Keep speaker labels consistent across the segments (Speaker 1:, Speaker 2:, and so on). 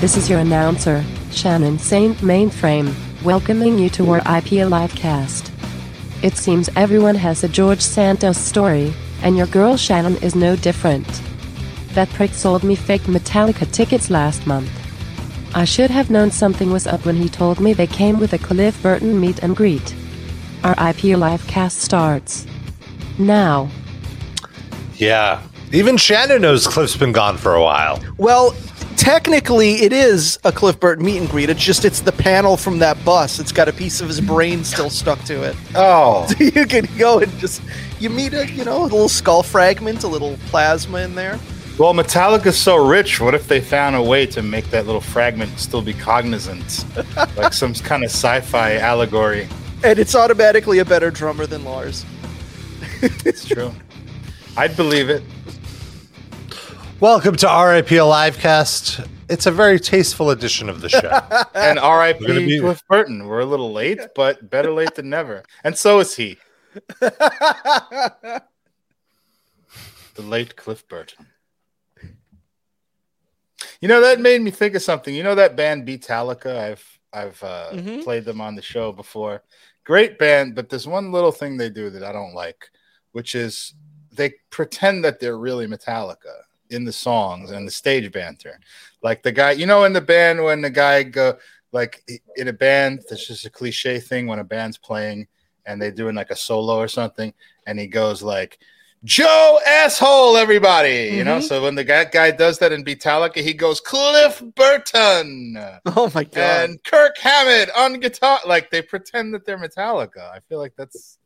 Speaker 1: This is your announcer, Shannon Saint Mainframe, welcoming you to our IPA Livecast. It seems everyone has a George Santos story, and your girl Shannon is no different. That prick sold me fake Metallica tickets last month. I should have known something was up when he told me they came with a Cliff Burton meet and greet. Our IPA Livecast starts. Now.
Speaker 2: Yeah. Even Shannon knows Cliff's been gone for a while.
Speaker 3: Well, technically, it is a Cliff Burton meet and greet. It's just it's the panel from that bus. It's got a piece of his brain still stuck to it.
Speaker 2: Oh.
Speaker 3: So you can go and just you meet a you know a little skull fragment, a little plasma in there.
Speaker 4: Well, Metallica's so rich. What if they found a way to make that little fragment still be cognizant, like some kind of sci-fi allegory?
Speaker 3: And it's automatically a better drummer than Lars.
Speaker 4: It's true. I'd believe it.
Speaker 2: Welcome to RIP Livecast. It's a very tasteful edition of the show.
Speaker 4: And R.I.P.
Speaker 2: We're gonna be-
Speaker 4: Cliff Burton. We're a little late, but better late than never. And so is he. the late Cliff Burton. You know that made me think of something. You know that band Beatalica. I've I've uh,
Speaker 3: Mhm.
Speaker 4: played them on the show before. Great band, but there's one little thing they do that I don't like, which is they pretend that they're really Metallica in the songs and the stage banter. Like the guy, you know, in the band when the guy go like in a band, that's just a cliche thing when a band's playing and they're doing like a solo or something, and he goes like Joe asshole, everybody. You
Speaker 2: Mm-hmm.
Speaker 4: know, so when the guy, guy does that in Metallica, he goes Cliff Burton
Speaker 3: Oh my god!
Speaker 4: and Kirk Hammett on guitar. Like they pretend that they're Metallica. I feel like that's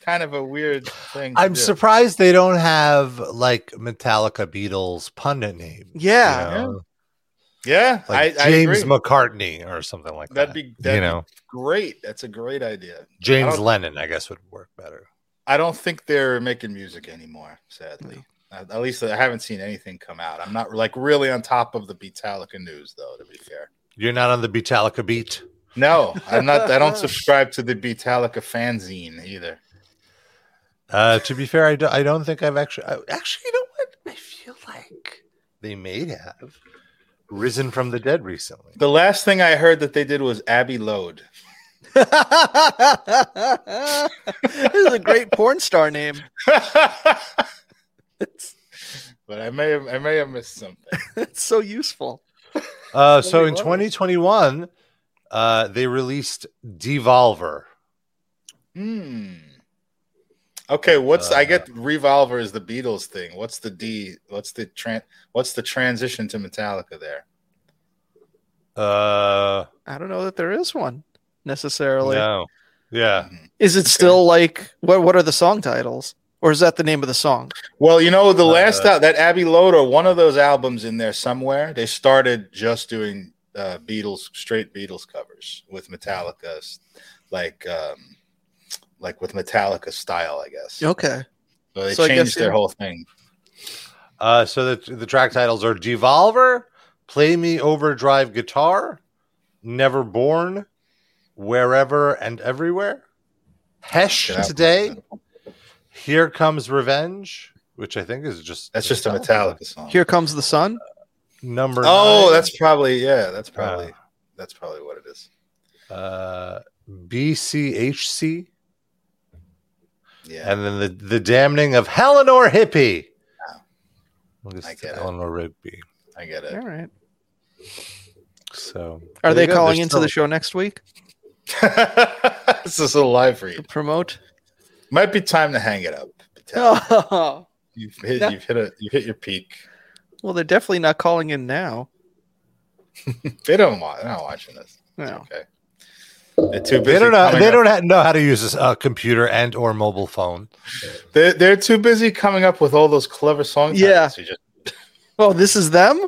Speaker 4: kind of a weird thing. to
Speaker 2: I'm
Speaker 4: do.
Speaker 2: surprised they don't have like Metallica Beatles pundit name. you
Speaker 3: yeah,
Speaker 2: know?
Speaker 4: Yeah,
Speaker 2: Like
Speaker 4: I, I
Speaker 2: James
Speaker 4: agree.
Speaker 2: McCartney or something like
Speaker 4: That'd
Speaker 2: that.
Speaker 4: be that'd
Speaker 2: you know,
Speaker 4: be great. That's a great idea. I
Speaker 2: James
Speaker 4: don't-
Speaker 2: Lennon, I guess, would work better.
Speaker 4: I don't think they're making music anymore. Sadly, Uh, at, at least I haven't seen anything come out. I'm not like really on top of the Metallica news, though. To be fair,
Speaker 2: You're not on the Beatalica beat.
Speaker 4: no, I'm not. I don't subscribe to the Metallica fanzine either.
Speaker 2: Uh, to be fair, I, do, I don't think I've actually. I, actually, you know what? I feel like they may have risen from the dead recently.
Speaker 4: The last thing I heard that they did was Abbey Load.
Speaker 3: this is a great porn star name.
Speaker 4: but I may have I may have missed something.
Speaker 3: It's so useful.
Speaker 2: Uh, so in
Speaker 3: was.
Speaker 2: 2021, uh, they released Devolver.
Speaker 4: Hmm. Okay, what's I
Speaker 2: Uh.
Speaker 4: get revolver is the Beatles thing. What's the D? What's the tran? What's the transition to Metallica there?
Speaker 2: Uh,
Speaker 3: I don't know that there is one necessarily.
Speaker 2: no. Yeah.
Speaker 3: Is it still like what? What are the song titles, or is that the name of the song?
Speaker 4: Well, you know the last
Speaker 2: Uh.
Speaker 4: out that Abbey Load or one of those albums in there somewhere. They started just doing uh, Beatles straight Beatles covers with Metallica's like um, like with Metallica style, I guess.
Speaker 3: Okay.
Speaker 4: So they
Speaker 3: So I guess,
Speaker 4: changed their
Speaker 3: yeah.
Speaker 4: whole thing.
Speaker 2: Uh, so the, the track titles are Devolver, Play Me Overdrive Guitar, Never Born, Wherever and Everywhere, Hesh
Speaker 4: Good album.
Speaker 2: Today, Here Comes Revenge, which I think is just
Speaker 4: That's just a Metallica song.
Speaker 3: Here comes the sun.
Speaker 2: number.
Speaker 4: Oh,
Speaker 2: nine.
Speaker 4: that's probably yeah. That's probably that's probably what it is.
Speaker 2: uh, BCHC,
Speaker 4: Yeah,
Speaker 2: and then the the damning of Eleanor Hippie. We'll just
Speaker 4: I
Speaker 2: say
Speaker 4: get it.
Speaker 2: Eleanor Rigby.
Speaker 4: I get it.
Speaker 3: All right.
Speaker 2: So
Speaker 3: Are
Speaker 2: there you
Speaker 3: they
Speaker 2: go.
Speaker 3: calling
Speaker 2: They're
Speaker 3: into the
Speaker 2: still-
Speaker 3: show next week
Speaker 4: this is a live
Speaker 3: to
Speaker 4: read.
Speaker 3: promote?
Speaker 4: Might be time to hang it up. Patel.
Speaker 3: Oh,
Speaker 4: You've hit
Speaker 3: No.
Speaker 4: you've hit a you hit your peak.
Speaker 3: well, they're definitely not calling in now.
Speaker 4: They don't want. They're not watching this. It's
Speaker 3: No.
Speaker 4: okay. They're too busy.
Speaker 2: They don't know.
Speaker 4: coming
Speaker 2: They
Speaker 4: up-
Speaker 2: don't ha- know how to use a uh, computer and or mobile phone.
Speaker 4: They're, they're too busy coming up with all those clever songs.
Speaker 3: Yeah.
Speaker 4: you just,
Speaker 3: Oh, this is them.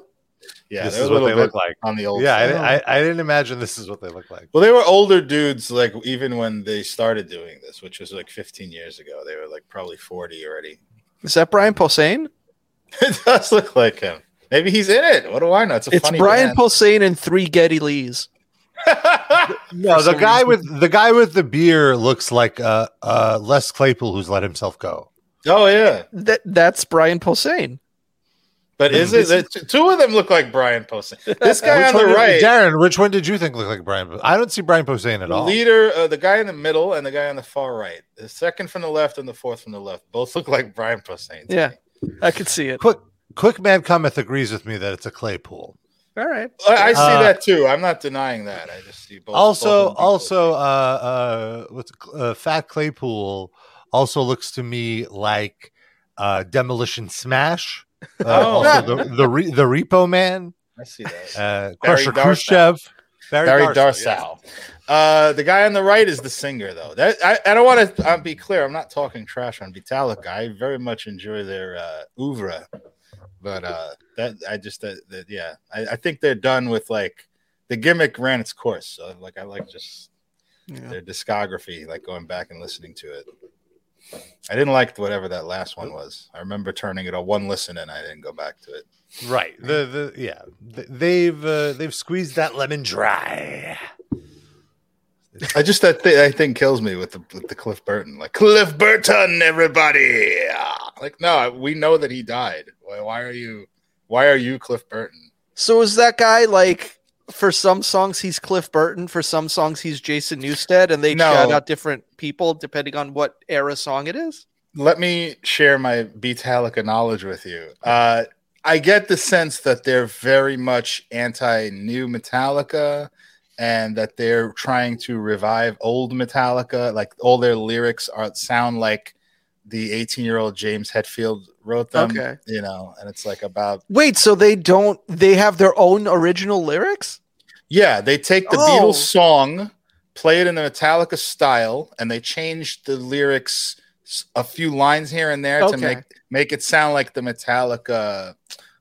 Speaker 4: yeah.
Speaker 2: this
Speaker 4: they're
Speaker 2: is
Speaker 4: a
Speaker 2: what
Speaker 4: little
Speaker 2: they look
Speaker 4: bit
Speaker 2: like.
Speaker 4: on the old.
Speaker 2: Yeah,
Speaker 4: side.
Speaker 3: Oh.
Speaker 2: I, I, I didn't imagine this is what they look like.
Speaker 4: Well, they were older dudes, like even when they started doing this, which was like 15 years ago. They were like probably 40 already.
Speaker 3: Is that Brian Posehn?
Speaker 4: it does look like him. Maybe he's in it. What do I know? It's a
Speaker 3: It's
Speaker 4: funny
Speaker 3: Brian
Speaker 4: band.
Speaker 3: Posehn and three Getty Lees.
Speaker 2: No,
Speaker 3: For
Speaker 2: the
Speaker 3: some
Speaker 2: guy
Speaker 3: reason.
Speaker 2: with the guy with the beer looks like uh, uh, Les Claypool, who's let himself go.
Speaker 4: oh yeah,
Speaker 3: That that's Brian Posehn.
Speaker 4: But is it? the- Two of them look like Brian Posehn. This guy on
Speaker 2: one
Speaker 4: the
Speaker 2: did-
Speaker 4: right,
Speaker 2: Darren, which one did you think looked like Brian? Po- I don't see Brian Posehn at
Speaker 4: the
Speaker 2: all.
Speaker 4: leader, uh, the guy in the middle, and the guy on the far right. The second from the left and the fourth from the left both look like Brian Posehn. to
Speaker 3: Yeah,
Speaker 4: me.
Speaker 3: I could see it.
Speaker 2: Quick, quick man cometh agrees with me that it's a Claypool.
Speaker 3: All right.
Speaker 4: I, I see
Speaker 2: Uh,
Speaker 4: that too. I'm not denying that. I just see both. both
Speaker 2: Also,
Speaker 4: of them look
Speaker 2: also, uh, uh, what's it cl- uh, Fat Claypool also looks to me like uh, Demolition Smash. Uh,
Speaker 4: Oh.
Speaker 2: also the the, re- the Repo Man,
Speaker 4: I see that.
Speaker 2: uh, Crusher
Speaker 4: Darsow.
Speaker 2: Khrushchev,
Speaker 4: Barry
Speaker 2: Darsow, yes.
Speaker 4: Darsow. Uh, the guy on the right is the singer, though. That I, I don't want to uh, be clear. I'm not talking trash on Vitalik. I very much enjoy their uh, oeuvre, but uh, that I just that, that yeah, I, I think they're done with like the gimmick ran its course. So like I like just
Speaker 3: Yeah.
Speaker 4: their discography, like going back and listening to it. I didn't like whatever that last one was. I remember turning it on one listen and I didn't go back to it.
Speaker 2: Right. The the yeah. Th- They've uh, they've squeezed that lemon dry.
Speaker 4: I just that thing, that thing kills me with the with the Cliff Burton, like Cliff Burton, everybody. Ah. Like, no, we know that he died. Why, why are you? Why are you Cliff Burton?
Speaker 3: So is that guy like for some songs he's Cliff Burton, for some songs he's Jason Newstead, and they
Speaker 4: No.
Speaker 3: shout out different people depending on what era song it is?
Speaker 4: Let me share my Beatalica knowledge with you. Uh, I get the sense that they're very much anti-new Metallica, and that they're trying to revive old Metallica. Like all their lyrics are sound like the 18-year-old James Hetfield wrote them.
Speaker 3: Okay.
Speaker 4: You know, and it's like about
Speaker 3: Wait, so they don't they have their own original lyrics?
Speaker 4: Yeah, they take the
Speaker 3: Oh.
Speaker 4: Beatles song, play it in the Metallica style, and they change the lyrics s- a few lines here and there to
Speaker 3: Okay.
Speaker 4: make make it sound like the Metallica.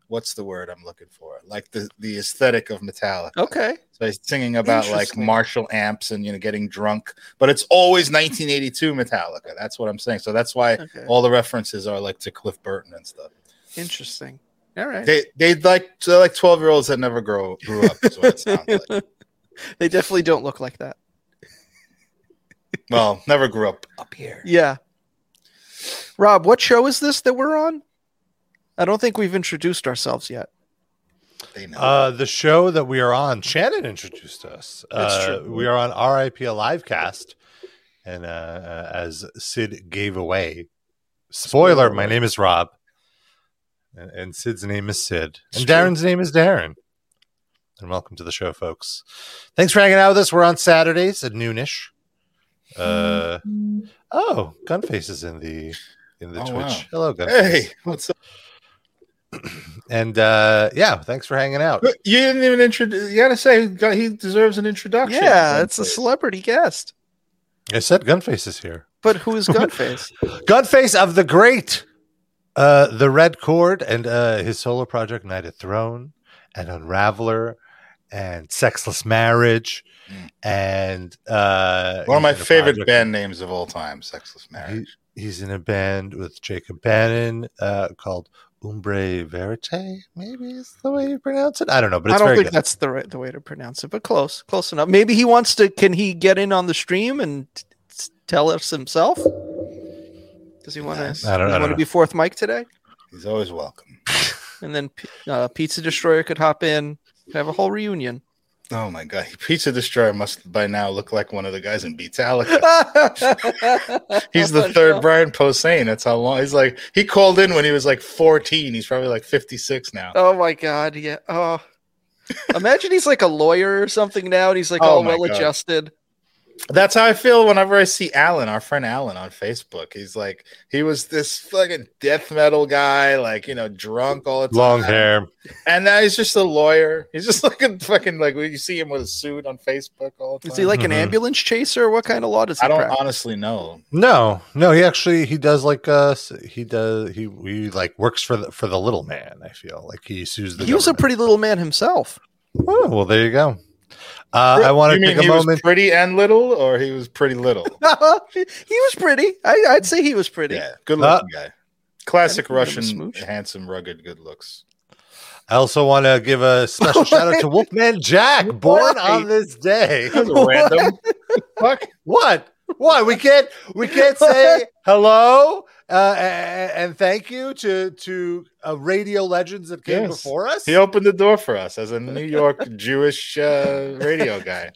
Speaker 4: What's the word I'm looking for? Like the the aesthetic of Metallica.
Speaker 3: Okay.
Speaker 4: So he's singing about like
Speaker 3: Interesting.
Speaker 4: Marshall amps and you know getting drunk, but it's always 1982 Metallica. That's what I'm saying. So that's why
Speaker 3: Okay.
Speaker 4: all the references are like to Cliff Burton and stuff.
Speaker 3: Interesting. All right.
Speaker 4: They they like they're like 12 year olds that never grow grew up. Is what it sounds like.
Speaker 3: they definitely don't look like that.
Speaker 4: Well, never grew up up here.
Speaker 3: Yeah. Rob, what show is this that we're on? I don't think we've introduced ourselves yet.
Speaker 4: They know.
Speaker 2: Uh, the show that we are on, Shannon introduced us.
Speaker 3: That's
Speaker 2: Uh,
Speaker 3: true.
Speaker 2: We are on RIP Livecast, and uh, uh, as Sid gave away, spoiler: my name is Rob, and, and Sid's name is Sid, and Darren's name is Darren. And welcome to the show, folks. Thanks for hanging out with us. We're on Saturdays at noonish. Uh, oh, Gunface is in the in the
Speaker 4: Oh,
Speaker 2: Twitch.
Speaker 4: wow.
Speaker 2: Hello, Gunface.
Speaker 4: hey, what's up?
Speaker 2: And uh, yeah, thanks for hanging out.
Speaker 4: You didn't even introduce. You gotta say he got- he deserves an introduction.
Speaker 3: Yeah, it's a
Speaker 4: Gunface.
Speaker 3: celebrity guest.
Speaker 2: I said Gunface is here.
Speaker 3: But who is Gunface?
Speaker 2: Gunface of the Great, uh, the Red Cord, and uh, his solo project Night at Throne, and Unraveler, and Sexless Marriage,
Speaker 4: Mm.
Speaker 2: and uh,
Speaker 4: One of my
Speaker 2: he's in a
Speaker 4: favorite
Speaker 2: project-
Speaker 4: band names of all time, "Sexless Marriage."
Speaker 2: He's in a band with Jacob Bannon uh, called Umbre Verite. Maybe is the way you pronounce it. I don't know, but
Speaker 3: I
Speaker 2: it's
Speaker 3: don't
Speaker 2: very
Speaker 3: think
Speaker 2: good.
Speaker 3: that's the right the way to pronounce it, but close, close enough. Maybe he wants to. Can he get in on the stream and t- t- tell us himself? Does he want
Speaker 4: Nice.
Speaker 3: to?
Speaker 2: I don't- I don't
Speaker 3: want
Speaker 2: know.
Speaker 3: to be fourth mic today,
Speaker 4: He's always welcome.
Speaker 3: and then P- uh, Pizza Destroyer could hop in, could have a whole reunion.
Speaker 4: Oh my god, Pizza Destroyer must by now look like one of the guys in Beatalica.
Speaker 3: He's
Speaker 4: He's the third Brian Posehn. That's how long he's like. He called in when he was like 14. He's probably like 56 now.
Speaker 3: Oh my god! Yeah. Oh. Imagine he's like a lawyer or something now, and he's like
Speaker 4: Oh
Speaker 3: all
Speaker 4: my
Speaker 3: well adjusted.
Speaker 4: That's how I feel whenever I see Alan, our friend Alan on Facebook. He's like, he was this fucking death metal guy, like, you know, drunk all the time.
Speaker 2: Long hair.
Speaker 4: And now he's just a lawyer. He's just looking fucking like, you see him with a suit on Facebook all the time.
Speaker 3: Is he like an
Speaker 2: Mhm.
Speaker 3: ambulance chaser? What kind of law does he
Speaker 4: I don't
Speaker 3: practice?
Speaker 4: honestly know.
Speaker 2: No, no, he actually he does like uh s- he does he he like works for the for the little man. I feel like he sues the.
Speaker 3: He was a
Speaker 2: government.
Speaker 3: pretty little man himself.
Speaker 2: Oh, well, there you go. Uh, I want
Speaker 4: You
Speaker 2: to
Speaker 4: mean
Speaker 2: take a
Speaker 4: he was
Speaker 2: moment.
Speaker 4: pretty and little, or he was pretty little?
Speaker 3: he was pretty. I, I'd say he was pretty.
Speaker 4: yeah, good looking
Speaker 2: Uh,
Speaker 4: guy. Classic
Speaker 3: I don't think it was
Speaker 4: Russian,
Speaker 3: smooch.
Speaker 4: handsome, rugged, good looks.
Speaker 2: I also want to give a special shout out to Wolfman Jack, born
Speaker 3: Why?
Speaker 2: on this day.
Speaker 4: That was random. Fuck.
Speaker 2: What? Why we can't we can't say hello uh, a- a- and thank you to to uh, radio legends that came
Speaker 4: Yes.
Speaker 2: before us.
Speaker 4: He opened the door for us as a New York Jewish uh, radio guy.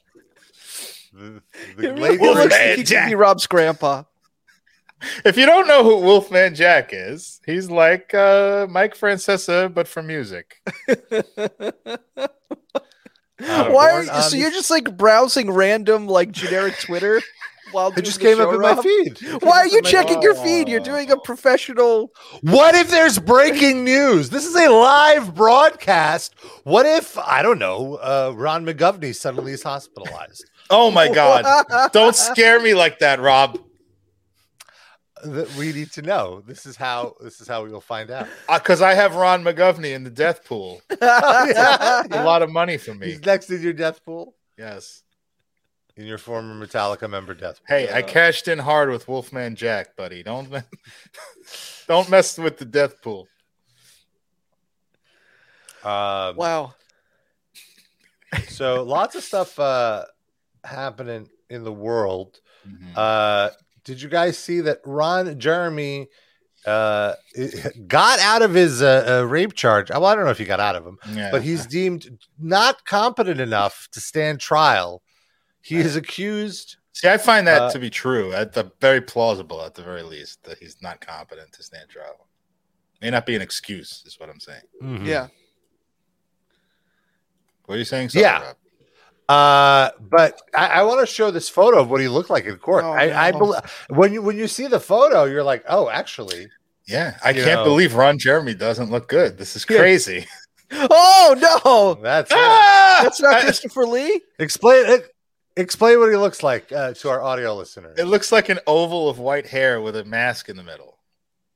Speaker 2: The, the
Speaker 3: It really
Speaker 2: late
Speaker 3: looks
Speaker 2: great-
Speaker 3: like he could be Rob's grandpa.
Speaker 4: If you don't know who Wolfman Jack is, he's like uh, Mike Francesa, but for music.
Speaker 2: Uh,
Speaker 3: Why are
Speaker 2: born
Speaker 3: you,
Speaker 2: on-
Speaker 3: so you're just like browsing random like generic Twitter while
Speaker 2: it
Speaker 3: doing
Speaker 2: just
Speaker 3: the
Speaker 2: came
Speaker 3: show,
Speaker 2: up in my
Speaker 3: Rob?
Speaker 2: feed. It came
Speaker 3: Why
Speaker 2: up
Speaker 3: are
Speaker 2: in
Speaker 3: you
Speaker 2: my
Speaker 3: checking
Speaker 2: feed.
Speaker 3: your feed?
Speaker 4: Oh.
Speaker 3: You're doing a professional.
Speaker 2: What if there's breaking news? This is a live broadcast. What if I don't know? Uh, Ron McGovney suddenly is hospitalized.
Speaker 4: Oh my God. Don't scare me like that, Rob.
Speaker 2: That we need to know. This is how. This is how we will find out.
Speaker 4: Because Uh, I have Ron McGovney in the death pool. A lot of money for me.
Speaker 2: He's next in your death pool.
Speaker 4: Yes.
Speaker 2: In your former Metallica member death. pool.
Speaker 4: Hey, I cashed in hard with Wolfman Jack, buddy. Don't don't mess with the death pool.
Speaker 2: Um,
Speaker 3: Wow.
Speaker 2: so lots of stuff uh, happening in the world. Uh, did you guys see that Ron Jeremy uh, got out of his uh, uh, rape charge? Well, I don't know if he got out of him,
Speaker 4: yeah.
Speaker 2: but he's deemed not competent enough to stand trial. He is accused.
Speaker 4: See, I find that
Speaker 2: Uh,
Speaker 4: to be true at the very plausible, at the very least, that he's not competent to stand trial. May not be an excuse, is what I'm saying.
Speaker 3: Yeah.
Speaker 4: What are you saying?
Speaker 2: Yeah.
Speaker 4: Rob?
Speaker 2: Uh, but I, I want to show this photo of what he looked like in court.
Speaker 3: Oh,
Speaker 2: I, I
Speaker 3: no.
Speaker 2: bel when you when you see the photo, you're like, oh, actually,
Speaker 4: yeah. I
Speaker 2: You
Speaker 4: can't
Speaker 2: know.
Speaker 4: believe Ron Jeremy doesn't look good. This is
Speaker 2: Yeah.
Speaker 4: crazy.
Speaker 3: Oh no,
Speaker 2: that's him.
Speaker 4: Ah!
Speaker 3: that's not
Speaker 4: I-
Speaker 3: Christopher Lee.
Speaker 2: explain it. Explain what he looks like uh, to our audio listener.
Speaker 4: It looks like an oval of white hair with a mask in the middle.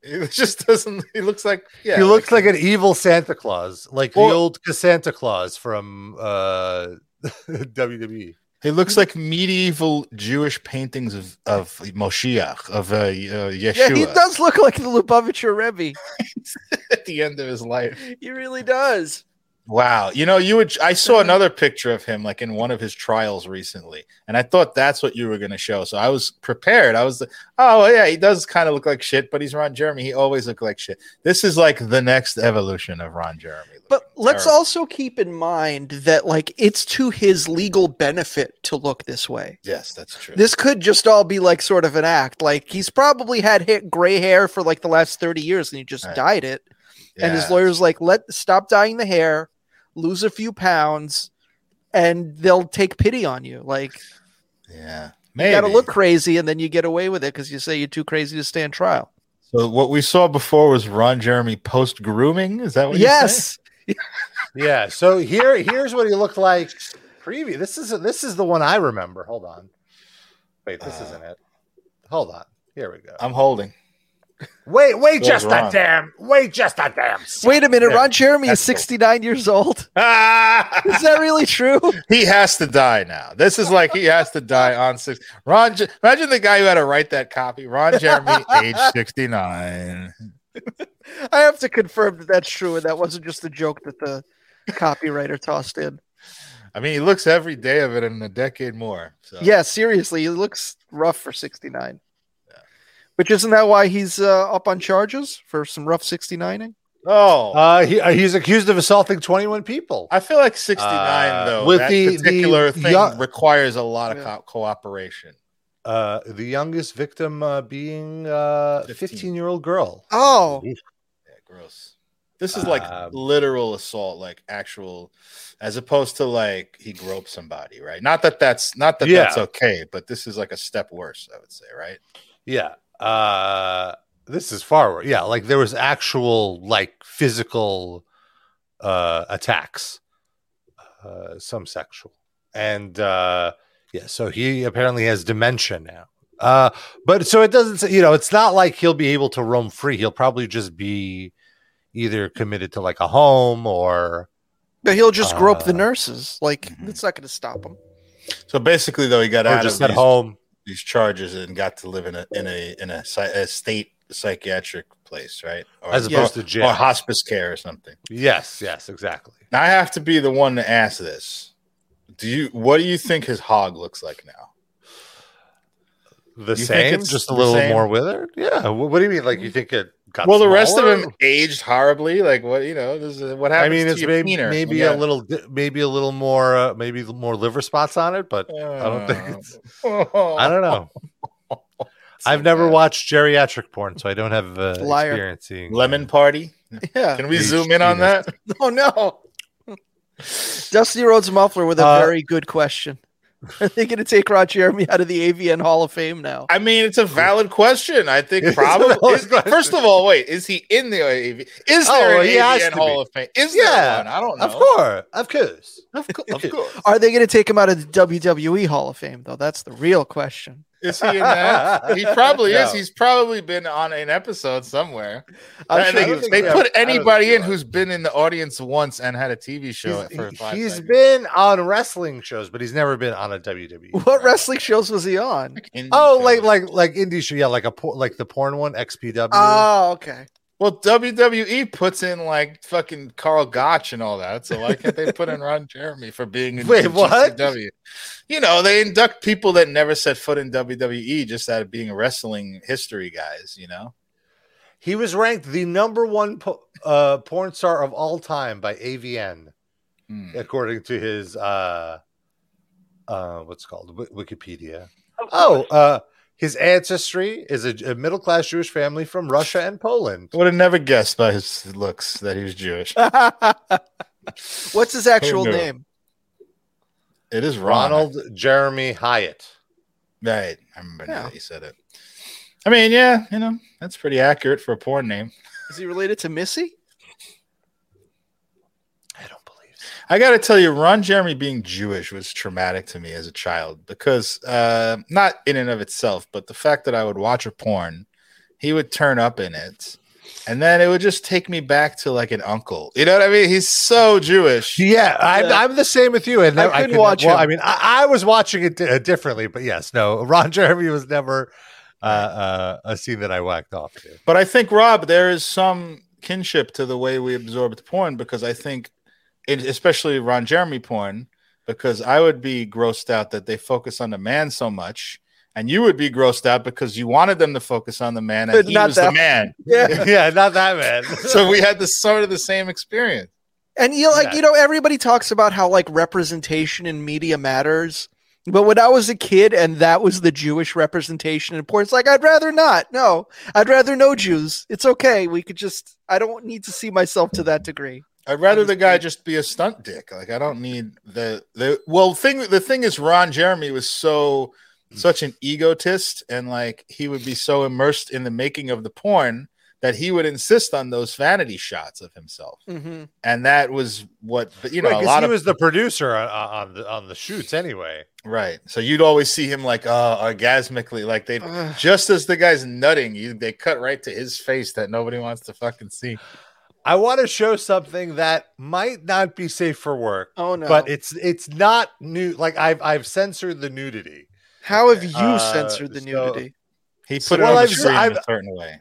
Speaker 4: It just doesn't. He looks like yeah.
Speaker 2: he looks like, an evil Santa Claus, like
Speaker 4: Well-
Speaker 2: the old Santa Claus from uh, E. WWE.
Speaker 4: It looks like medieval Jewish paintings of of Moshiach of uh, uh, Yeshua
Speaker 3: Yeah, he does look like the Lubavitcher Rebbe.
Speaker 4: at the end of his life.
Speaker 3: He really does.
Speaker 4: Wow. You know, you would I saw another picture of him like in one of his trials recently, and I thought that's what you were gonna show. So I was prepared. I was oh yeah, he does kind of look like shit, but he's Ron Jeremy. He always looked like shit. This is like the next evolution of Ron Jeremy.
Speaker 3: But let's
Speaker 4: Terrible.
Speaker 3: also keep in mind that like it's to his legal benefit to look this way.
Speaker 4: Yes, that's true.
Speaker 3: This could just all be like sort of an act. Like he's probably had ha- gray hair for like the last 30 years and he just
Speaker 4: Right.
Speaker 3: dyed it. And his
Speaker 4: Yeah.
Speaker 3: lawyer's like, let stop dyeing the hair, lose a few pounds, and they'll take pity on you. Like
Speaker 4: Yeah.
Speaker 3: you
Speaker 4: Maybe.
Speaker 3: gotta look crazy and then you get away with it because you say you're too crazy to stand trial.
Speaker 4: So what we saw before was Ron Jeremy post grooming. Is that what? you're saying?
Speaker 3: yes.
Speaker 2: Yeah. So here, here's what he looked like. Preview. This is this is the one I remember. Hold on. Wait, this
Speaker 4: Uh,
Speaker 2: isn't it. Hold on. Here we go.
Speaker 4: I'm holding.
Speaker 2: Wait, wait,
Speaker 4: Still
Speaker 2: just
Speaker 4: wrong.
Speaker 2: a damn. Wait, just a damn.
Speaker 3: Wait a minute,
Speaker 4: Yeah,
Speaker 3: Ron Jeremy is
Speaker 4: that's cool.
Speaker 3: 69 years old. Is
Speaker 2: Uh,
Speaker 4: Ah!
Speaker 3: that really true?
Speaker 4: he has to die now. This is like he has to die on six. Ron, Je- imagine the guy who had to write that copy. Ron Jeremy, age sixty nine.
Speaker 3: I have to confirm that that's true and that wasn't just a joke that the copywriter tossed in.
Speaker 4: I mean, he looks every day of it and a decade more. So.
Speaker 3: Yeah, seriously, he looks rough for 69. Which isn't that why he's uh, up on charges for some rough 69ing?
Speaker 4: Oh,
Speaker 2: Uh, he, uh, he's accused of assaulting 21 people.
Speaker 4: I feel like sixty nine
Speaker 2: Uh,
Speaker 4: though.
Speaker 2: with
Speaker 4: With that
Speaker 2: the- the
Speaker 4: particular thing
Speaker 2: young-
Speaker 4: requires a lot of
Speaker 3: Yeah.
Speaker 4: co- cooperation.
Speaker 2: Uh, the youngest victim uh, being uh,
Speaker 4: 15.
Speaker 2: 15 year old girl.
Speaker 3: Oh,
Speaker 4: Yeah, gross. This is like
Speaker 2: Um,
Speaker 4: literal assault, like actual, as opposed to like he groped somebody, right? Not that that's not that
Speaker 2: Yeah.
Speaker 4: that's okay, but this is like a step worse, I would say, right?
Speaker 2: Yeah. Uh, this is far worse. Yeah, like there was actual like physical uh, attacks, uh, some sexual, and uh, yeah. So he apparently has dementia now. Uh, but so it doesn't. say- You know, it's not like he'll be able to roam free. He'll probably just be either committed to like a home or
Speaker 3: but he'll just grope the
Speaker 2: Uh,
Speaker 3: nurses. Like,
Speaker 4: mhm.
Speaker 3: that's not going to stop him.
Speaker 4: So basically, though, he got
Speaker 2: or
Speaker 4: out
Speaker 2: just
Speaker 4: of
Speaker 2: at
Speaker 4: these,
Speaker 2: home.
Speaker 4: these charges and got to live in a in a in a, psy- a state psychiatric place, right? Or,
Speaker 2: As opposed to jail.
Speaker 4: or hospice care or something.
Speaker 2: Yes, yes, exactly.
Speaker 4: Now I have to be the one to ask this. Do you? What do you think his hog looks like now?
Speaker 2: The
Speaker 4: think
Speaker 2: same,
Speaker 4: it's
Speaker 2: just a
Speaker 4: the
Speaker 2: little
Speaker 4: same?
Speaker 2: more withered. Yeah. wh- What do you mean? Like you think it got?
Speaker 4: well, the rest of
Speaker 2: smaller?
Speaker 4: them aged horribly. Like what you know, this is what
Speaker 2: I
Speaker 4: happens.
Speaker 2: mean,
Speaker 4: to
Speaker 2: it's
Speaker 4: your
Speaker 2: maybe
Speaker 4: wiener.
Speaker 2: maybe a
Speaker 4: Yeah.
Speaker 2: little, di- maybe a little more, uh, maybe more liver spots on it, but I don't think
Speaker 4: Oh.
Speaker 2: it's. I don't know. I've never
Speaker 4: bad.
Speaker 2: watched geriatric porn, so I don't have uh,
Speaker 3: Liar.
Speaker 2: experience seeing
Speaker 4: Lemon party.
Speaker 3: Yeah.
Speaker 4: Can we
Speaker 2: Aged
Speaker 4: zoom in on
Speaker 2: penis.
Speaker 4: that?
Speaker 3: Oh no. Dusty Rhodes Muffler with a
Speaker 2: Uh,
Speaker 3: very good question. Are they going to take Rod Jeremy out of the AVN Hall of Fame now?
Speaker 4: I mean, it's a valid question. I
Speaker 2: It's a
Speaker 4: think probably.
Speaker 2: valid
Speaker 4: is-
Speaker 2: question.
Speaker 4: first of all, wait, is he in the AV? Is
Speaker 2: Oh,
Speaker 4: there an
Speaker 2: he has
Speaker 4: AVN
Speaker 2: to
Speaker 4: Hall
Speaker 2: be.
Speaker 4: of Fame? Is there
Speaker 2: Yeah,
Speaker 4: one? I don't know.
Speaker 2: Of course, of course.
Speaker 4: of, cou- of course.
Speaker 3: Are they going to take him out of the WWE Hall of Fame though? That's the real question.
Speaker 4: Is he in that? He probably is.
Speaker 2: No.
Speaker 4: He's probably been on an episode somewhere.
Speaker 3: I'm sure-
Speaker 4: I
Speaker 2: I
Speaker 4: think
Speaker 2: don't
Speaker 4: they
Speaker 2: think so.
Speaker 4: put
Speaker 2: I don't think
Speaker 4: anybody
Speaker 2: so.
Speaker 4: in who's been in the audience once and had a TV show
Speaker 2: He's,
Speaker 4: for
Speaker 2: he-
Speaker 4: five
Speaker 2: he's
Speaker 4: seconds.
Speaker 2: been on wrestling shows, but he's never been on a E WWE.
Speaker 3: what wrestling shows was he on?
Speaker 4: Indie
Speaker 2: Oh, like
Speaker 4: shows.
Speaker 2: like like indie show, yeah, like a por- like the porn one, XPW.
Speaker 3: Oh, okay.
Speaker 4: well, WWE puts in like fucking Carl Gotch and all that. So why can't they put in Ron Jeremy for being in
Speaker 2: Wait, what?
Speaker 4: GCW? You know, they induct people that never set foot in WWE just out of being wrestling history guys. You know,
Speaker 2: he was ranked the number one po- uh, porn star of all time by AVN,
Speaker 4: Hmm.
Speaker 2: according to his uh, uh, what's it called Wi- Wikipedia. Oh, uh, his ancestry is a, a middle class Jewish family from Russia and Poland.
Speaker 4: would have never guessed by his looks that he was Jewish.
Speaker 3: What's his actual
Speaker 4: knew?
Speaker 3: name?
Speaker 4: It is Ron.
Speaker 2: Ronald Jeremy Hyatt.
Speaker 4: Right. I remember
Speaker 3: Yeah.
Speaker 4: now that you said it. I mean, yeah, you know, that's pretty accurate for a porn name.
Speaker 3: Is he related to Missy?
Speaker 2: I don't believe. So.
Speaker 4: I got to tell you, Ron Jeremy being Jewish was traumatic to me as a child because, uh, not in and of itself, but the fact that I would watch a porn, he would turn up in it. And then it would just take me back to like an uncle. You know what I mean? He's so Jewish.
Speaker 2: Yeah, I'm,
Speaker 3: Yeah.
Speaker 2: I'm the same with you. And
Speaker 3: I
Speaker 2: never-
Speaker 3: couldn't watch
Speaker 2: well,
Speaker 3: him.
Speaker 2: I mean, I, I was watching it di- uh, differently, but yes, no, Ron Jeremy was never uh, uh, a scene that I whacked off to.
Speaker 4: But I think, Rob, there is some kinship to the way we absorbed porn because I think, it, especially Ron Jeremy porn, because I would be grossed out that they focus on the man so much. And you would be grossed out because you wanted them to focus on the man
Speaker 3: But
Speaker 4: and he
Speaker 3: not
Speaker 4: was
Speaker 3: that-
Speaker 4: the man.
Speaker 3: Yeah.
Speaker 2: yeah, not that man.
Speaker 4: so we had the sort of the same experience.
Speaker 3: And you know, like
Speaker 2: Yeah.
Speaker 3: you know, everybody talks about how like representation in media matters. But when I was a kid and that was the Jewish representation in porn, it's like I'd rather not. No, I'd rather no Jews. It's okay. We could just I don't need to see myself to that degree.
Speaker 4: I'd rather the guy just be a stunt dick. Like I don't need the the well thing. The thing is, Ron Jeremy was so
Speaker 2: Hmm.
Speaker 4: such an egotist, and like he would be so immersed in the making of the porn that he would insist on those vanity shots of himself,
Speaker 3: Mm-hmm.
Speaker 4: and that was what but, you know
Speaker 2: Right,
Speaker 4: a
Speaker 2: 'cause
Speaker 4: lot
Speaker 2: he
Speaker 4: of
Speaker 2: was the producer on, on the on the shoots anyway.
Speaker 4: right. So you'd always see him like uh orgasmically, like they would just as the guy's nutting, you they cut right to his face that nobody wants to fucking see.
Speaker 2: I want to show something that might not be safe for work,
Speaker 3: oh no!
Speaker 2: but it's it's not new. Like I've I've censored the nudity.
Speaker 3: how have you
Speaker 2: uh,
Speaker 3: censored the
Speaker 2: so-
Speaker 3: nudity?
Speaker 4: He put
Speaker 2: So-
Speaker 4: it
Speaker 2: Well,
Speaker 4: on
Speaker 2: I've-
Speaker 4: the screen in
Speaker 2: I've-
Speaker 4: a certain way.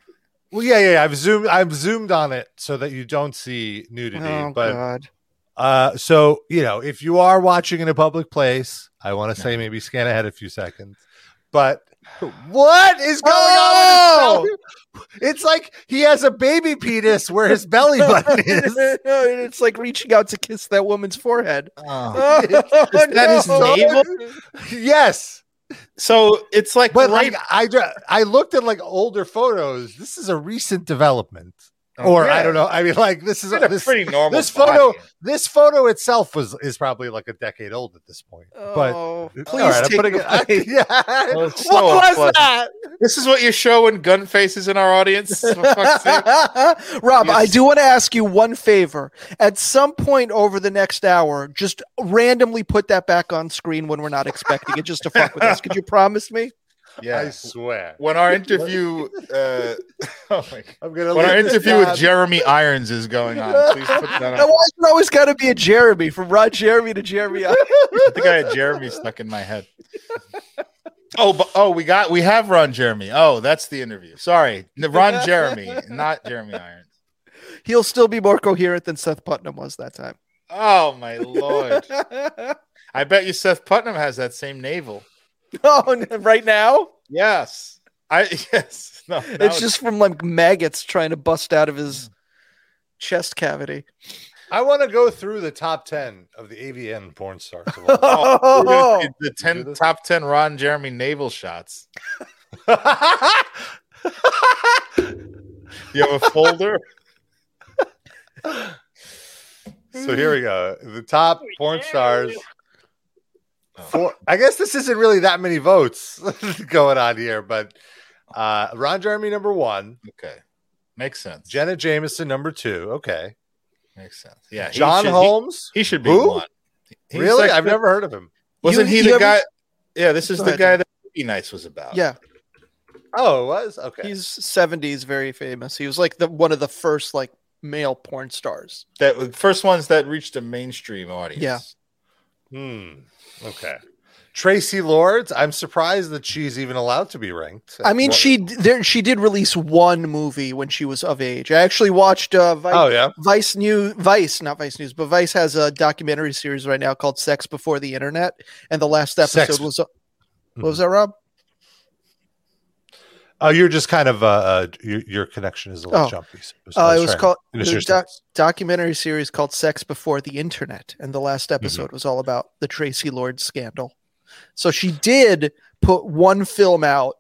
Speaker 2: Well, yeah, yeah, yeah, I've zoomed I've zoomed on it so that you don't see nudity,
Speaker 3: Oh
Speaker 2: but.
Speaker 3: god!
Speaker 2: Uh, so you know, if you are watching in a public place, I want to say maybe scan ahead a few seconds. But what is going on? With his belly? It's like he has a baby penis where his belly button is.
Speaker 3: it's like reaching out to kiss that woman's forehead.
Speaker 2: Uh.
Speaker 3: Oh,
Speaker 4: that his
Speaker 3: no.
Speaker 4: navel?
Speaker 2: yes,
Speaker 4: So it's like
Speaker 2: but
Speaker 4: right
Speaker 2: like I, ju- I looked at like older photos. This is a recent development,
Speaker 4: Oh,
Speaker 2: or I don't know. I mean, like this is
Speaker 4: It's been a
Speaker 2: this,
Speaker 4: pretty normal.
Speaker 2: this photo-
Speaker 4: body.
Speaker 2: this photo itself was is probably like a decade old at this point. But
Speaker 3: Oh,
Speaker 2: All
Speaker 3: please
Speaker 2: right, I'm
Speaker 3: take
Speaker 2: putting
Speaker 3: it away.
Speaker 2: it. Yeah.
Speaker 4: Well, it's so
Speaker 2: what was
Speaker 4: unpleasant.
Speaker 2: that?
Speaker 4: This is what you show when Gunface is in our audience. For fuck's sake.
Speaker 3: Rob, I
Speaker 4: Yes.
Speaker 3: do want to ask you one favor. At some point over the next hour, just randomly put that back on screen when we're not expecting it, just to fuck with us. Could you promise me?
Speaker 2: I
Speaker 4: Yeah.
Speaker 2: swear.
Speaker 4: When our interview, uh, oh my God.
Speaker 2: I'm gonna
Speaker 4: when our
Speaker 2: leave this
Speaker 4: interview with
Speaker 2: job.
Speaker 4: Jeremy Irons is going on, please put that
Speaker 3: Now,
Speaker 4: on.
Speaker 3: why is it always got to be a Jeremy from Rod Jeremy to Jeremy? Uh, I-
Speaker 4: I think I had Jeremy stuck in my head. Oh, but, oh, we got we have Ron Jeremy. Oh, that's the interview. Sorry, Ron Jeremy, not Jeremy Irons.
Speaker 3: He'll still be more coherent than Seth Putnam was that time.
Speaker 4: Oh my lord! I bet you Seth Putnam has that same navel.
Speaker 3: oh, n- right now?
Speaker 4: Yes. I yes. No, that
Speaker 3: It's
Speaker 4: was-
Speaker 3: just from like maggots trying to bust out of his chest cavity.
Speaker 2: I want to go through the top 10 of the AVN porn stars. of all time.
Speaker 4: We're gonna
Speaker 3: Oh,
Speaker 4: do the
Speaker 2: Do
Speaker 4: ten
Speaker 2: this?
Speaker 4: top ten Ron Jeremy navel shots. You have a folder?
Speaker 2: so here we go. The top porn stars.
Speaker 3: Oh.
Speaker 2: Four, I guess this isn't really that many votes going on here, but uh, Ron Jeremy number one,
Speaker 4: okay. Makes sense.
Speaker 2: Jenna Jameson number two. Okay,
Speaker 4: Makes sense. Yeah. he
Speaker 2: John
Speaker 4: should- he-
Speaker 2: Holmes.
Speaker 4: He, should be
Speaker 2: Who?
Speaker 4: one. He's
Speaker 2: really?
Speaker 4: like
Speaker 2: I've
Speaker 4: the-
Speaker 2: never heard of him.
Speaker 4: wasn't
Speaker 3: You-
Speaker 4: he
Speaker 3: you
Speaker 4: the
Speaker 3: ever-
Speaker 4: guy Yeah, this is
Speaker 3: Go
Speaker 4: the
Speaker 3: ahead.
Speaker 4: guy that Boogie Nights was about.
Speaker 3: yeah.
Speaker 2: Oh, it was okay.
Speaker 3: He's 70s, very famous. He was like the one of the first like male porn stars.
Speaker 4: That was- first ones that reached a mainstream audience.
Speaker 3: Yeah.
Speaker 2: Hmm. Okay. Tracy Lords. I'm surprised that she's even allowed to be ranked.
Speaker 3: I mean, she d- there she did release one movie when she was of age. I actually watched uh, Vice,
Speaker 2: Oh yeah.
Speaker 3: Vice News, Vice, not Vice News, but Vice has a documentary series right now called Sex Before the Internet, and the last episode
Speaker 2: Sex-
Speaker 3: was. uh, What was that, Rob?
Speaker 2: Oh, you're just kind of uh, uh your, your connection is a little
Speaker 3: Oh.
Speaker 2: jumpy. so- so
Speaker 3: Uh,
Speaker 2: I
Speaker 3: it was
Speaker 2: trying to
Speaker 3: called uh,
Speaker 2: finish
Speaker 3: the
Speaker 2: your
Speaker 3: doc-
Speaker 2: sentence.
Speaker 3: documentary series called Sex Before the Internet, and the last episode was all about the Tracy Lord scandal. So she did put one film out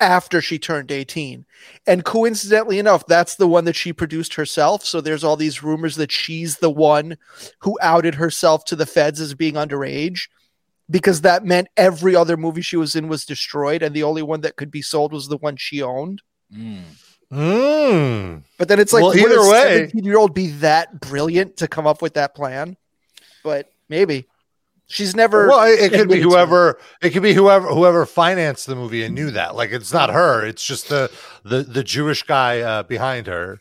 Speaker 3: after she turned 18. And coincidentally enough, that's the one that she produced herself. So there's all these rumors that she's the one who outed herself to the feds as being underage because that meant every other movie she was in was destroyed and the only one that could be sold was the one she owned.
Speaker 4: Mm.
Speaker 2: Mm.
Speaker 3: But then it's like,
Speaker 2: Well,
Speaker 3: would
Speaker 2: either
Speaker 3: a
Speaker 2: way-
Speaker 3: year old be that brilliant to come up with that plan? But maybe she's never.
Speaker 2: Well, it, it could be
Speaker 3: admitted to
Speaker 2: whoever. It could be whoever whoever financed the movie and knew that. Like it's not her. It's just the the the Jewish guy uh, behind her.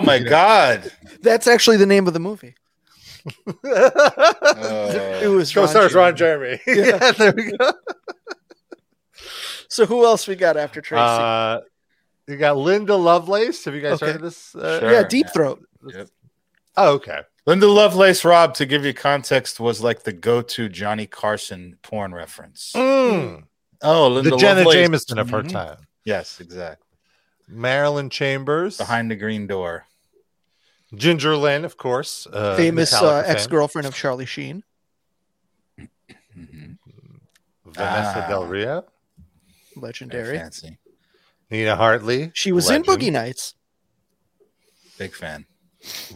Speaker 4: my god.
Speaker 3: it. That's actually the name of the movie. It
Speaker 4: Uh,
Speaker 3: was Ron Jeremy.
Speaker 2: Jeremy. Yeah. there we go.
Speaker 3: So who else we got after Tracy?
Speaker 2: Uh, you got Linda Lovelace. Have you guys
Speaker 3: Okay.
Speaker 2: heard of this? Uh,
Speaker 4: Sure.
Speaker 3: yeah, Deep Throat.
Speaker 2: Oh, okay.
Speaker 4: Linda Lovelace Rob, to give you context, was like the go-to Johnny Carson porn reference.
Speaker 2: Mm.
Speaker 4: Oh, Linda
Speaker 2: The Jenna
Speaker 4: Lovelace.
Speaker 2: Jameson of her
Speaker 4: Mhm.
Speaker 2: time.
Speaker 4: Yes, exactly.
Speaker 2: Marilyn Chambers.
Speaker 4: Behind the green door.
Speaker 2: Ginger Lynn, of course. Uh,
Speaker 3: famous
Speaker 2: Metallica
Speaker 3: uh,
Speaker 2: fame.
Speaker 3: ex girlfriend of Charlie Sheen.
Speaker 2: Mm-hmm.
Speaker 4: Mhm.
Speaker 2: Vanessa
Speaker 4: Ah.
Speaker 2: Del Rio.
Speaker 4: Very
Speaker 3: Legendary.
Speaker 4: fancy.
Speaker 2: Nina Hartley.
Speaker 3: She was in
Speaker 2: legend.
Speaker 3: Boogie Nights.
Speaker 4: Big fan.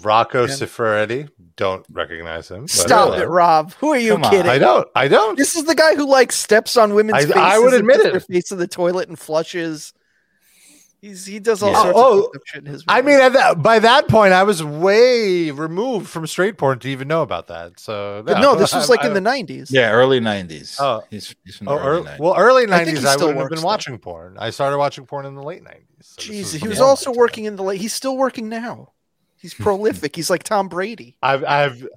Speaker 2: Rocco
Speaker 3: Yeah.
Speaker 2: Siffredi. Don't recognize him. but
Speaker 3: Stop
Speaker 2: hello.
Speaker 3: it, Rob. Who are you
Speaker 4: Come on.
Speaker 3: kidding?
Speaker 2: I don't. I don't.
Speaker 3: This is the guy who like steps on women's
Speaker 2: I-
Speaker 3: faces.
Speaker 2: I would
Speaker 3: and
Speaker 2: admit
Speaker 3: puts
Speaker 2: it.
Speaker 3: Their face in the toilet and flushes. He's he does all
Speaker 4: Yeah.
Speaker 3: sorts
Speaker 2: Oh,
Speaker 3: of fucked up shit in his.
Speaker 2: I
Speaker 3: movies.
Speaker 2: mean, at that, by that point, I was way removed from straight porn to even know about that. So
Speaker 3: But no, this was like in the nineties.
Speaker 4: Yeah, early 90s.
Speaker 2: Oh.
Speaker 4: he's, he's from the
Speaker 2: Oh,
Speaker 4: early
Speaker 2: early,
Speaker 4: 90s.
Speaker 2: well, early
Speaker 3: I think he
Speaker 2: nineties. I,
Speaker 3: still
Speaker 2: wouldn't have
Speaker 3: works,
Speaker 2: been
Speaker 3: though.
Speaker 2: watching porn. I started watching porn in the late nineties.
Speaker 3: Jeez, he was
Speaker 4: before
Speaker 3: also working in the late. He's still working now. He's prolific. He's like Tom Brady.
Speaker 2: I've, I've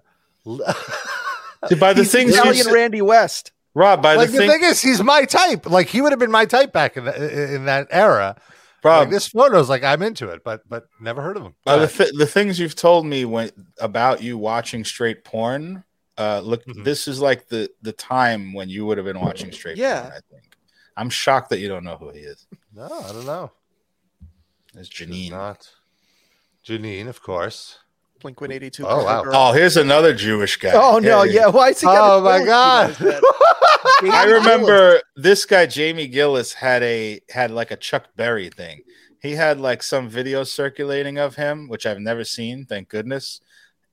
Speaker 4: See, by the
Speaker 3: He's
Speaker 4: things you
Speaker 3: Italian
Speaker 4: said,
Speaker 3: Randy West.
Speaker 4: Rob, by
Speaker 2: like
Speaker 4: the, thing,
Speaker 2: the thing is, he's my type. Like he would have been my type back in the, in that era.
Speaker 4: Rob,
Speaker 2: like, this photo's like I'm into it, but but never heard of him.
Speaker 4: by the, th- the things you've told me when about you watching straight porn, uh, look,
Speaker 2: Mhm.
Speaker 4: this is like the the time when you would have been watching straight
Speaker 3: Yeah.
Speaker 4: porn, I think. I'm shocked that you don't know who he is.
Speaker 2: no, I don't know.
Speaker 4: It's
Speaker 2: She's
Speaker 4: Janine.
Speaker 2: not Janine, of course.
Speaker 3: Blink One Eighty Two.
Speaker 2: Oh, wow.
Speaker 4: Oh, here's another Jewish guy.
Speaker 3: Oh no!
Speaker 4: Hey.
Speaker 3: Yeah, why is he? gotta
Speaker 2: Oh my
Speaker 3: do it like
Speaker 2: God.
Speaker 3: that? Jamie
Speaker 4: I
Speaker 3: Gillis.
Speaker 4: remember this guy Jamie Gillis had a had like a Chuck Berry thing. He had like some video circulating of him, which I've never seen, thank goodness,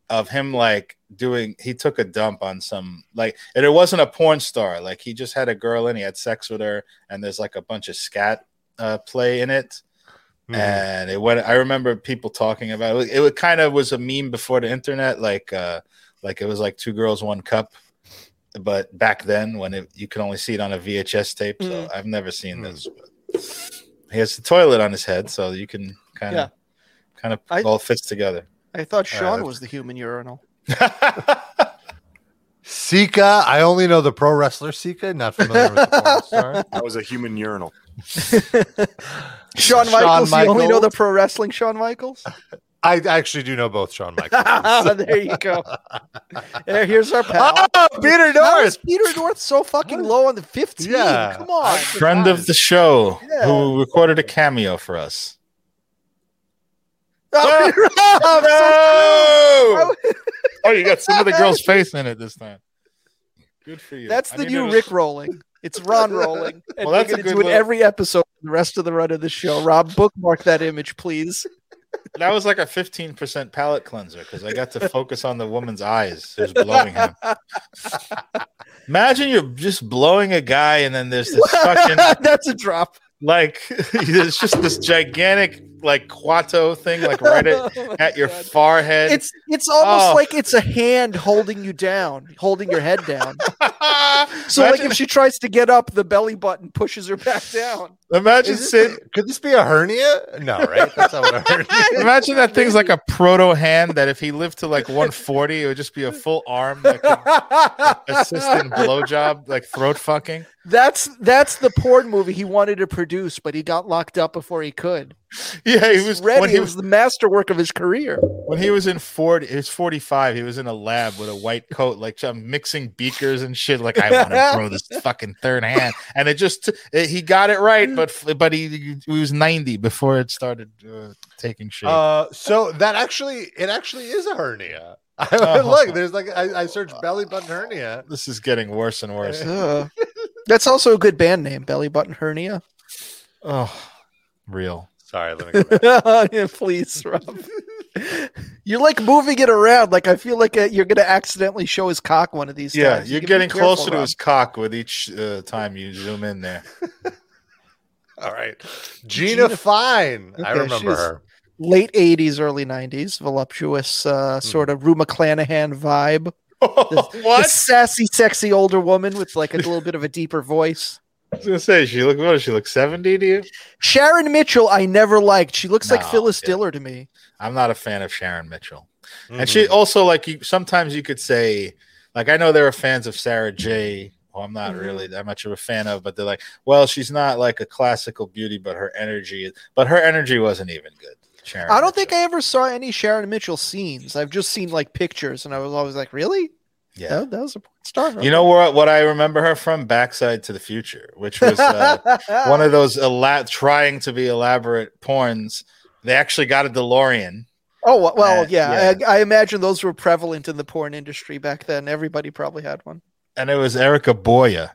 Speaker 4: of him like doing he took a dump on some like and it wasn't a porn star, like he just had a girl and he had sex with her and there's like a bunch of scat uh, play in it
Speaker 3: Mm-hmm.
Speaker 2: Mhm.
Speaker 4: and it went i remember people talking about it it was, kind of was a meme before the internet like uh like it was like two girls one cup but back then when it, you could only see it on a vhs tape so
Speaker 3: Mm.
Speaker 4: i've never seen
Speaker 2: Mm.
Speaker 4: this but he has the toilet on his head so you can kind
Speaker 3: Yeah.
Speaker 4: of kind of
Speaker 3: I-
Speaker 4: all fits together
Speaker 3: I thought
Speaker 2: Yeah,
Speaker 3: Sean
Speaker 2: that's-
Speaker 3: was the human urinal. Oh,
Speaker 4: i
Speaker 2: Sika, I only know the pro wrestler Sika, not familiar with the porn star.
Speaker 5: That was a human urinal.
Speaker 3: Sean Michaels. You only know
Speaker 2: Michaels.
Speaker 3: the pro wrestling Sean Michaels. Ah,
Speaker 2: I actually do know both Shawn Michaels.
Speaker 3: there you go. There, here's our pal.
Speaker 2: oh, Peter
Speaker 3: How is
Speaker 2: North.
Speaker 3: Peter North so fucking low on the 15?
Speaker 2: Yeah.
Speaker 3: Come on.
Speaker 4: Friend of the show
Speaker 3: Yeah.
Speaker 4: who recorded a cameo for us.
Speaker 3: Oh, Peter- I'm so-
Speaker 4: Oh, you got some of the girl's face in it this time. Good for you.
Speaker 3: that's
Speaker 4: I
Speaker 3: the
Speaker 4: need
Speaker 3: new
Speaker 4: to-
Speaker 3: Rick rolling. It's Ron rolling. And
Speaker 4: Well,
Speaker 3: we're
Speaker 4: that's a
Speaker 3: going to
Speaker 4: good
Speaker 3: do it
Speaker 4: little-
Speaker 3: every episode for the rest of the run of the show. Rob, bookmark that image, please.
Speaker 4: That was like a 15% palate cleanser because I got to focus on the woman's eyes who's blowing him. Imagine you're just blowing a guy and then there's this fucking
Speaker 3: That's a drop.
Speaker 4: like it's just this gigantic like quato thing like right at,
Speaker 3: Oh my
Speaker 4: at your
Speaker 3: God.
Speaker 4: forehead.
Speaker 3: It's it's almost
Speaker 4: Oh.
Speaker 3: like it's a hand holding you down, holding your head down. So
Speaker 4: imagine,
Speaker 3: like if she tries to get up, the belly button pushes her back down.
Speaker 4: imagine
Speaker 2: Is
Speaker 4: Sid
Speaker 2: this, could this be a hernia? No, right? That's not what a hernia. is.
Speaker 4: Imagine that thing's like a proto hand that if he lived to like 140, it would just be a full arm that could assist in blowjob, like throat fucking.
Speaker 3: That's that's the porn movie he wanted to produce, but he got locked up before he could.
Speaker 4: Yeah, he was
Speaker 3: ready.
Speaker 4: when
Speaker 3: it
Speaker 4: he
Speaker 3: was
Speaker 4: was
Speaker 3: the masterwork of his career.
Speaker 4: when he was in 40, he was 45. He was in a lab with a white coat, like I'm mixing beakers and shit. Like I want to grow this fucking third hand, and it just it, he got it right, but f- but he, he was 90 before it started uh, taking shape.
Speaker 2: Uh, so that actually, it actually is a hernia.
Speaker 4: Oh.
Speaker 2: Look, there's like I, I searched belly button hernia.
Speaker 4: this is getting worse and worse.
Speaker 3: Ugh. that's also a good band name, Belly Button Hernia.
Speaker 4: Oh, real.
Speaker 2: Sorry, let me. Go back.
Speaker 3: Yeah, Please, Rob. You're like moving it around. Like I feel like uh you're gonna accidentally show his cock one of these
Speaker 4: Yeah,
Speaker 3: times.
Speaker 4: you're
Speaker 3: can be
Speaker 4: getting
Speaker 3: careful,
Speaker 4: closer to
Speaker 3: Rob.
Speaker 4: his cock with each uh, time you zoom in there.
Speaker 2: All right, Gina,
Speaker 3: Gina-
Speaker 2: Fine. I
Speaker 3: Okay,
Speaker 2: remember
Speaker 3: she's-
Speaker 2: her.
Speaker 3: late '80s, early '90s, voluptuous uh,
Speaker 4: Hmm.
Speaker 3: sort of Rue McClanahan vibe. The sassy, sexy older woman with like a little bit of a deeper voice.
Speaker 4: I was gonna say she look. What does she look? Seventy to you?
Speaker 3: Sharon Mitchell, I never liked. She looks like
Speaker 4: No,
Speaker 3: Phyllis
Speaker 4: yeah.
Speaker 3: Diller to me.
Speaker 4: I'm not a fan of Sharon Mitchell, and
Speaker 2: Mhm.
Speaker 4: she
Speaker 3: Mm-hmm.
Speaker 4: also like you. Sometimes you could say, like I know there are fans of Sarah J. Who I'm not
Speaker 3: Mhm.
Speaker 4: really that much of a fan of, but they're like, well, she's not like a classical beauty, but her energy, is- but her energy wasn't even good. Sharon,
Speaker 3: I don't think I ever saw any Sharon Mitchell scenes. I've just seen like pictures, and I was always like, really?
Speaker 4: Yeah.
Speaker 3: That, that was a porn star.
Speaker 4: You know where, what I remember her from? Backside to the Future, which was uh, one of those ela- trying to be elaborate porns. They actually got a DeLorean.
Speaker 3: oh well,
Speaker 4: Uh,
Speaker 3: yeah. I, I imagine those were prevalent in the porn industry back then. Everybody probably had one.
Speaker 4: and it was Erica Boya,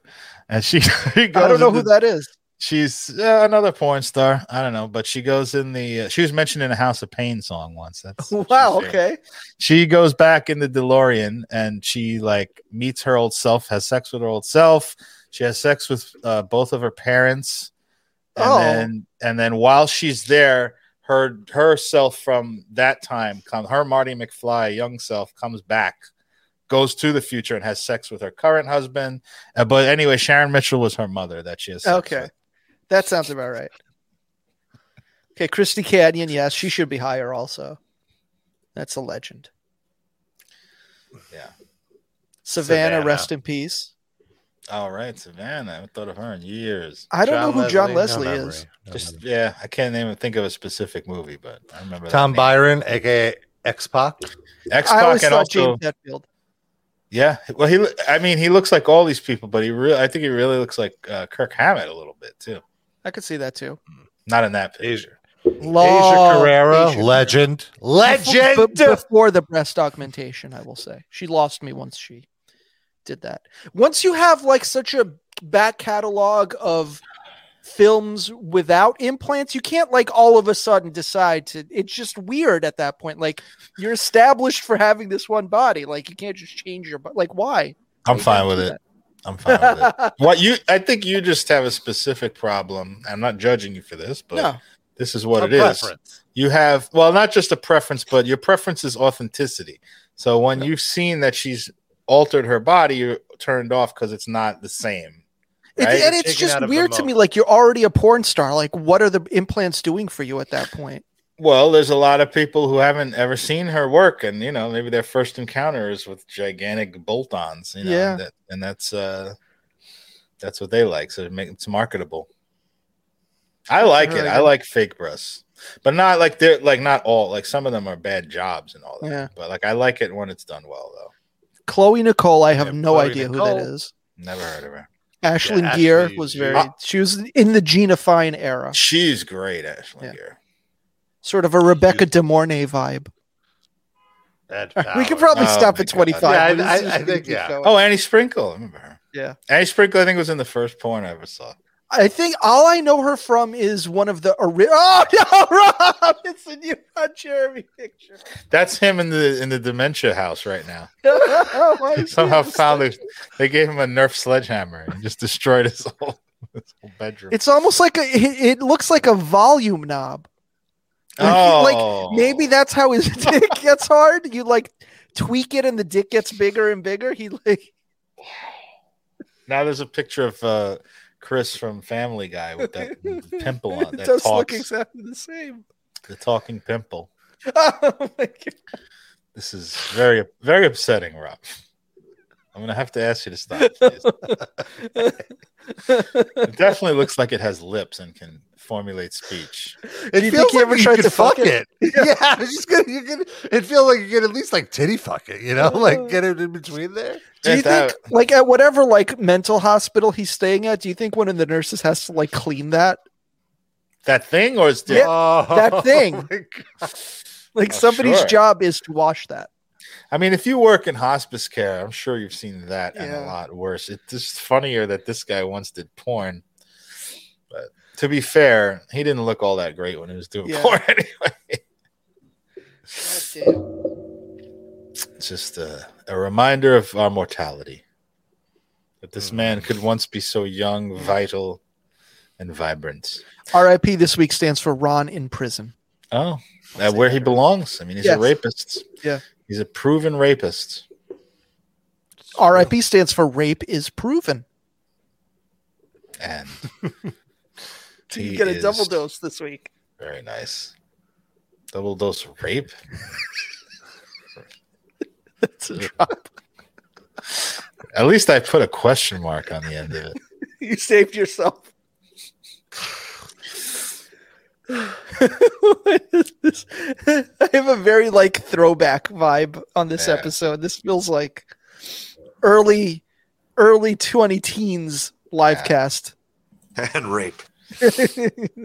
Speaker 4: and she, she goes
Speaker 3: I don't know who
Speaker 4: into-
Speaker 3: that is.
Speaker 4: she's uh, another porn star. I don't know, but she goes in the uh, she was mentioned in a House of Pain song once. That's
Speaker 3: Wow.
Speaker 4: she's-
Speaker 3: Okay.
Speaker 4: She goes back in the DeLorean and she like meets her old self, has sex with her old self. She has sex with uh, both of her parents, and
Speaker 3: Oh.
Speaker 4: then and then while she's there. Her herself from that time come her Marty McFly young self comes back goes to the future and has sex with her current husband. Uh, but anyway, Sharon Mitchell was her mother that she has. Sex
Speaker 3: Okay.
Speaker 4: with.
Speaker 3: That sounds about right. Okay, Christy Canyon, yes, she should be higher also. That's a legend.
Speaker 4: Yeah.
Speaker 3: Savannah,
Speaker 2: Savannah.
Speaker 3: rest in pease.
Speaker 4: All right, Savannah. I haven't thought of her in years.
Speaker 3: I don't know who John Leslie
Speaker 2: No
Speaker 3: is.
Speaker 2: memory. No
Speaker 4: Just
Speaker 2: memory.
Speaker 4: yeah, I can't even think of a specific movie, but I remember that
Speaker 2: Tom
Speaker 4: name.
Speaker 2: Byron, aka X Pac.
Speaker 4: X
Speaker 3: I always
Speaker 4: Pac,
Speaker 3: thought
Speaker 4: and also
Speaker 3: James Hetfield.
Speaker 4: yeah. Well, he. lo- I mean, he looks like all these people, but he really. I think he really looks like uh, Kirk Hammett a little bit too.
Speaker 3: I could see that too.
Speaker 4: Not in that
Speaker 2: Asia,
Speaker 4: picture.
Speaker 2: Asia
Speaker 3: Long-
Speaker 2: Carrera,
Speaker 3: Asia
Speaker 2: legend,
Speaker 3: Carrera.
Speaker 2: legend.
Speaker 3: Bef- before the breast augmentation, I will say. She lost me once she did that. Once you have like such a back catalog of films without implants, you can't like all of a sudden decide to it's just weird at that point. Like you're established for having this one body. Like you can't just change your body. Like why?
Speaker 4: I'm
Speaker 3: You
Speaker 4: fine
Speaker 3: can't
Speaker 4: with
Speaker 3: do
Speaker 4: it.
Speaker 3: that.
Speaker 4: I'm fine with it. What you? I think you just have a specific problem. I'm not judging you for this, but
Speaker 3: no.
Speaker 4: this is what
Speaker 2: A
Speaker 4: it is.
Speaker 2: preference.
Speaker 4: you have well not just a preference but your preference is authenticity so when you've seen that she's altered her body you're turned off because it's not the same
Speaker 3: It-
Speaker 4: right?
Speaker 3: and
Speaker 2: You're
Speaker 3: it's
Speaker 2: taken
Speaker 3: just
Speaker 2: out of the
Speaker 3: weird to me.
Speaker 2: moment.
Speaker 3: Like you're already a porn star. Like what are the implants doing for you at that point?
Speaker 4: well there's a lot of people who haven't ever seen her work and you know maybe their first encounter is with gigantic bolt-ons you know
Speaker 3: Yeah.
Speaker 4: and, that, and that's uh that's what they like so it make, it's marketable i like
Speaker 3: her
Speaker 4: it i
Speaker 3: again.
Speaker 4: like fake breasts but not like they're like not all. Like some of them are bad jobs and all that.
Speaker 3: Yeah.
Speaker 4: But like I like it when it's done well though.
Speaker 3: Chloe Nicole, I have
Speaker 2: Yeah,
Speaker 3: no
Speaker 2: Chloe
Speaker 3: idea who that
Speaker 2: Nicole.
Speaker 3: is.
Speaker 4: Never heard of her.
Speaker 3: Ashlyn
Speaker 2: Yeah,
Speaker 3: Gear
Speaker 2: Ashley Uh,
Speaker 3: was
Speaker 2: Greer.
Speaker 3: very. She was in the Gina Fine era,
Speaker 4: She's great, Ashley.
Speaker 3: Yeah.
Speaker 4: Here.
Speaker 3: sort of a Rebecca De Mornay vibe.
Speaker 2: That
Speaker 3: We could
Speaker 2: power.
Speaker 3: probably
Speaker 4: Oh
Speaker 3: stop
Speaker 4: my
Speaker 3: at
Speaker 4: God.
Speaker 3: twenty
Speaker 2: Yeah, I-
Speaker 3: five.
Speaker 2: I- I think, yeah.
Speaker 4: Oh, Annie Sprinkle. I remember her.
Speaker 3: Yeah.
Speaker 4: Annie Sprinkle, I think, was in the first porn I ever saw.
Speaker 3: I think all I know her from is one of the ori- Oh no, Rob! It's a new Ron Jeremy picture.
Speaker 4: That's him in the in the dementia house right now.
Speaker 3: Oh, my
Speaker 4: Somehow
Speaker 3: goodness.
Speaker 4: found it. They gave him a Nerf sledgehammer and just destroyed his whole, his whole bedroom.
Speaker 3: It's almost like a. It, it looks like a volume knob. Like,
Speaker 4: Oh.
Speaker 3: Maybe that's how his dick gets hard. You like tweak it, and the dick gets bigger and bigger. He like.
Speaker 4: now there's a picture of uh, Chris from Family Guy with that pimple on
Speaker 3: it
Speaker 4: that
Speaker 3: does look
Speaker 4: talks,
Speaker 3: exactly the same.
Speaker 4: the talking pimple.
Speaker 3: Oh my God.
Speaker 4: This is very very upsetting, Rob. I'm gonna have to ask you to stop. please. it definitely looks like it has lips and can formulate speech.
Speaker 2: It
Speaker 3: you
Speaker 2: feels
Speaker 3: think he ever tried
Speaker 2: could
Speaker 3: to fuck it?
Speaker 2: Yeah, I was just gonna. You could. It feels like you could at least like titty fuck it. You know, like get it in between there.
Speaker 3: Do you
Speaker 4: If that-
Speaker 3: think, like, at whatever like mental hospital he's staying at, do you think one of the nurses has to like clean that?
Speaker 4: that thing or is
Speaker 3: Yeah,
Speaker 2: Oh,
Speaker 3: that thing.
Speaker 2: my God.
Speaker 3: Like,
Speaker 4: Oh,
Speaker 3: somebody's
Speaker 4: sure.
Speaker 3: job is to wash that.
Speaker 4: I mean, if you work in hospice care, I'm sure you've seen that and
Speaker 3: Yeah.
Speaker 4: a lot worse. It's just funnier that this guy once did porn. But to be fair, he didn't look all that great when he was doing
Speaker 3: Yeah.
Speaker 4: porn anyway. It's just a, a reminder of our mortality. That this
Speaker 2: Hmm.
Speaker 4: man could once be so young, vital, and vibrant.
Speaker 3: R.I.P. this week stands for Ron in prison.
Speaker 4: Oh, uh, where he belongs. I mean, he's
Speaker 3: Yes.
Speaker 4: a rapist.
Speaker 3: Yeah.
Speaker 4: He's a proven rapist.
Speaker 3: R.I.P. stands for rape is proven.
Speaker 4: And
Speaker 3: So
Speaker 4: He
Speaker 3: you get a double
Speaker 4: is-
Speaker 3: dose this week.
Speaker 4: Very nice. Double dose of rape.
Speaker 3: That's a drop.
Speaker 4: At least I put a question mark on the end of it.
Speaker 3: you saved yourself. This- I have a very like throwback vibe on this
Speaker 4: Yeah.
Speaker 3: episode. This feels like early, early twenty teens live
Speaker 4: Yeah.
Speaker 3: cast.
Speaker 5: and rape.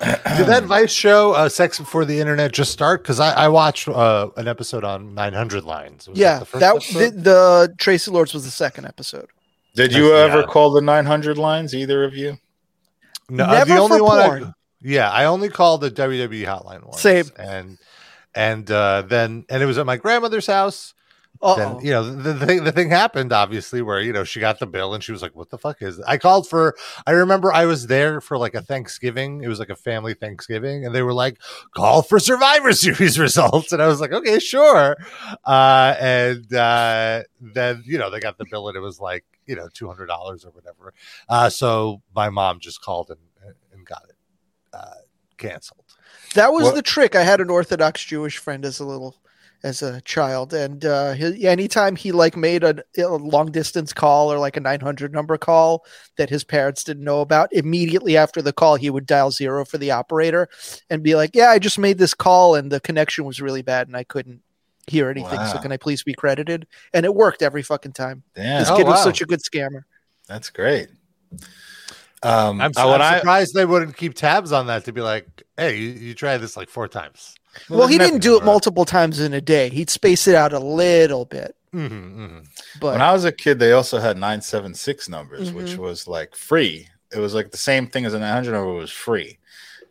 Speaker 2: Did that Vice show, uh, Sex Before the Internet, just start? Because I, I watched uh, an episode on 900 Lines. Was
Speaker 3: yeah,
Speaker 2: the first
Speaker 3: that
Speaker 2: episode?
Speaker 3: the, the Tracy Lords was the second episode.
Speaker 4: Did you
Speaker 2: Yeah.
Speaker 4: ever call the 900 lines, either of you?
Speaker 2: No, uh,
Speaker 3: Never
Speaker 2: the only
Speaker 3: for
Speaker 2: one. I,
Speaker 3: porn.
Speaker 2: yeah, I only called the WWE hotline once.
Speaker 3: Same.
Speaker 2: And and uh, then and it was at my grandmother's house.
Speaker 3: Oh,
Speaker 2: Then you know the, the thing. The thing happened obviously where you know she got the bill and she was like, "What the fuck is?" This? I called for. I remember I was there for like a Thanksgiving. It was like a family Thanksgiving, and they were like, "Call for Survivor Series results," and I was like, "Okay, sure." Uh, and uh, then you know they got the bill and it was like you know two hundred dollars or whatever. Uh, so my mom just called and and got it uh, canceled.
Speaker 3: That was
Speaker 4: What-
Speaker 3: the trick. I had an Orthodox Jewish friend as a little, as a child, and uh, his, anytime he like made a, a long distance call or like a nine hundred number call that his parents didn't know about, immediately after the call he would dial zero for the operator, and be like, "Yeah, I just made this call and the connection was really bad and I couldn't hear anything. So
Speaker 4: Wow.
Speaker 3: can I please be credited?" And it worked every fucking time.
Speaker 4: Damn,
Speaker 3: This
Speaker 2: Oh,
Speaker 3: kid was
Speaker 2: wow.
Speaker 3: such a good scammer.
Speaker 4: that's great. Um,
Speaker 2: I'm, su-
Speaker 4: uh, when
Speaker 2: I'm
Speaker 4: I-
Speaker 2: surprised they wouldn't keep tabs on that to be like, "Hey, you, you tried this like four times."
Speaker 3: Well, he
Speaker 4: there's
Speaker 3: didn't
Speaker 4: nothing
Speaker 3: do it
Speaker 4: wrong.
Speaker 3: multiple times in a day. He'd space it out a little bit,
Speaker 2: Mm-hmm,
Speaker 3: but
Speaker 4: When I was a kid, they also had 976 numbers, which
Speaker 3: Mhm.
Speaker 4: was like free. It was like the same thing as a 900 number was free.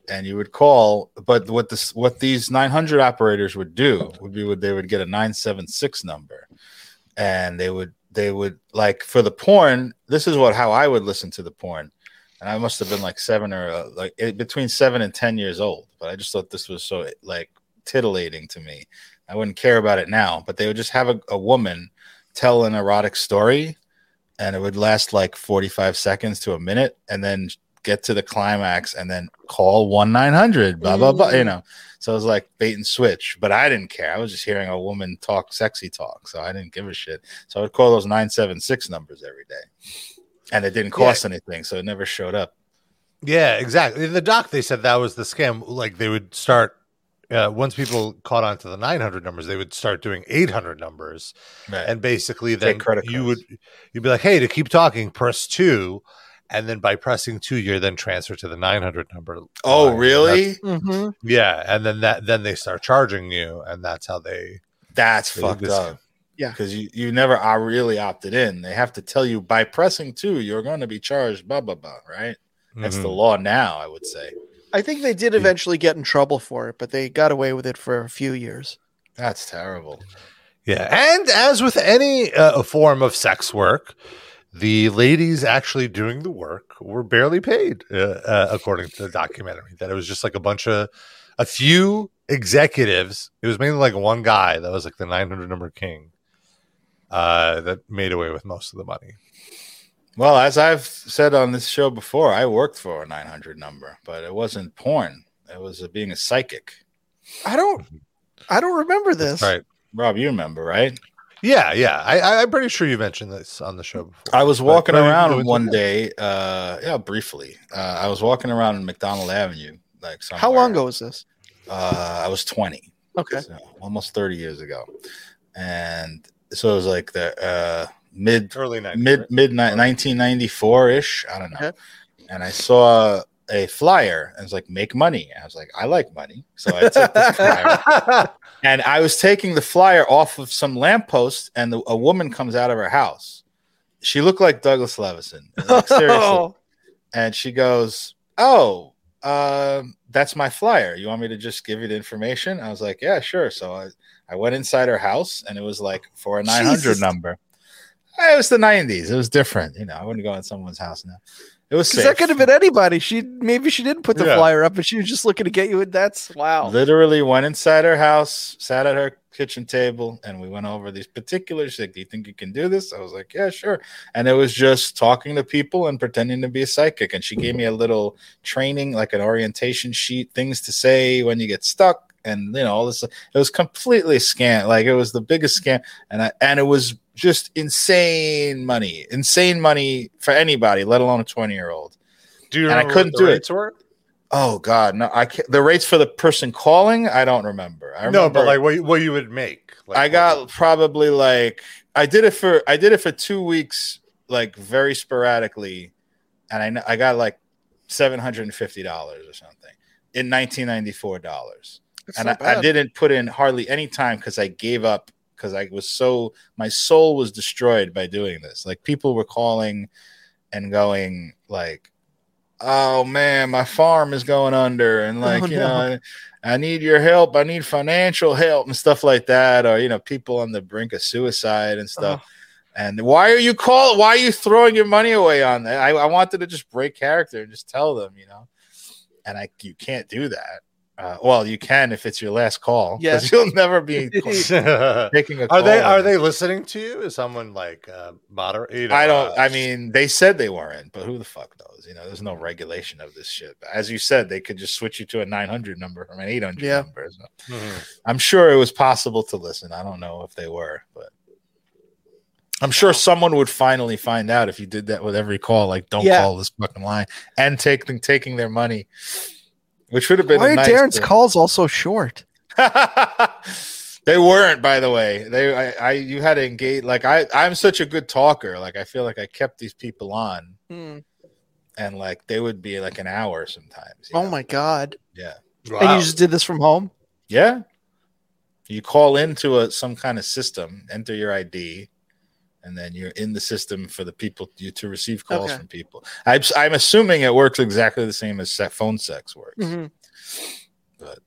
Speaker 4: And you would call, but what this what these 900 operators would do would be would they would get a 976 number. And they would they would like for the porn, this is what how I would listen to the porn. And I must have been like 7 or uh, like it, between 7 and 10 years old, but I just thought this was so like titillating to me. I wouldn't care about it now, but they would just have a, a woman tell an erotic story and it would last like 45 seconds to a minute and then get to the climax and then call 1 900, blah, blah, blah. You know, so it was like bait and switch, but I didn't care. I was just hearing a woman talk sexy talk, so I didn't give a shit. So I would call those 976 numbers every day. and it didn't cost anything, so it never showed up.
Speaker 2: Yeah, exactly. In the doc, they said that was the scam. Like they would start uh, once people caught on to the 900 numbers, they would start doing 800 numbers,
Speaker 4: Right.
Speaker 2: and basically then
Speaker 4: credit
Speaker 2: you would
Speaker 4: cards.
Speaker 2: you'd be like, hey, to keep talking, press two, and then by pressing two, you're then transferred to the 900 number. line,
Speaker 4: Oh,
Speaker 2: and
Speaker 4: really?
Speaker 2: that's-
Speaker 3: Mm-hmm.
Speaker 2: Yeah, and then that then they start charging you, and that's how they.
Speaker 4: That's
Speaker 2: They did
Speaker 4: fucked
Speaker 2: this-
Speaker 4: up.
Speaker 3: Yeah.
Speaker 4: Because you, you never are really opted in. They have to tell you by pressing two, you're going to be charged, blah, blah, blah, right? That's the
Speaker 2: Mhm.
Speaker 4: law now, I would say.
Speaker 3: I think they did eventually get in trouble for it, but they got away with it for a few years.
Speaker 4: That's terrible.
Speaker 2: Yeah, and as with any uh, form of sex work, the ladies actually doing the work were barely paid, uh, uh, according to the documentary. That it was just like a bunch of a few executives. It was mainly like one guy that was like the 900 number king uh, that made away with most of the money.
Speaker 4: Well, as I've said on this show before, I worked for a 900 number, but it wasn't porn. It was uh being a psychic.
Speaker 3: I don't, I don't remember this.
Speaker 2: Right?
Speaker 4: Rob, you remember, right?
Speaker 2: Yeah, yeah. I, I, I'm pretty sure you mentioned this on the show before.
Speaker 4: I was
Speaker 2: But-
Speaker 4: walking
Speaker 2: but it- it
Speaker 4: around
Speaker 2: was-
Speaker 4: one day, uh, yeah, briefly. Uh, I was walking around in McDonald Avenue, like somewhere.
Speaker 3: How long ago was this?
Speaker 4: Uh, I was 20.
Speaker 3: Okay.
Speaker 4: so almost 30 years ago and so it was like the uh mid
Speaker 2: early 90s.
Speaker 4: mid mid 1994-ish i don't know
Speaker 3: Okay.
Speaker 4: and i saw a flyer and it's like make money and i was like i like money so i took this flyer
Speaker 2: right?
Speaker 4: and i was taking the flyer off of some lamppost and the, a woman comes out of her house she looked like douglas levison like, seriously and she goes, "Oh, um, that's my flyer. You want me to just give you the information?" I was like, "Yeah, sure." So I, I went inside her house, and it was like for a nine hundred
Speaker 3: Jesus.
Speaker 4: number. Eh, It was the nineties. It was different. You know, I wouldn't go in someone's house now. It was
Speaker 3: Because
Speaker 4: safe.
Speaker 3: that could have been anybody. She maybe she didn't put the
Speaker 2: Yeah.
Speaker 3: flyer up, but she was just looking to get you. That's wow.
Speaker 4: Literally went inside her house, sat at her kitchen table, and we went over these particulars. She's like, do you think you can do this? I was like, yeah, sure. And it was just talking to people and pretending to be a psychic. And she gave me a little training, like an orientation sheet, things to say when you get stuck, and you know all this. It was completely scam. Like it was the biggest scam, and I, and it was just insane money, insane money for anybody, let alone a twenty year old.
Speaker 2: Do you
Speaker 4: And I
Speaker 2: remember
Speaker 4: couldn't
Speaker 2: what
Speaker 4: do
Speaker 2: the
Speaker 4: it.
Speaker 2: rates were?
Speaker 4: Oh God, no! I can't, the rates for the person calling, I don't remember. I remember
Speaker 2: no, but like what, you- what you would make. Like,
Speaker 4: I
Speaker 2: what-
Speaker 4: got probably like I did it for I did it for two weeks, like very sporadically, and I kn- I got like seven hundred and fifty dollars or something in nineteen ninety four dollars,
Speaker 3: That's
Speaker 4: and I,
Speaker 3: not
Speaker 4: I
Speaker 3: bad.
Speaker 4: didn't put in hardly any time because I gave up because I was so my soul was destroyed by doing this. Like people were calling and going like. Oh man, my farm is going under, and like
Speaker 3: Oh,
Speaker 4: you
Speaker 3: no.
Speaker 4: know, I need your help. I need financial help and stuff like that. Or, you know, people on the brink of suicide and stuff. And why are you call? Why are you throwing your money away on that? I, I wanted to just break character and just tell them, you know. And I, you can't do that. Uh, well, you can if it's your last call.
Speaker 3: Yeah.
Speaker 4: 'cause you'll never be ca- taking a.
Speaker 2: are they
Speaker 4: call.
Speaker 2: are they listening to you? Is someone like uh, moderate? you know,
Speaker 4: I don't.
Speaker 2: uh,
Speaker 4: I mean, they said they weren't, but who the fuck knows? You know, there's no regulation of this shit. But as you said, they could just switch you to a 900 number from an 800
Speaker 3: Yeah.
Speaker 4: number. So
Speaker 2: mhm.
Speaker 4: I'm sure it was possible to listen. I don't know if they were, but I'm sure someone would finally find out if you did that with every call. Like, don't
Speaker 3: Yeah.
Speaker 4: call this fucking line and take them taking their money, which would have been.
Speaker 3: Why
Speaker 4: a
Speaker 3: are
Speaker 4: nice
Speaker 3: Darren's
Speaker 4: thing.
Speaker 3: calls all so short?
Speaker 4: they weren't, by the way. They, I, I, you had to engage. Like, I, I'm such a good talker. Like, I feel like I kept these people on, and like they would be like an hour sometimes. you
Speaker 3: Oh
Speaker 4: know?
Speaker 3: my god!
Speaker 4: Yeah.
Speaker 3: And
Speaker 2: Wow.
Speaker 3: you just did this from home?
Speaker 4: Yeah. You call into a some kind of system, enter your ID, and then you're in the system for the people you to receive calls
Speaker 3: Okay.
Speaker 4: from people. I'm, I'm assuming it works exactly the same as se- phone sex works.
Speaker 3: Mm-hmm.
Speaker 4: But-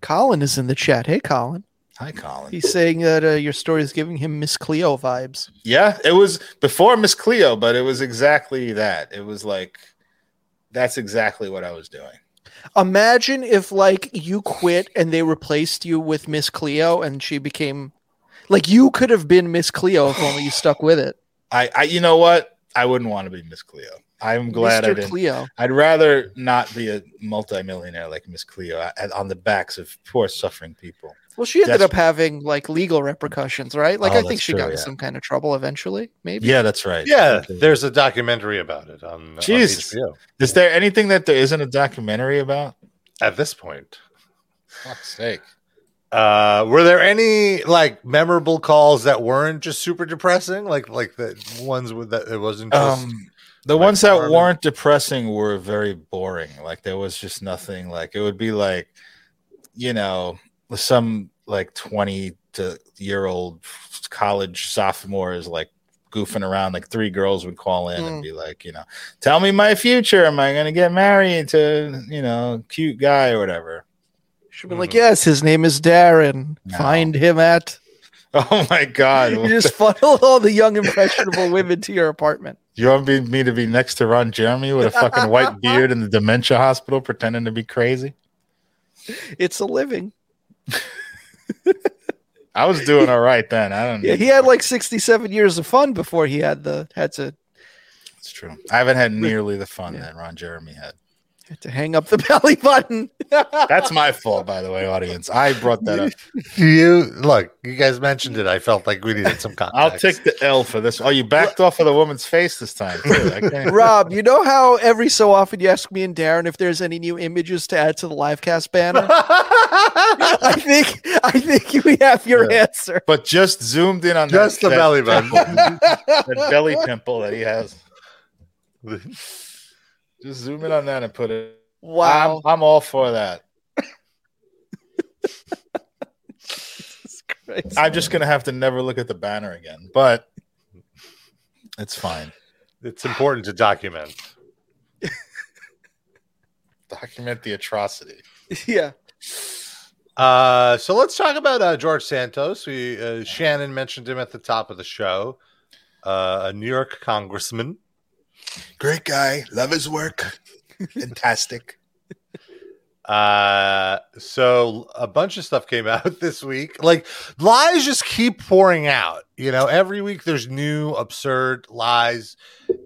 Speaker 3: Colin is in the chat. Hey, Colin.
Speaker 4: Hi, Colin.
Speaker 3: He's saying that uh, your story is giving him Miss Cleo vibes.
Speaker 4: yeah, it was before Miss Cleo, but it was exactly that. It was like that's exactly what I was doing.
Speaker 3: Imagine if like you quit and they replaced you with Miss Cleo, and she became like you could have been Miss Cleo if only you stuck with it.
Speaker 4: I, I you know what? I wouldn't want to be Miss Cleo. I'm glad I
Speaker 3: Mr.
Speaker 4: didn't.
Speaker 3: Cleo.
Speaker 4: I'd rather not be a multimillionaire like Miss Cleo uh, on the backs of poor suffering people.
Speaker 3: Well, she ended
Speaker 4: That's-
Speaker 3: up having like legal repercussions, right? Like
Speaker 4: Oh,
Speaker 3: I think
Speaker 4: that's
Speaker 3: she
Speaker 4: true,
Speaker 3: got in
Speaker 4: yeah.
Speaker 3: some kind of trouble eventually. Maybe.
Speaker 4: Yeah, that's right.
Speaker 2: Yeah,
Speaker 4: There,
Speaker 2: there's a documentary about it on, on
Speaker 4: Jesus.
Speaker 2: HBO
Speaker 4: is there anything that there isn't a documentary about?
Speaker 2: at this point.
Speaker 4: Fuck's sake.
Speaker 2: Uh, were there any like memorable calls that weren't just super depressing, like like the ones with that it wasn't just
Speaker 4: Um, the
Speaker 2: like
Speaker 4: ones that
Speaker 2: Marvin-
Speaker 4: weren't depressing were very boring. Like there was just nothing. Like it would be like, you know, some like twenty to year old college sophomores like goofing around. Like three girls would call in and
Speaker 3: Mm.
Speaker 4: be like, you know, tell me my future. Am I gonna get married to you know cute guy or whatever?
Speaker 3: She'd be like,
Speaker 2: Mhm.
Speaker 3: "Yes, his name is Darren.
Speaker 4: Mm-hmm. No.
Speaker 3: Find him at."
Speaker 4: Oh my god!
Speaker 3: You just funnel all the young impressionable women to your apartment.
Speaker 4: You want me- me to be next to Ron Jeremy with a fucking white beard in the dementia hospital pretending to be crazy?
Speaker 3: It's a living.
Speaker 4: I was doing all right then. I don't.
Speaker 3: Yeah, he had like sixty-seven years of fun before he had the had to
Speaker 4: It's true. I haven't had nearly the fun
Speaker 3: Yeah.
Speaker 4: that Ron Jeremy had.
Speaker 3: had to hang up the belly button.
Speaker 4: That's my fault, by the way, audience. I brought that up.
Speaker 2: you look, you guys mentioned it. I felt like we needed some context.
Speaker 4: I'll take the L for this. Oh, you backed off of the woman's face this time. Too. I can't.
Speaker 3: Rob, you know how every so often you ask me and Darren if there's any new images to add to the live cast banner? I think I think we have your
Speaker 4: Yeah.
Speaker 3: answer.
Speaker 4: But just zoomed in on
Speaker 2: just
Speaker 4: that,
Speaker 2: the
Speaker 4: that-
Speaker 2: belly button.
Speaker 4: that belly pimple that he has. Just zoom in on that and put it.
Speaker 3: Wow.
Speaker 4: I'm, I'm all for that.
Speaker 3: Jesus Christ.
Speaker 4: I'm just gonna have to never look at the banner again, but it's fine.
Speaker 2: it's important to document.
Speaker 4: Document the atrocity.
Speaker 3: yeah.
Speaker 2: Uh, so let's talk about uh, George Santos. We uh, Shannon mentioned him at the top of the show. Uh, a New York congressman.
Speaker 4: Great guy. Love his work. Fantastic.
Speaker 2: Uh, so a bunch of stuff came out this week. Like lies just keep pouring out. You know, every week there's new absurd lies.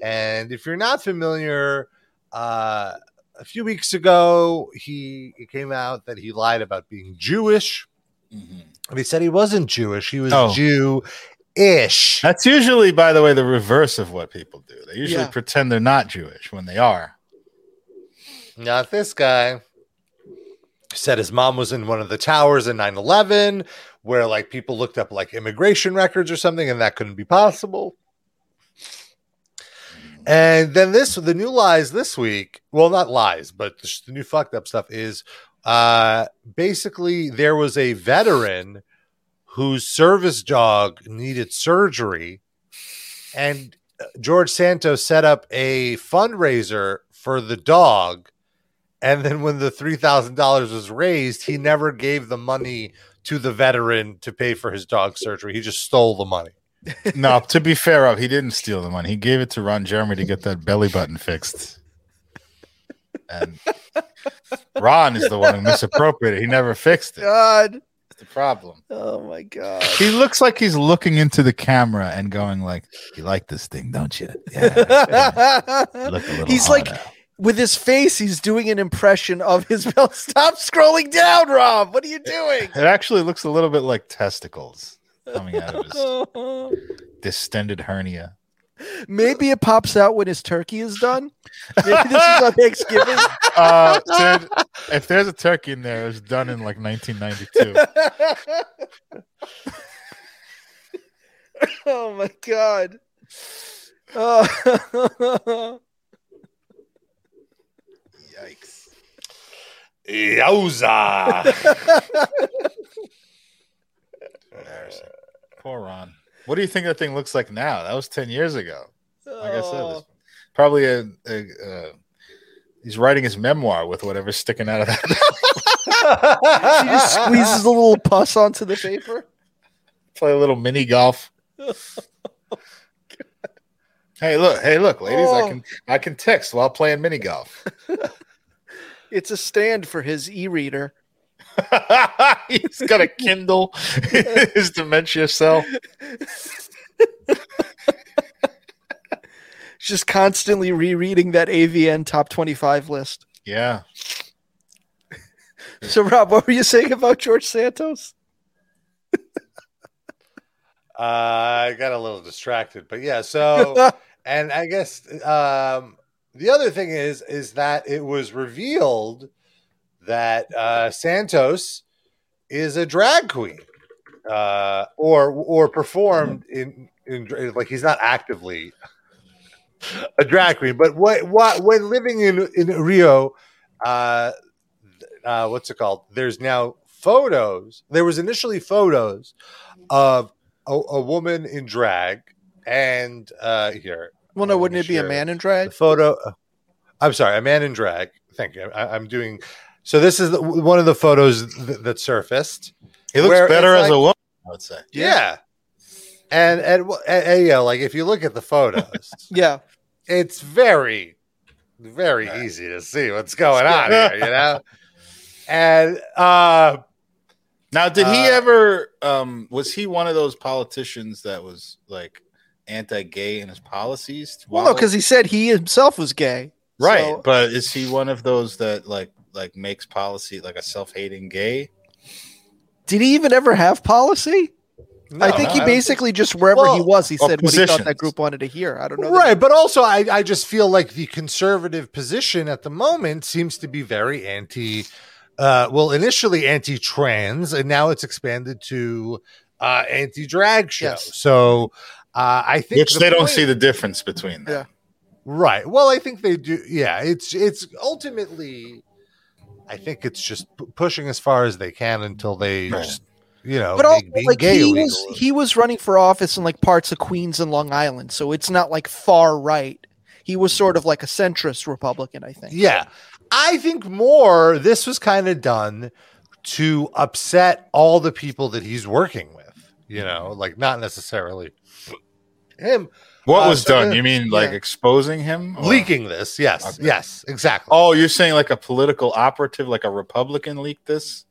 Speaker 2: And if you're not familiar, uh, a few weeks ago he it came out that he lied about being Jewish.
Speaker 4: Mm-hmm.
Speaker 2: And he said he wasn't Jewish. He was
Speaker 4: Oh.
Speaker 2: Jew-ish.
Speaker 4: That's usually, by the way, the reverse of what people do. They usually
Speaker 3: Yeah.
Speaker 4: pretend they're not Jewish when they are.
Speaker 2: Not this guy. Said his mom was in one of the towers in 9 11, where like people looked up like immigration records or something, and that couldn't be possible. And then this, the new lies this week, well, not lies, but just the new fucked up stuff is uh, basically there was a veteran whose service dog needed surgery. And uh, George Santos set up a fundraiser for the dog. And then when the $3,000 was raised, he never gave the money to the veteran to pay for his dog surgery. He just stole the money.
Speaker 4: no, to be fair, Rob, he didn't steal the money. He gave it to Ron Jeremy to get that belly button fixed. And Ron is the one who misappropriated. it. He never fixed it.
Speaker 3: God.
Speaker 4: That's the problem.
Speaker 3: Oh my god.
Speaker 4: He looks like he's looking into the camera and going like, "You like this thing, don't you?" Yeah. Look a little
Speaker 3: he's like
Speaker 4: harder.
Speaker 3: with his face, he's doing an impression of his belt. Stop scrolling down, Rob. What are you doing?
Speaker 4: It actually looks a little bit like testicles coming out of his distended hernia.
Speaker 3: Maybe it pops out when his turkey is done. Maybe this is on Thanksgiving.
Speaker 4: Uh, dude, if there's a turkey in there, it was done in like 1992.
Speaker 3: oh my god. Oh.
Speaker 4: Yikes.
Speaker 2: Yowza.
Speaker 4: Embarrassing. Uh, Poor Ron. What do you think that thing looks like now? That was 10 years ago. Like I said,
Speaker 3: Oh.
Speaker 4: it's probably a, a uh, he's writing his memoir with whatever's sticking out of that
Speaker 3: She just squeezes a little pus onto the paper.
Speaker 4: play a little mini golf. Hey, look! Hey, look, ladies! I
Speaker 3: Oh.
Speaker 4: can I can text while playing mini golf.
Speaker 3: It's a stand for his e-reader.
Speaker 4: He's got a Kindle, in his dementia cell.
Speaker 3: It's just constantly rereading that AVN top 25 list.
Speaker 4: Yeah,
Speaker 3: So Rob, what were you saying about George Santos?
Speaker 2: Uh, I got a little distracted, but yeah.
Speaker 4: Oh,
Speaker 2: So, and I guess um, the other thing is is that it was revealed that uh, Santos is a drag queen, uh, or or performed in, in like he's not actively a drag queen, but what what when living in in Rio, uh, uh, what's it called? There's now photos. There was initially photos of a, a woman in drag, and uh, here.
Speaker 3: Well,
Speaker 2: let
Speaker 3: no,
Speaker 2: me
Speaker 3: wouldn't it be a
Speaker 2: share
Speaker 3: man in
Speaker 2: the
Speaker 3: drag?
Speaker 2: photo. I'm sorry, a man in drag. Thank you. I, I'm doing. So this is the, one of the photos th- that surfaced.
Speaker 4: He looks
Speaker 2: Where
Speaker 4: better
Speaker 2: it's
Speaker 4: as a
Speaker 2: like-
Speaker 4: woman, I would say.
Speaker 2: Yeah. And and, w- and, and, yeah, like if you look at the photos,
Speaker 3: Yeah.
Speaker 2: it's very, very
Speaker 4: Right.
Speaker 2: easy to see what's going on here, you know. And uh,
Speaker 4: Now, did he
Speaker 2: Uh,
Speaker 4: ever? Um, was he one of those politicians that was like anti-gay in his policies?
Speaker 3: Well, no,
Speaker 4: While-
Speaker 3: because he said he himself was gay.
Speaker 4: right,
Speaker 3: So-
Speaker 4: but is he one of those that like like makes policy like a self-hating gay?
Speaker 3: did he even ever have policy? I
Speaker 2: no,
Speaker 3: think he
Speaker 2: don't
Speaker 3: basically just wherever he
Speaker 2: Well,
Speaker 3: was, he
Speaker 4: or
Speaker 3: said what he thought that
Speaker 4: positions.
Speaker 3: group wanted to hear. I don't know. that
Speaker 2: Right, but also I, I just feel like the conservative position at the moment seems to be very anti uh well initially anti trans and now it's expanded to uh anti drag show.
Speaker 3: Yes.
Speaker 2: So uh I think
Speaker 4: Which
Speaker 2: the
Speaker 4: they don't
Speaker 2: point-
Speaker 4: see the difference between them.
Speaker 2: Right. Well, I think they do yeah, it's it's ultimately I think it's just p- pushing as far as they can until they
Speaker 4: Right.
Speaker 2: just you know,
Speaker 3: but
Speaker 2: make
Speaker 3: also,
Speaker 2: being
Speaker 3: like
Speaker 2: gay
Speaker 3: he
Speaker 2: illegal.
Speaker 3: was he was running for office in like parts of Queens and Long Island, so it's not like far right. He was sort of like a centrist Republican, I think.
Speaker 2: Yeah. I think more this was kind of done to upset all the people that he's working with,
Speaker 4: Mm-hmm.
Speaker 2: you know, like not necessarily him
Speaker 4: What
Speaker 2: Uh,
Speaker 4: was
Speaker 2: so
Speaker 4: done?
Speaker 2: the-
Speaker 4: You mean like
Speaker 3: yeah.
Speaker 4: exposing him? or-
Speaker 2: leaking this. Yes.
Speaker 4: Okay.
Speaker 2: Yes, exactly.
Speaker 4: Oh, you're saying like a political operative, like a Republican leaked this?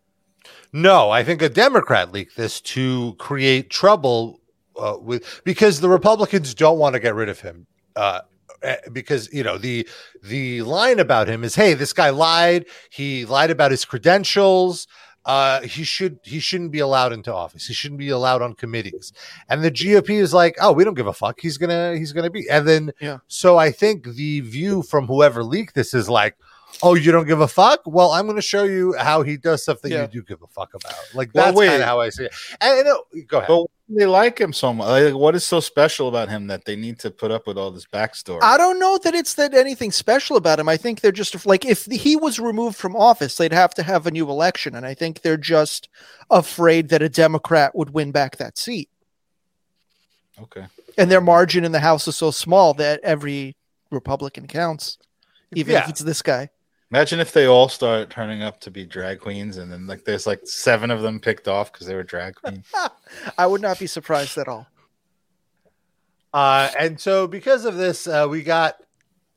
Speaker 2: No, I think a Democrat leaked this to create trouble uh, with because the Republicans don't want to get rid of him. Uh, eh, because you know the the line about him is, hey, this guy lied. He lied about his credentials. Uh, he should he shouldn't be allowed into office. He shouldn't be allowed on committees. And the GOP is like, oh, we don't give a fuck. He's gonna he's gonna be. And then
Speaker 3: Yeah.
Speaker 2: so I think the view from whoever leaked this is like, oh, you don't give a fuck? Well, I'm going to show you how he does stuff that
Speaker 3: Yeah.
Speaker 2: you do give a fuck about. Like
Speaker 4: Well,
Speaker 2: that's
Speaker 4: wait.
Speaker 2: kind of how I see it. And, and, uh, go ahead.
Speaker 4: But why do they like him so much. Like, what is so special about him that they need to put up with all this backstory?
Speaker 3: I don't know that it's that anything special about him. I think they're just like if he was removed from office, they'd have to have a new election, and I think they're just afraid that a Democrat would win back that seat.
Speaker 4: okay.
Speaker 3: And their margin in the House is so small that every Republican counts, even
Speaker 2: Yeah.
Speaker 3: if it's this guy.
Speaker 4: Imagine if they all start turning up to be drag queens, and then like there's like seven of them picked off because they were drag queens.
Speaker 3: I would not be surprised at all.
Speaker 2: Uh, and so because of this, uh, we got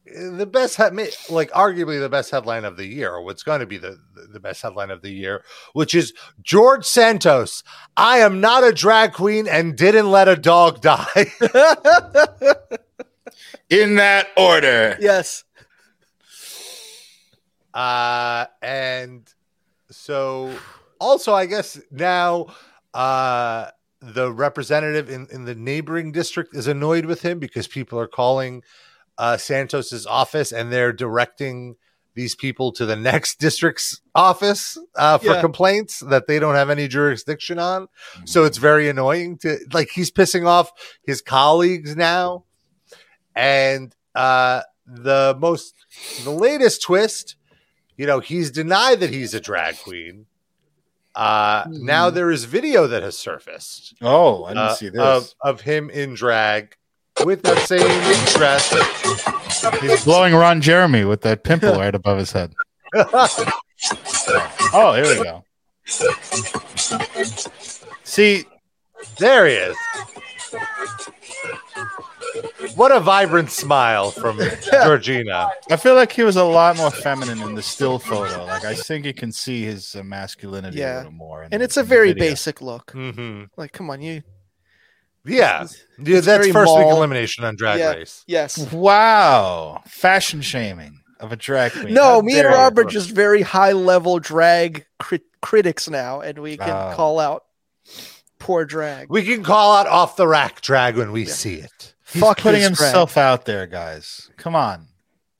Speaker 2: eh, the best, he- like arguably the best headline of the year, or what's going to be the, the best headline of the year, which is George Santos. I am not a drag queen and didn't let a dog die.
Speaker 4: In that order,
Speaker 3: Yes.
Speaker 2: uh, and so also i guess now uh the representative in, in the neighboring district is annoyed with him because people are calling uh santos's office and they're directing these people to the next district's office uh, for
Speaker 3: Yeah.
Speaker 2: complaints that they don't have any jurisdiction on so it's very annoying to like he's pissing off his colleagues now and uh the most the latest twist you know he's denied that he's a drag queen uh now there is video that has surfaced
Speaker 4: oh, I didn't
Speaker 2: uh,
Speaker 4: see this.
Speaker 2: of of him in drag with that same dress
Speaker 4: He's blowing Ron Jeremy with that pimple right above his head. Oh, here we go. See,
Speaker 2: there he is what a vibrant smile from georgina
Speaker 4: I feel like he was a lot more feminine in the still photo. Like I think you can see his uh, masculinity
Speaker 3: Yeah.
Speaker 4: a little more. in
Speaker 3: And
Speaker 4: the-
Speaker 3: it's a
Speaker 4: in the
Speaker 3: very
Speaker 4: video.
Speaker 3: basic look.
Speaker 2: hmm
Speaker 3: Like, come on, you.
Speaker 2: yeah yeah that's
Speaker 3: very
Speaker 2: first week
Speaker 3: mall.
Speaker 2: elimination on drag
Speaker 3: Yeah.
Speaker 2: race
Speaker 3: Yes.
Speaker 4: Wow, fashion shaming of a drag queen.
Speaker 3: No,
Speaker 4: How
Speaker 3: me and
Speaker 4: dare you.
Speaker 3: Rob are just very high level drag crit- critics now, and we can
Speaker 4: Ah.
Speaker 3: call out poor drag.
Speaker 2: We can call out off the rack drag when we see it.
Speaker 4: He's
Speaker 3: Fuck
Speaker 4: putting
Speaker 3: his drag.
Speaker 4: himself out there, guys. Come on,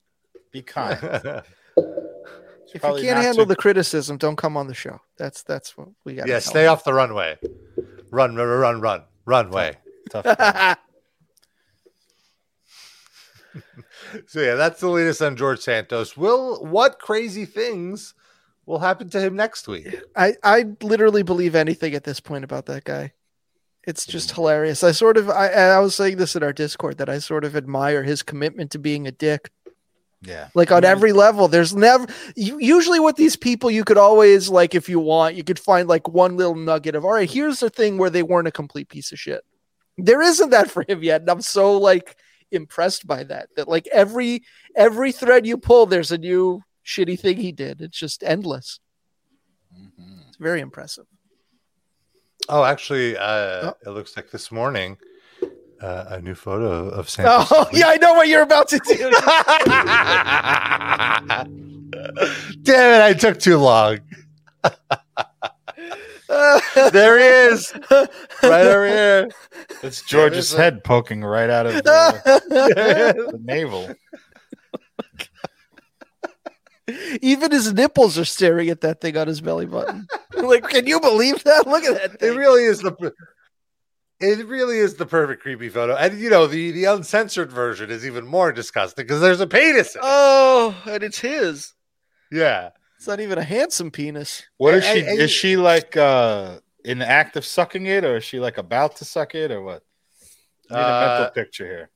Speaker 4: be kind.
Speaker 3: If you
Speaker 4: Probably
Speaker 3: can't
Speaker 4: not
Speaker 3: handle
Speaker 4: too-
Speaker 3: the criticism, don't come on the show. That's that's what we got.
Speaker 2: yeah, stay off the runway. Run, run, run, run, runway.
Speaker 4: tough guy.
Speaker 2: So yeah, that's the latest on George Santos. Will what crazy things will happen to him next week?
Speaker 3: I I literally believe anything at this point about that guy. It's just
Speaker 4: Hmm.
Speaker 3: hilarious. I sort of I I was saying this in our Discord that I sort of admire his commitment to being a dick.
Speaker 4: Yeah,
Speaker 3: Like on every level, there's never u- usually with these people you could always like if you want you could find like one little nugget of all right here's the thing where they weren't a complete piece of shit. There isn't that for him yet, and I'm so like impressed by that. That like every every thread you pull, there's a new shitty thing he did. It's just endless.
Speaker 4: Mhm.
Speaker 3: It's very impressive.
Speaker 2: Oh, actually, uh, it looks like this morning uh, a new photo of Santos.
Speaker 3: Oh yeah, I know what you're about to do.
Speaker 2: Damn it, I took too long. There he is. Right over here.
Speaker 4: it's George's
Speaker 2: there's a-
Speaker 4: head poking right out of the, the navel.
Speaker 3: Even his nipples are staring at that thing on his belly button. like, can you believe that? Look at that
Speaker 2: It
Speaker 3: thing.
Speaker 2: really is the per- it really is the perfect creepy photo. And you know, the the uncensored version is even more disgusting because there's a penis. In it.
Speaker 3: Oh, and it's his.
Speaker 2: Yeah.
Speaker 3: It's not even a handsome penis.
Speaker 4: What is
Speaker 2: I-
Speaker 4: she?
Speaker 2: I-
Speaker 4: is she like uh, in the act of sucking it, or is she like about to suck it, or what? I need a
Speaker 2: Uh,
Speaker 4: mental picture here.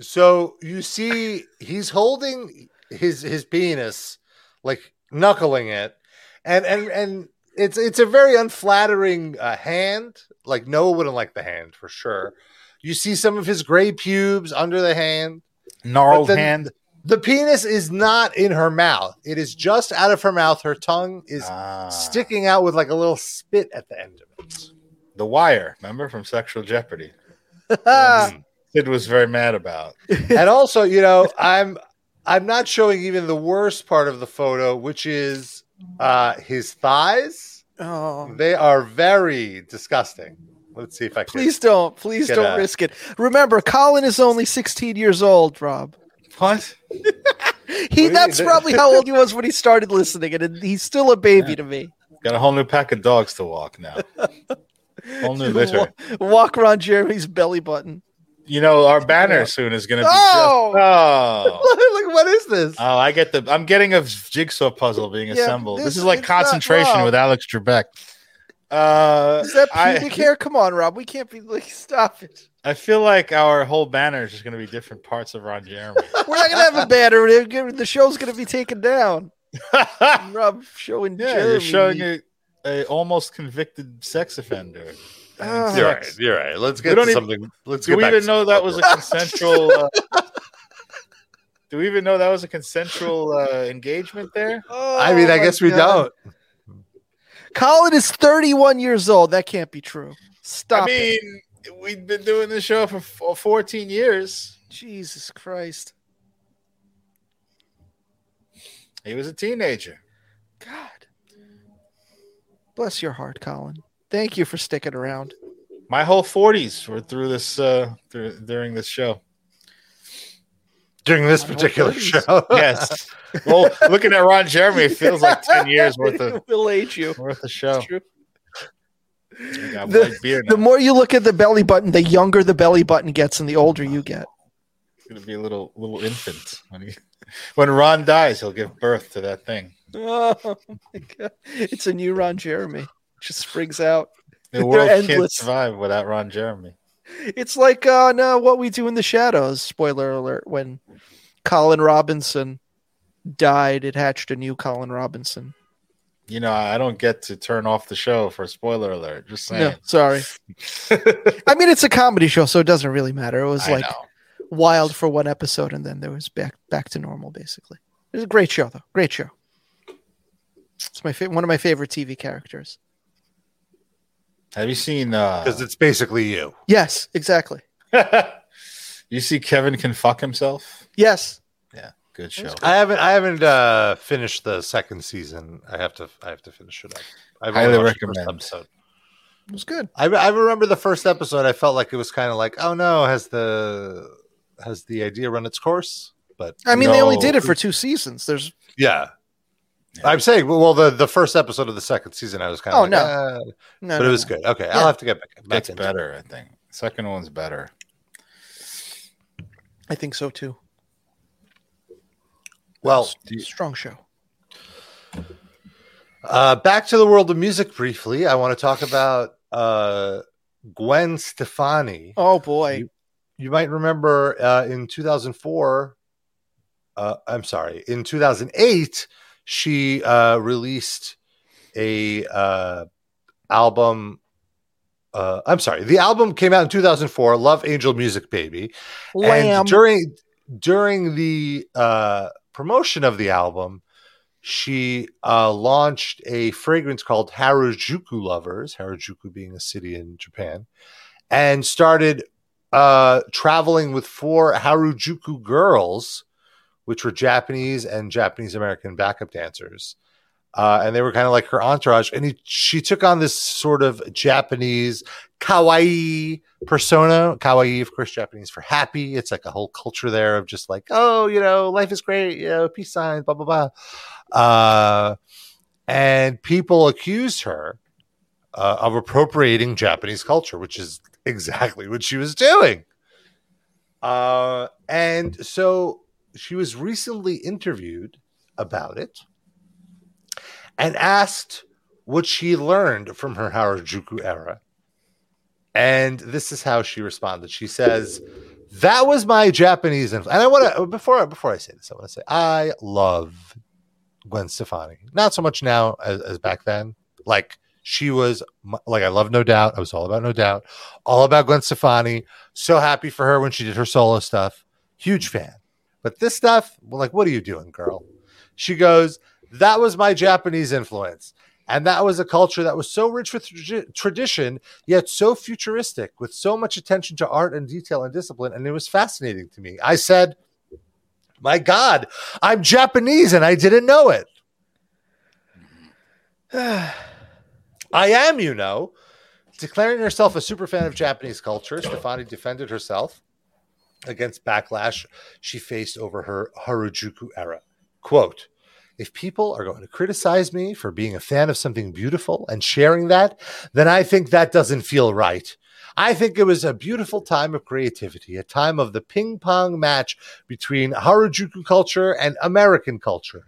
Speaker 2: So you see, he's holding his his penis, like knuckling it, and and and it's it's a very unflattering uh, hand. Like Noah wouldn't like the hand for sure. You see some of his gray pubes under the hand.
Speaker 4: Gnarled
Speaker 2: then-
Speaker 4: hand.
Speaker 2: The penis is not in her mouth; it is just out of her mouth. Her tongue is
Speaker 4: Ah,
Speaker 2: sticking out with like a little spit at the end of it.
Speaker 4: The wire. Remember from Sexual Jeopardy. Sid was very mad about.
Speaker 2: and also, you know, I'm I'm not showing even the worst part of the photo, which is uh his thighs.
Speaker 3: oh,
Speaker 2: They are very disgusting. Let's see if I can
Speaker 3: please don't. Please
Speaker 2: Get
Speaker 3: don't
Speaker 2: out.
Speaker 3: risk it. Remember, Colin is only 16 years old, Rob.
Speaker 4: What?
Speaker 3: He
Speaker 2: you
Speaker 3: that's
Speaker 2: mean?
Speaker 3: probably how old he was when he started listening, and he's still a baby to me.
Speaker 4: Got a whole new pack of dogs to walk now. whole new litter.
Speaker 3: Wa- Walk around Jeremy's belly button.
Speaker 4: You know, our banner soon is going to be.
Speaker 3: Oh!
Speaker 4: Just, oh.
Speaker 2: like what is this?
Speaker 4: Oh, I get the. I'm getting a jigsaw puzzle being
Speaker 3: Yeah,
Speaker 4: assembled. This,
Speaker 3: this-
Speaker 4: is like
Speaker 3: it's not
Speaker 4: concentration
Speaker 3: wrong.
Speaker 4: with Alex Trebek. Uh,
Speaker 3: Is that
Speaker 4: I-
Speaker 3: pubic hair? Come on, Rob. We can't be like, stop it.
Speaker 4: I feel like our whole banner is just going to be different parts of Ron Jeremy.
Speaker 3: We're not gonna have a banner. They're gonna- The show's gonna be taken down.
Speaker 4: yeah,
Speaker 3: Rob showing
Speaker 4: you're
Speaker 3: Jeremy.
Speaker 4: showing a, a almost convicted sex offender.
Speaker 3: Oh.
Speaker 2: You're right. You're right. Let's
Speaker 4: We
Speaker 2: get
Speaker 4: don't
Speaker 2: to
Speaker 4: even-
Speaker 2: something. Let's
Speaker 4: Do
Speaker 2: get
Speaker 4: we
Speaker 2: back
Speaker 4: even
Speaker 2: to
Speaker 4: know
Speaker 2: something
Speaker 4: that was a
Speaker 2: proper.
Speaker 4: consensual? Uh, do we even know that was a consensual uh, engagement there?
Speaker 3: Oh,
Speaker 2: I mean, I
Speaker 3: my
Speaker 2: guess we
Speaker 3: God.
Speaker 2: don't.
Speaker 3: Colin is 31 years old. That can't be true. Stop.
Speaker 4: I
Speaker 3: it.
Speaker 4: mean, we've been doing this show for f- 14 years.
Speaker 3: Jesus Christ.
Speaker 4: He was a teenager.
Speaker 3: God. Bless your heart, Colin. Thank you for sticking around.
Speaker 4: My whole 40s were through this uh, through, during this show.
Speaker 2: During this
Speaker 3: I don't
Speaker 2: particular
Speaker 3: think
Speaker 2: show.
Speaker 4: Yes. well, looking at Ron Jeremy, it feels like 10 years worth of
Speaker 3: will age you.
Speaker 4: worth of
Speaker 2: Oh.
Speaker 4: show.
Speaker 3: It's true.
Speaker 4: We got
Speaker 3: The-
Speaker 4: white beard.
Speaker 3: The more you look at the belly button, the younger the belly button gets, and the older you get.
Speaker 4: He's gonna be a little little infant when he when Ron dies, he'll give birth to that thing.
Speaker 3: Oh my god! It's a new Ron Jeremy. It just springs out.
Speaker 4: The
Speaker 3: They're
Speaker 4: world can't
Speaker 3: endless.
Speaker 4: survive without Ron Jeremy.
Speaker 3: It's like on uh, what we do in the shadows. Spoiler alert: when Colin Robinson died, it hatched a new Colin Robinson.
Speaker 4: You know, I don't get to turn off the show for a spoiler alert. Just
Speaker 3: No,
Speaker 4: saying.
Speaker 3: sorry. I mean, it's a comedy show, so it doesn't really matter. It was
Speaker 4: I
Speaker 3: like
Speaker 4: know.
Speaker 3: wild for one episode, and then there was back back to normal basically. It was a great show though. Great show. It's my fa- one of my favorite TV characters.
Speaker 4: Have you seen uh
Speaker 2: Because it's basically you.
Speaker 3: Yes, exactly.
Speaker 4: you see Kevin can fuck himself?
Speaker 3: Yes.
Speaker 4: Yeah, good show.
Speaker 2: I haven't I haven't uh finished the second season. I have to I have to finish it up. I've only
Speaker 4: Highly
Speaker 2: watched the first
Speaker 4: recommend.
Speaker 2: episode.
Speaker 3: It was good.
Speaker 2: I, I remember the first episode. I felt like it was kind of like, oh no, has the has the idea run its course? But
Speaker 3: I mean, they only
Speaker 2: no.
Speaker 3: did it for two seasons. There's
Speaker 2: yeah. I'm saying, well, the the first episode of the second season, I was kind of
Speaker 3: Oh,
Speaker 2: like,
Speaker 3: no.
Speaker 2: "Ah,"
Speaker 3: no.
Speaker 2: but it
Speaker 3: no,
Speaker 2: was
Speaker 3: no.
Speaker 2: good. Okay, I'll have to get back. back
Speaker 4: That's
Speaker 2: into
Speaker 4: better, I think. Second one's better.
Speaker 3: I think so too.
Speaker 2: It. Well,
Speaker 3: Strong show.
Speaker 2: uh, back to the world of music briefly. I want to talk about uh, Gwen Stefani.
Speaker 3: Oh boy.
Speaker 2: you might remember uh, in 2004 uh, i'm sorry in 2008 she uh, released a uh, album uh, i'm sorry the album came out in 2004 love angel music baby
Speaker 3: Lamb.
Speaker 2: and during during the uh, promotion of the album she uh, launched a fragrance called harajuku lovers harajuku being a city in japan and started uh, traveling with four Harajuku girls, which were Japanese and Japanese American backup dancers. Uh, and they were kind of like her entourage. And he, she took on this sort of Japanese kawaii persona. Kawaii, of course, Japanese for happy. It's like a whole culture there of just like, oh, you know, life is great, you know, peace signs, blah, blah, blah. Uh, and people accused her uh, of appropriating Japanese culture, which is exactly what she was doing. Uh, and so she was recently interviewed about it and asked what she learned from her Harajuku era. And this is how she responded. She says, "That was my Japanese influence." And I want to before before I say this, I want to say I love Gwen Stefani. Not so much now as, as back then. Like she was my- like I love No Doubt. I was all about No Doubt, all about Gwen Stefani. So happy for her when she did her solo stuff. Huge fan. But this stuff, well, like, what are you doing, girl? She goes, that was my Japanese influence. And that was a culture that was so rich with tradi- tradition, yet so futuristic, with so much attention to art and detail and discipline. And it was fascinating to me. I said, my God, I'm Japanese and I didn't know it. I am, you know. Declaring herself a super fan of Japanese culture, Stefani defended herself against backlash she faced over her Harajuku era. Quote If people are going to criticize me for being a fan of something beautiful and sharing that, then I think that doesn't feel right. I think it was a beautiful time of creativity, a time of the ping pong match between Harajuku culture and American culture.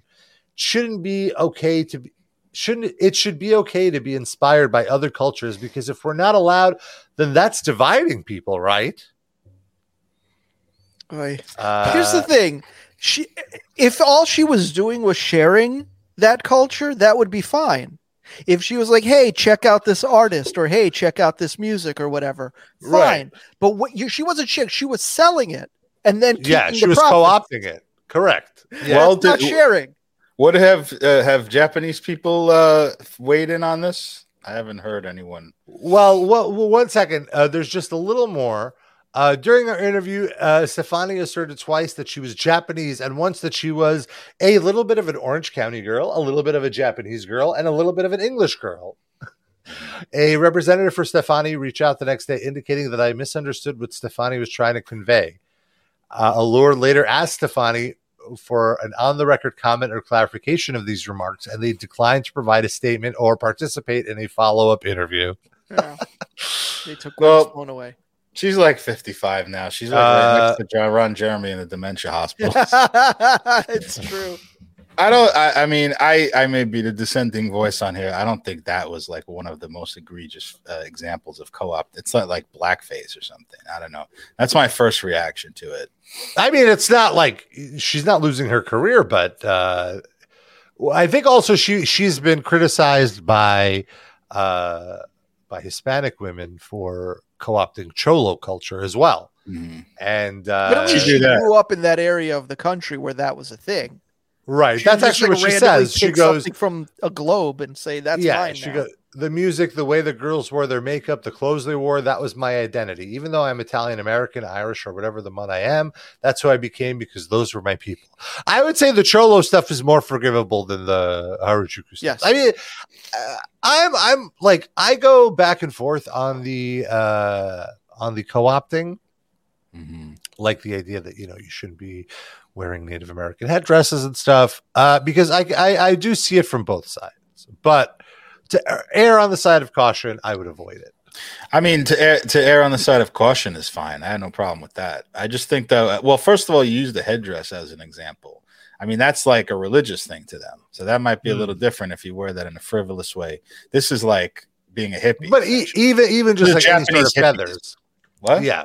Speaker 2: Shouldn't be okay to be, shouldn't it should be okay to be inspired by other cultures because if we're not allowed, then that's dividing people, right?
Speaker 3: Oy.
Speaker 2: Uh,
Speaker 3: Here's the thing. She if all she was doing was sharing that culture, that would be fine. If she was like, "Hey, check out this artist," or "Hey, check out this music," or whatever, fine.
Speaker 2: Right.
Speaker 3: But what you, she wasn't sharing; she was selling it, and then
Speaker 2: yeah,
Speaker 3: keeping
Speaker 2: she
Speaker 3: the
Speaker 2: was
Speaker 3: profit.
Speaker 2: co-opting it. Correct. Yeah.
Speaker 4: Well,
Speaker 3: That's not
Speaker 4: did-
Speaker 3: sharing.
Speaker 4: What have uh, have Japanese people uh, weighed in on this? I haven't heard anyone.
Speaker 2: Well, well, well, one second. Uh, there's just a little more. Uh, during our interview, uh, Stefani asserted twice that she was Japanese and once that she was a little bit of an Orange County girl, a little bit of a Japanese girl, and a little bit of an English girl. a representative for Stefani reached out the next day, indicating that I misunderstood what Stefani was trying to convey. Uh, Allure later asked Stefani for an on the record comment or clarification of these remarks, and they declined to provide a statement or participate in a follow up interview.
Speaker 3: Yeah. They took
Speaker 4: Well,
Speaker 3: Gwen's phone away.
Speaker 4: She's like 55 now. She's like right next to John Ron Jeremy in the dementia hospital.
Speaker 3: it's true.
Speaker 4: I don't. I, I mean, I I may be the dissenting voice on here. I don't think that was like one of the most egregious uh, examples of co-op. It's not like blackface or something. I don't know. That's my first reaction to it.
Speaker 2: I mean, it's not like she's not losing her career, but uh, well, I think also she she's been criticized by uh, by Hispanic women for co-opting cholo culture as well, and uh,
Speaker 3: But at least
Speaker 4: do
Speaker 3: she
Speaker 4: that.
Speaker 3: grew up in that area of the country where that was a thing.
Speaker 2: right.
Speaker 3: She
Speaker 2: That's
Speaker 3: didn't just,
Speaker 2: actually
Speaker 3: like,
Speaker 2: what she
Speaker 3: randomly
Speaker 2: says. She
Speaker 3: pick
Speaker 2: goes,
Speaker 3: something from a globe and say that's
Speaker 2: yeah.
Speaker 3: mine.
Speaker 2: she
Speaker 3: now."
Speaker 2: goes. the music, the way the girls wore their makeup, the clothes they wore, that was my identity. Even though I'm Italian American, Irish, or whatever the mud I am, that's who I became because those were my people. I would say the Cholo stuff is more forgivable than the Harajuku stuff.
Speaker 3: Yes.
Speaker 2: I mean, uh, I'm I'm like I go back and forth on the uh on the co-opting
Speaker 4: Mm-hmm.
Speaker 2: like the idea that you know you shouldn't be wearing Native American headdresses and stuff, uh, because I, I I do see it from both sides. But to err on the side of caution, I would avoid it.
Speaker 4: I mean, to err, to err on the side of caution is fine. I had no problem with that. I just think that, well, first of all, you use the headdress as an example. I mean, that's like a religious thing to them. So that might be a
Speaker 2: Mm.
Speaker 4: little different if you wear that in a frivolous way. This is like being a hippie.
Speaker 2: But e- even even just
Speaker 4: The
Speaker 2: like any sort
Speaker 4: Japanese
Speaker 2: of
Speaker 4: hippies.
Speaker 2: feathers,
Speaker 4: what?
Speaker 2: yeah.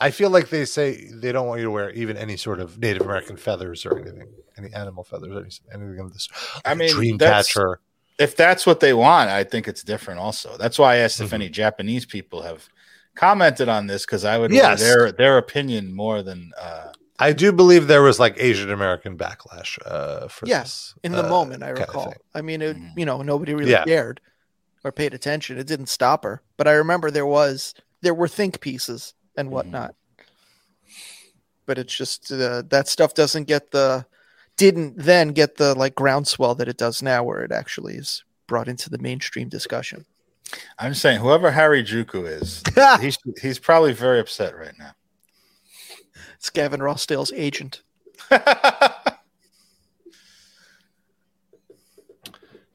Speaker 2: I feel like they say they don't want you to wear even any sort of Native American feathers or anything, any animal feathers, or anything, anything of this.
Speaker 4: I mean,
Speaker 2: dream
Speaker 4: that's-
Speaker 2: catcher.
Speaker 4: if that's what they want, I think it's different. Also, that's why I asked if
Speaker 2: Mhm.
Speaker 4: any Japanese people have commented on this because I would
Speaker 2: Yes.
Speaker 4: their their opinion more than uh,
Speaker 2: I do believe there was like Asian American backlash uh, for
Speaker 3: Yeah,
Speaker 2: this
Speaker 3: in the
Speaker 2: uh,
Speaker 3: moment i
Speaker 2: kinda
Speaker 3: recall
Speaker 2: thing. Mm.
Speaker 3: i mean it
Speaker 4: Mhm.
Speaker 3: you know nobody really
Speaker 2: Yeah.
Speaker 3: cared or paid attention it didn't stop her but i remember there was there were think pieces and
Speaker 2: Mm-hmm.
Speaker 4: Mhm.
Speaker 3: whatnot but it's just uh, that stuff doesn't get the didn't then get the like groundswell that it does now where it actually is brought into the mainstream discussion
Speaker 4: I'm saying whoever Harry Juku is, he's he's probably very upset right now.
Speaker 3: it's gavin rossdale's agent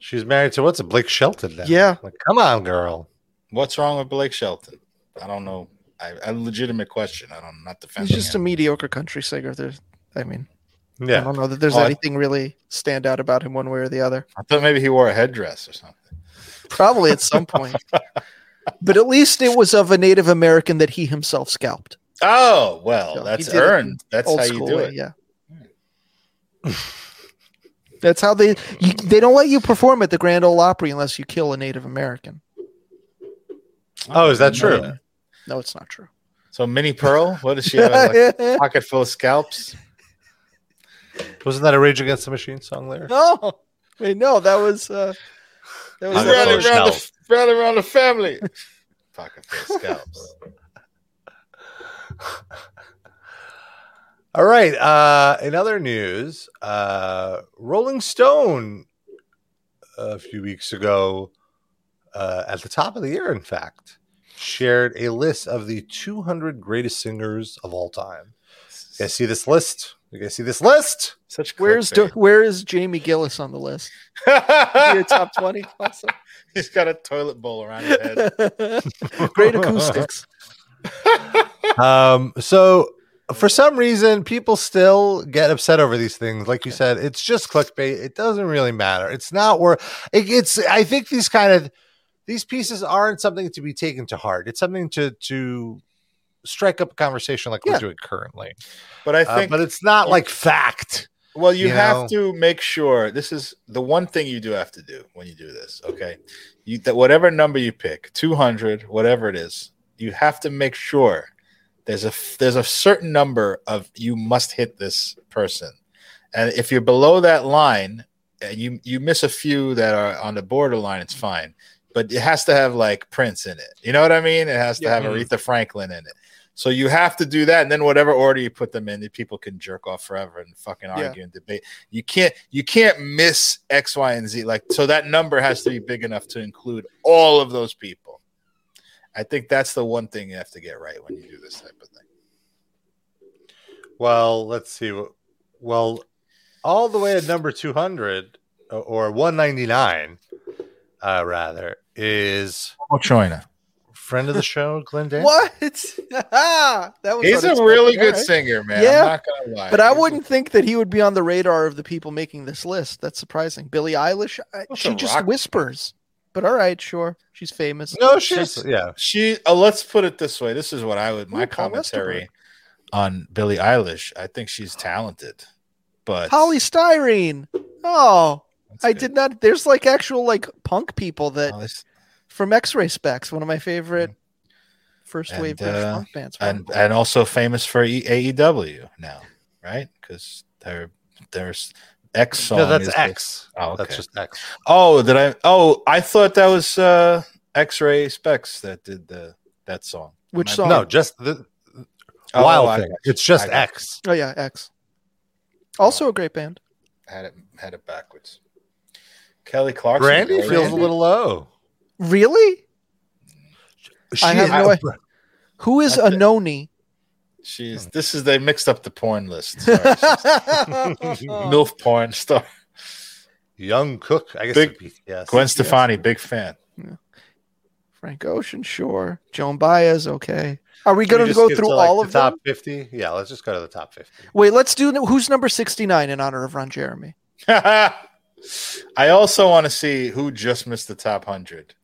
Speaker 2: She's married to what's a Blake Shelton now?
Speaker 3: Yeah.
Speaker 2: like come on, girl.
Speaker 4: What's wrong with Blake Shelton? I don't know. I, a legitimate question. I don't. I'm not
Speaker 3: he's
Speaker 4: defending.
Speaker 3: just a
Speaker 4: him.
Speaker 3: mediocre country singer there's i mean i
Speaker 2: Yeah,
Speaker 3: don't know that there's
Speaker 4: Oh, I-
Speaker 3: anything really stand out about him one way or the other
Speaker 4: I thought maybe he wore a headdress or something.
Speaker 3: Probably at some point. but at least it was of a Native American that he himself scalped.
Speaker 4: Oh well,
Speaker 3: No, he
Speaker 4: that's
Speaker 3: did it in
Speaker 4: earned. That's
Speaker 3: Old
Speaker 4: how you
Speaker 3: school
Speaker 4: do
Speaker 3: way,
Speaker 4: it.
Speaker 3: yeah. That's how they you, they don't let you perform at the Grand Ole Opry unless you kill a Native American.
Speaker 2: Oh, is that
Speaker 4: I didn't
Speaker 2: true?
Speaker 4: know that.
Speaker 3: No, it's not true.
Speaker 4: So Minnie Pearl, what does she have? Like a pocket full of scalps.
Speaker 2: wasn't that a Rage Against the Machine song lyric?
Speaker 3: no, wait, no, that was uh, that was
Speaker 2: I'm
Speaker 4: round
Speaker 2: Pocket
Speaker 4: and
Speaker 2: full of
Speaker 4: round the, round and round the family. Pocket full of scalps.
Speaker 2: All right. Uh, in other news, uh, Rolling Stone a few weeks ago, uh, at the top of the year, in fact, shared a list of the 200 greatest singers of all time. You guys see this list? You guys see this list?
Speaker 4: Such
Speaker 3: where's
Speaker 4: clickbait.
Speaker 3: where is Jamie Gillis on the list? Your top twenty, also
Speaker 4: He's got a toilet bowl around his head.
Speaker 3: great acoustics.
Speaker 2: um, so for some reason, people still get upset over these things. Like you said, it's just clickbait. It doesn't really matter. It's not worth. It, it's. I think these kind of these pieces aren't something to be taken to heart. It's something to to strike up a conversation like
Speaker 3: Yeah.
Speaker 2: we're doing currently.
Speaker 4: But I
Speaker 2: Uh,
Speaker 4: think
Speaker 2: but it's not like fact.
Speaker 4: Well, you,
Speaker 2: you
Speaker 4: have to make sure this is the one thing you do have to do when you do this. Okay, you that whatever number you pick, two hundred, whatever it is, you have to make sure there's a f- there's a certain number of you must hit this person, and if you're below that line and you you miss a few that are on the borderline, it's fine. But it has to have like Prince in it. You know what I mean? It has to
Speaker 3: Yeah. Mm-hmm.
Speaker 4: have Aretha Franklin in it. So you have to do that, and then whatever order you put them in, the people can jerk off forever and fucking
Speaker 3: Yeah.
Speaker 4: argue and debate. You can't you can't miss X, Y, and Z. Like so that number has to be big enough to include all of those people. I think that's the one thing you have to get right when you do this type of thing.
Speaker 2: Well, let's see. Well, all the way at number 200 uh, or 199, uh, rather, is
Speaker 4: Oh, China.
Speaker 2: friend of the show, Glenn Dan.
Speaker 3: What? Ah, that was
Speaker 4: He's a
Speaker 3: unexpected.
Speaker 4: really
Speaker 3: All
Speaker 4: good
Speaker 3: right.
Speaker 4: singer, man.
Speaker 3: Yeah.
Speaker 4: I'm not gonna lie.
Speaker 3: But I
Speaker 4: He's a-
Speaker 3: wouldn't think that he would be on the radar of the people making this list. That's surprising. Billie Eilish, I,
Speaker 4: That's
Speaker 3: she
Speaker 4: a
Speaker 3: just
Speaker 4: rock-
Speaker 3: whispers. But all right, sure, she's famous.
Speaker 2: No, she's, yeah.
Speaker 4: She uh, let's put it this way. This is what I would my
Speaker 3: Ooh, Paul
Speaker 4: commentary
Speaker 3: Westerberg.
Speaker 4: on Billie Eilish. I think she's talented, but
Speaker 3: polystyrene. Oh,
Speaker 4: That's
Speaker 3: I
Speaker 4: good.
Speaker 3: did not. There's like actual like punk people that
Speaker 4: Oh, this-
Speaker 3: from X-Ray Specs, one of my favorite first
Speaker 4: And,
Speaker 3: wave British
Speaker 4: uh,
Speaker 3: punk bands.
Speaker 4: and and E also famous for e- AEW now, right? Because they're there's X song.
Speaker 2: No, that's
Speaker 4: is the-
Speaker 2: X.
Speaker 4: Oh, okay.
Speaker 2: That's just X.
Speaker 4: oh, did I? Oh, I thought that was uh, X Ray Specs that did the that song.
Speaker 3: Which
Speaker 4: My-
Speaker 3: song?
Speaker 2: No, just the
Speaker 4: Oh,
Speaker 2: Wild
Speaker 4: I
Speaker 2: Thing. It's just
Speaker 4: I got
Speaker 2: X.
Speaker 3: Oh yeah, X.
Speaker 4: Oh.
Speaker 3: Also a great band.
Speaker 4: had it had it backwards. Kelly Clarkson.
Speaker 2: Brandy
Speaker 4: right?
Speaker 2: feels a little low.
Speaker 3: Really?
Speaker 2: She
Speaker 3: have
Speaker 2: is-
Speaker 4: no
Speaker 3: idea. Who is
Speaker 4: That's it.
Speaker 3: Anoni?
Speaker 4: She's this is they mixed up the porn list. Sorry, she's Milf porn star.
Speaker 2: Young Cook. I guess
Speaker 4: Big-
Speaker 2: it'd be- yes.
Speaker 4: Gwen Stefani, big fan.
Speaker 3: Frank Ocean, sure. Joan Baez, okay. Are we
Speaker 2: Can
Speaker 3: going
Speaker 2: we
Speaker 3: to
Speaker 2: just
Speaker 3: go
Speaker 2: get
Speaker 3: through
Speaker 2: to, like,
Speaker 3: all
Speaker 2: the
Speaker 3: of
Speaker 2: top
Speaker 3: them?
Speaker 2: fifty. Yeah, let's just go to the top fifty.
Speaker 3: Wait, let's do who's number 69 in honor of Ron Jeremy.
Speaker 4: I also want to see who just missed the top hundred.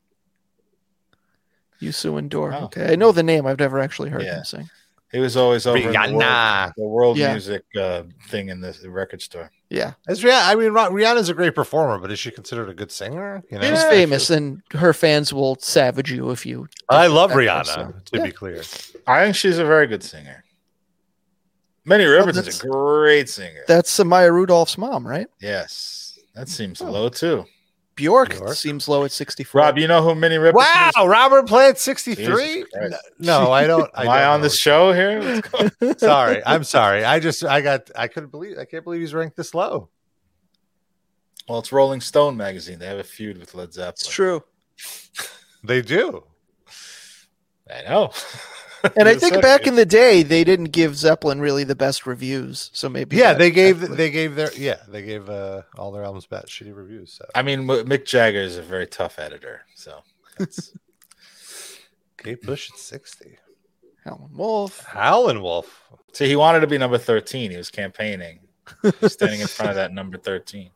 Speaker 3: Yusu and Dor.
Speaker 4: Oh.
Speaker 3: Okay. I know the name. I've never actually heard
Speaker 4: Yeah.
Speaker 3: him sing.
Speaker 4: He was always over in the world,
Speaker 2: Rihanna.
Speaker 4: the world
Speaker 3: Yeah.
Speaker 4: music uh, thing in the record store.
Speaker 3: Yeah.
Speaker 2: Is Rihanna, I mean, Ra- Rihanna's a great performer, but is she considered a good singer? You know,
Speaker 3: She's famous and her fans will savage you if you
Speaker 2: I love
Speaker 3: so-
Speaker 2: Rihanna. To
Speaker 3: yeah.
Speaker 2: be clear,
Speaker 4: I think she's a very good singer. Minnie Roberts is
Speaker 3: Oh, that's-
Speaker 4: a great singer.
Speaker 3: That's Maya Rudolph's mom, right?
Speaker 4: yes, that seems
Speaker 3: Oh.
Speaker 4: low too.
Speaker 3: Bjork,
Speaker 2: Bjork.
Speaker 3: seems low at 64.
Speaker 4: Rob, you know who Minnie Roberts
Speaker 2: wow,
Speaker 4: is?
Speaker 2: Robert Plant sixty
Speaker 4: Jesus
Speaker 2: three.
Speaker 4: Christ.
Speaker 2: No, I don't.
Speaker 4: Am
Speaker 2: don't
Speaker 4: I on
Speaker 2: know.
Speaker 4: the show here? What's going on?
Speaker 2: sorry, I'm sorry. I just I got I couldn't believe I can't believe he's ranked this low.
Speaker 4: Well, it's Rolling Stone magazine. They have a feud with Led Zeppelin.
Speaker 3: it's true.
Speaker 2: They do.
Speaker 4: I know.
Speaker 3: And I think back in the day, they didn't give Zeppelin really the best reviews. So maybe.
Speaker 2: Yeah,
Speaker 3: that-
Speaker 2: they gave
Speaker 3: that-
Speaker 2: they gave their yeah they gave uh, all their albums bad shitty reviews. So
Speaker 4: I mean, M- Mick Jagger is a very tough editor. So that's,
Speaker 2: Kate Bush at sixty.
Speaker 3: Helen Wolf.
Speaker 2: Howlin' Wolf.
Speaker 4: see, he wanted to be number thirteen. He was campaigning, He was standing in front of that number thirteen.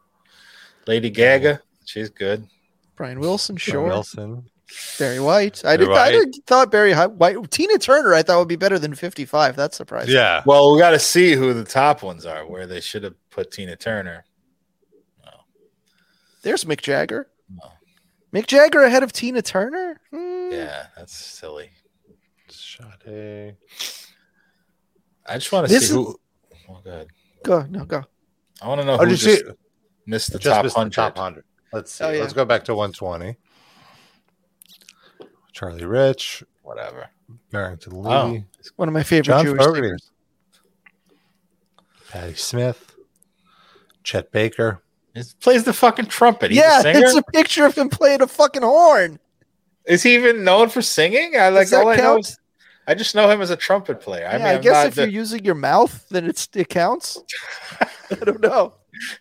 Speaker 4: Lady Gaga, she's good.
Speaker 3: Brian Wilson,
Speaker 2: Sure.
Speaker 3: sure.
Speaker 2: Wilson.
Speaker 3: Barry White. I
Speaker 2: Barry
Speaker 3: did. I
Speaker 2: White.
Speaker 3: did, thought Barry Hi- White. Tina Turner. I thought would be better than fifty-five. That's surprising.
Speaker 2: Yeah.
Speaker 4: Well, we got to see who the top ones are. Where they should have put Tina Turner.
Speaker 3: There's Mick Jagger.
Speaker 4: No.
Speaker 3: Mick Jagger ahead of Tina Turner. Hmm.
Speaker 4: Yeah, that's silly.
Speaker 2: Sade.
Speaker 4: I just want to
Speaker 3: This
Speaker 4: see
Speaker 3: is-
Speaker 4: who. Oh, God.
Speaker 3: Go no go.
Speaker 4: I want to know
Speaker 2: Oh,
Speaker 4: who
Speaker 2: did
Speaker 4: just
Speaker 2: you
Speaker 4: missed the
Speaker 2: just
Speaker 4: top
Speaker 2: missed the
Speaker 4: hundred.
Speaker 2: top hundred? Let's see.
Speaker 3: Oh, yeah.
Speaker 2: Let's go back to one twenty. Charlie Rich,
Speaker 4: Whatever.
Speaker 2: Barrington Lee,
Speaker 4: Oh.
Speaker 3: One of my favorite
Speaker 2: John
Speaker 3: Jewish.
Speaker 2: Fogerty.
Speaker 3: singers.
Speaker 2: Patty Smith, Chet Baker.
Speaker 4: He plays the fucking trumpet. He's
Speaker 3: Yeah,
Speaker 4: a singer?
Speaker 3: it's a picture of him playing a fucking horn.
Speaker 4: Is he even known for singing? I like
Speaker 3: Does that
Speaker 4: all I know
Speaker 3: count?
Speaker 4: is I just know him as a trumpet player. I
Speaker 3: yeah,
Speaker 4: mean,
Speaker 3: I
Speaker 4: I'm
Speaker 3: guess
Speaker 4: not
Speaker 3: if
Speaker 4: the-
Speaker 3: you're using your mouth, then it's, it counts. I don't know.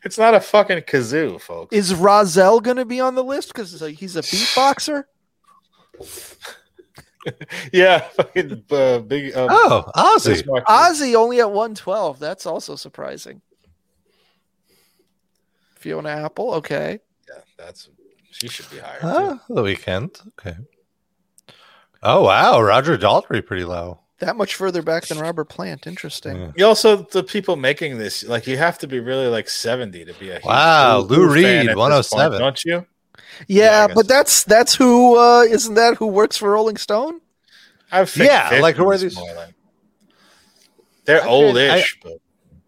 Speaker 4: it's not a fucking kazoo, folks.
Speaker 3: Is Razel going to be on the list because he's a beatboxer?
Speaker 4: yeah, fucking uh, big. Um,
Speaker 2: Oh, Ozzy.
Speaker 4: Bismarck.
Speaker 3: Ozzy only at 112. That's also surprising. Fiona Apple, okay.
Speaker 4: Yeah, that's she should be higher. too.
Speaker 2: Oh, the weekend. Okay. Oh wow, Roger Daltrey pretty low. Mm.
Speaker 3: That much further back than Robert Plant. Interesting.
Speaker 2: Yeah.
Speaker 4: You also the people making this like you have to be really like seventy to be a huge
Speaker 2: Wow, Lou
Speaker 4: fan
Speaker 2: Reed,
Speaker 4: at this point,
Speaker 2: 107.
Speaker 4: don't you? Yeah, I
Speaker 3: Yeah,
Speaker 4: guess.
Speaker 3: but that's that's who uh isn't that who works for Rolling Stone?
Speaker 4: I think
Speaker 2: Yeah,
Speaker 4: 50
Speaker 2: like, who are
Speaker 4: is
Speaker 2: these-
Speaker 4: more like- They're
Speaker 2: I-
Speaker 4: oldish, but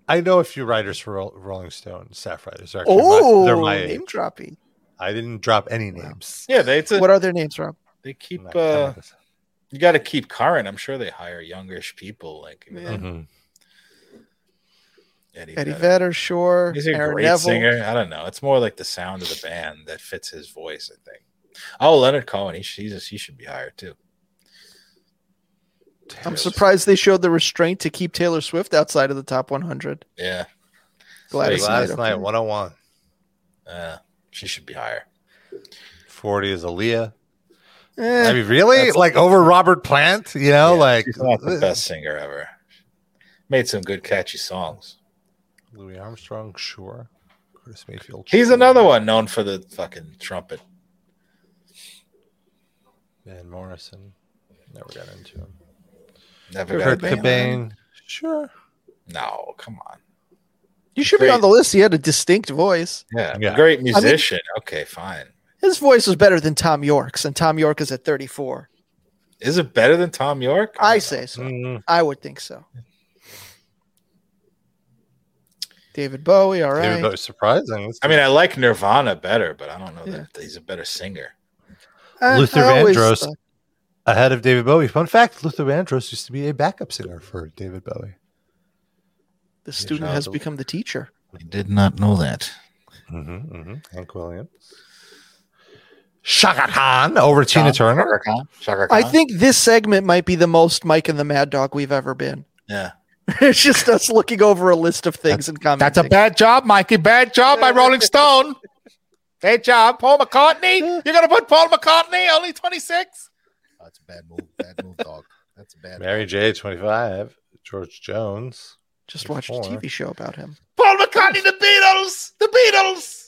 Speaker 2: I know a few writers for Ro- Rolling Stone, staff writers. They're actually
Speaker 3: Oh,
Speaker 2: my, they're my age.
Speaker 3: name dropping.
Speaker 2: I didn't drop any names.
Speaker 4: yeah, they it's a-
Speaker 3: What are their names, Rob?
Speaker 4: they
Speaker 2: I'm
Speaker 4: keep
Speaker 2: not
Speaker 4: uh,
Speaker 2: telling this.
Speaker 4: you got to keep current. I'm sure they hire youngish people like you know,
Speaker 3: Yeah.
Speaker 2: Mhm.
Speaker 4: Eddie,
Speaker 3: Eddie
Speaker 4: Vedder.
Speaker 3: Vedder, sure.
Speaker 4: He's a
Speaker 3: Aaron
Speaker 4: great
Speaker 3: Neville.
Speaker 4: singer. I don't know. It's more like the sound of the band that fits his voice. I think. Oh, Leonard Cohen. He, Jesus, he should be hired too.
Speaker 3: I'm surprised they showed the restraint to keep Taylor Swift outside of the top 100.
Speaker 4: Yeah,
Speaker 3: Gladys,
Speaker 4: Wait,
Speaker 2: Gladys
Speaker 3: Knight,
Speaker 2: Knight,
Speaker 3: okay.
Speaker 2: 101.
Speaker 4: uh, she should be higher.
Speaker 2: 40 is Aaliyah.
Speaker 3: Eh,
Speaker 2: I mean, really?
Speaker 4: That's-
Speaker 2: Like over Robert Plant? You know,
Speaker 4: Yeah,
Speaker 2: like
Speaker 4: she's not the best singer ever. Made some good catchy songs.
Speaker 2: Louis Armstrong, sure. Curtis Mayfield.
Speaker 4: He's
Speaker 2: sure.
Speaker 4: another one known for the fucking trumpet.
Speaker 2: Van Morrison. Never got into him.
Speaker 4: Never got
Speaker 2: Kurt
Speaker 4: a band.
Speaker 2: Cobain. Sure.
Speaker 4: No, come on.
Speaker 3: you should be
Speaker 4: great.
Speaker 3: on the list. He had a distinct voice.
Speaker 4: Yeah,
Speaker 2: Yeah.
Speaker 4: great musician. okay, fine.
Speaker 3: His voice was better than Tom York's, and Tom York is at 34.
Speaker 4: Is it better than Tom York?
Speaker 3: I
Speaker 2: Mm-hmm.
Speaker 4: don't
Speaker 3: say so.
Speaker 2: Mm.
Speaker 3: I would think so. David Bowie, all right.
Speaker 2: David Bowie- surprising.
Speaker 4: I mean, I like Nirvana better, but I don't know
Speaker 3: Yeah.
Speaker 4: that he's a better singer.
Speaker 3: I-
Speaker 2: Luther
Speaker 3: I always
Speaker 2: Vandross.
Speaker 3: thought-
Speaker 2: ahead of David Bowie. Fun fact: Luther Vandross used to be a backup singer for David Bowie.
Speaker 3: The student
Speaker 4: shout
Speaker 3: has
Speaker 4: out.
Speaker 3: become the teacher.
Speaker 4: I did not know that.
Speaker 2: Mm-hmm, Hank Williams. Shaka Khan over Tina Turner.
Speaker 4: Shaka
Speaker 3: I
Speaker 4: Khan?
Speaker 3: think this segment might be the most Mike and the Mad Dog we've ever been.
Speaker 4: Yeah.
Speaker 3: it's just us looking over a list of things and commenting.
Speaker 4: That's a bad job, Mikey. Bad job by Rolling Stone. Bad job. Paul McCartney. You're going to put Paul McCartney only 26? Oh, That's a bad move. Bad move, dog. That's a bad
Speaker 2: Mary J. Twenty five. George Jones.
Speaker 3: Just watched a
Speaker 2: Before.
Speaker 3: TV show about him.
Speaker 4: Paul McCartney, the Beatles. The Beatles.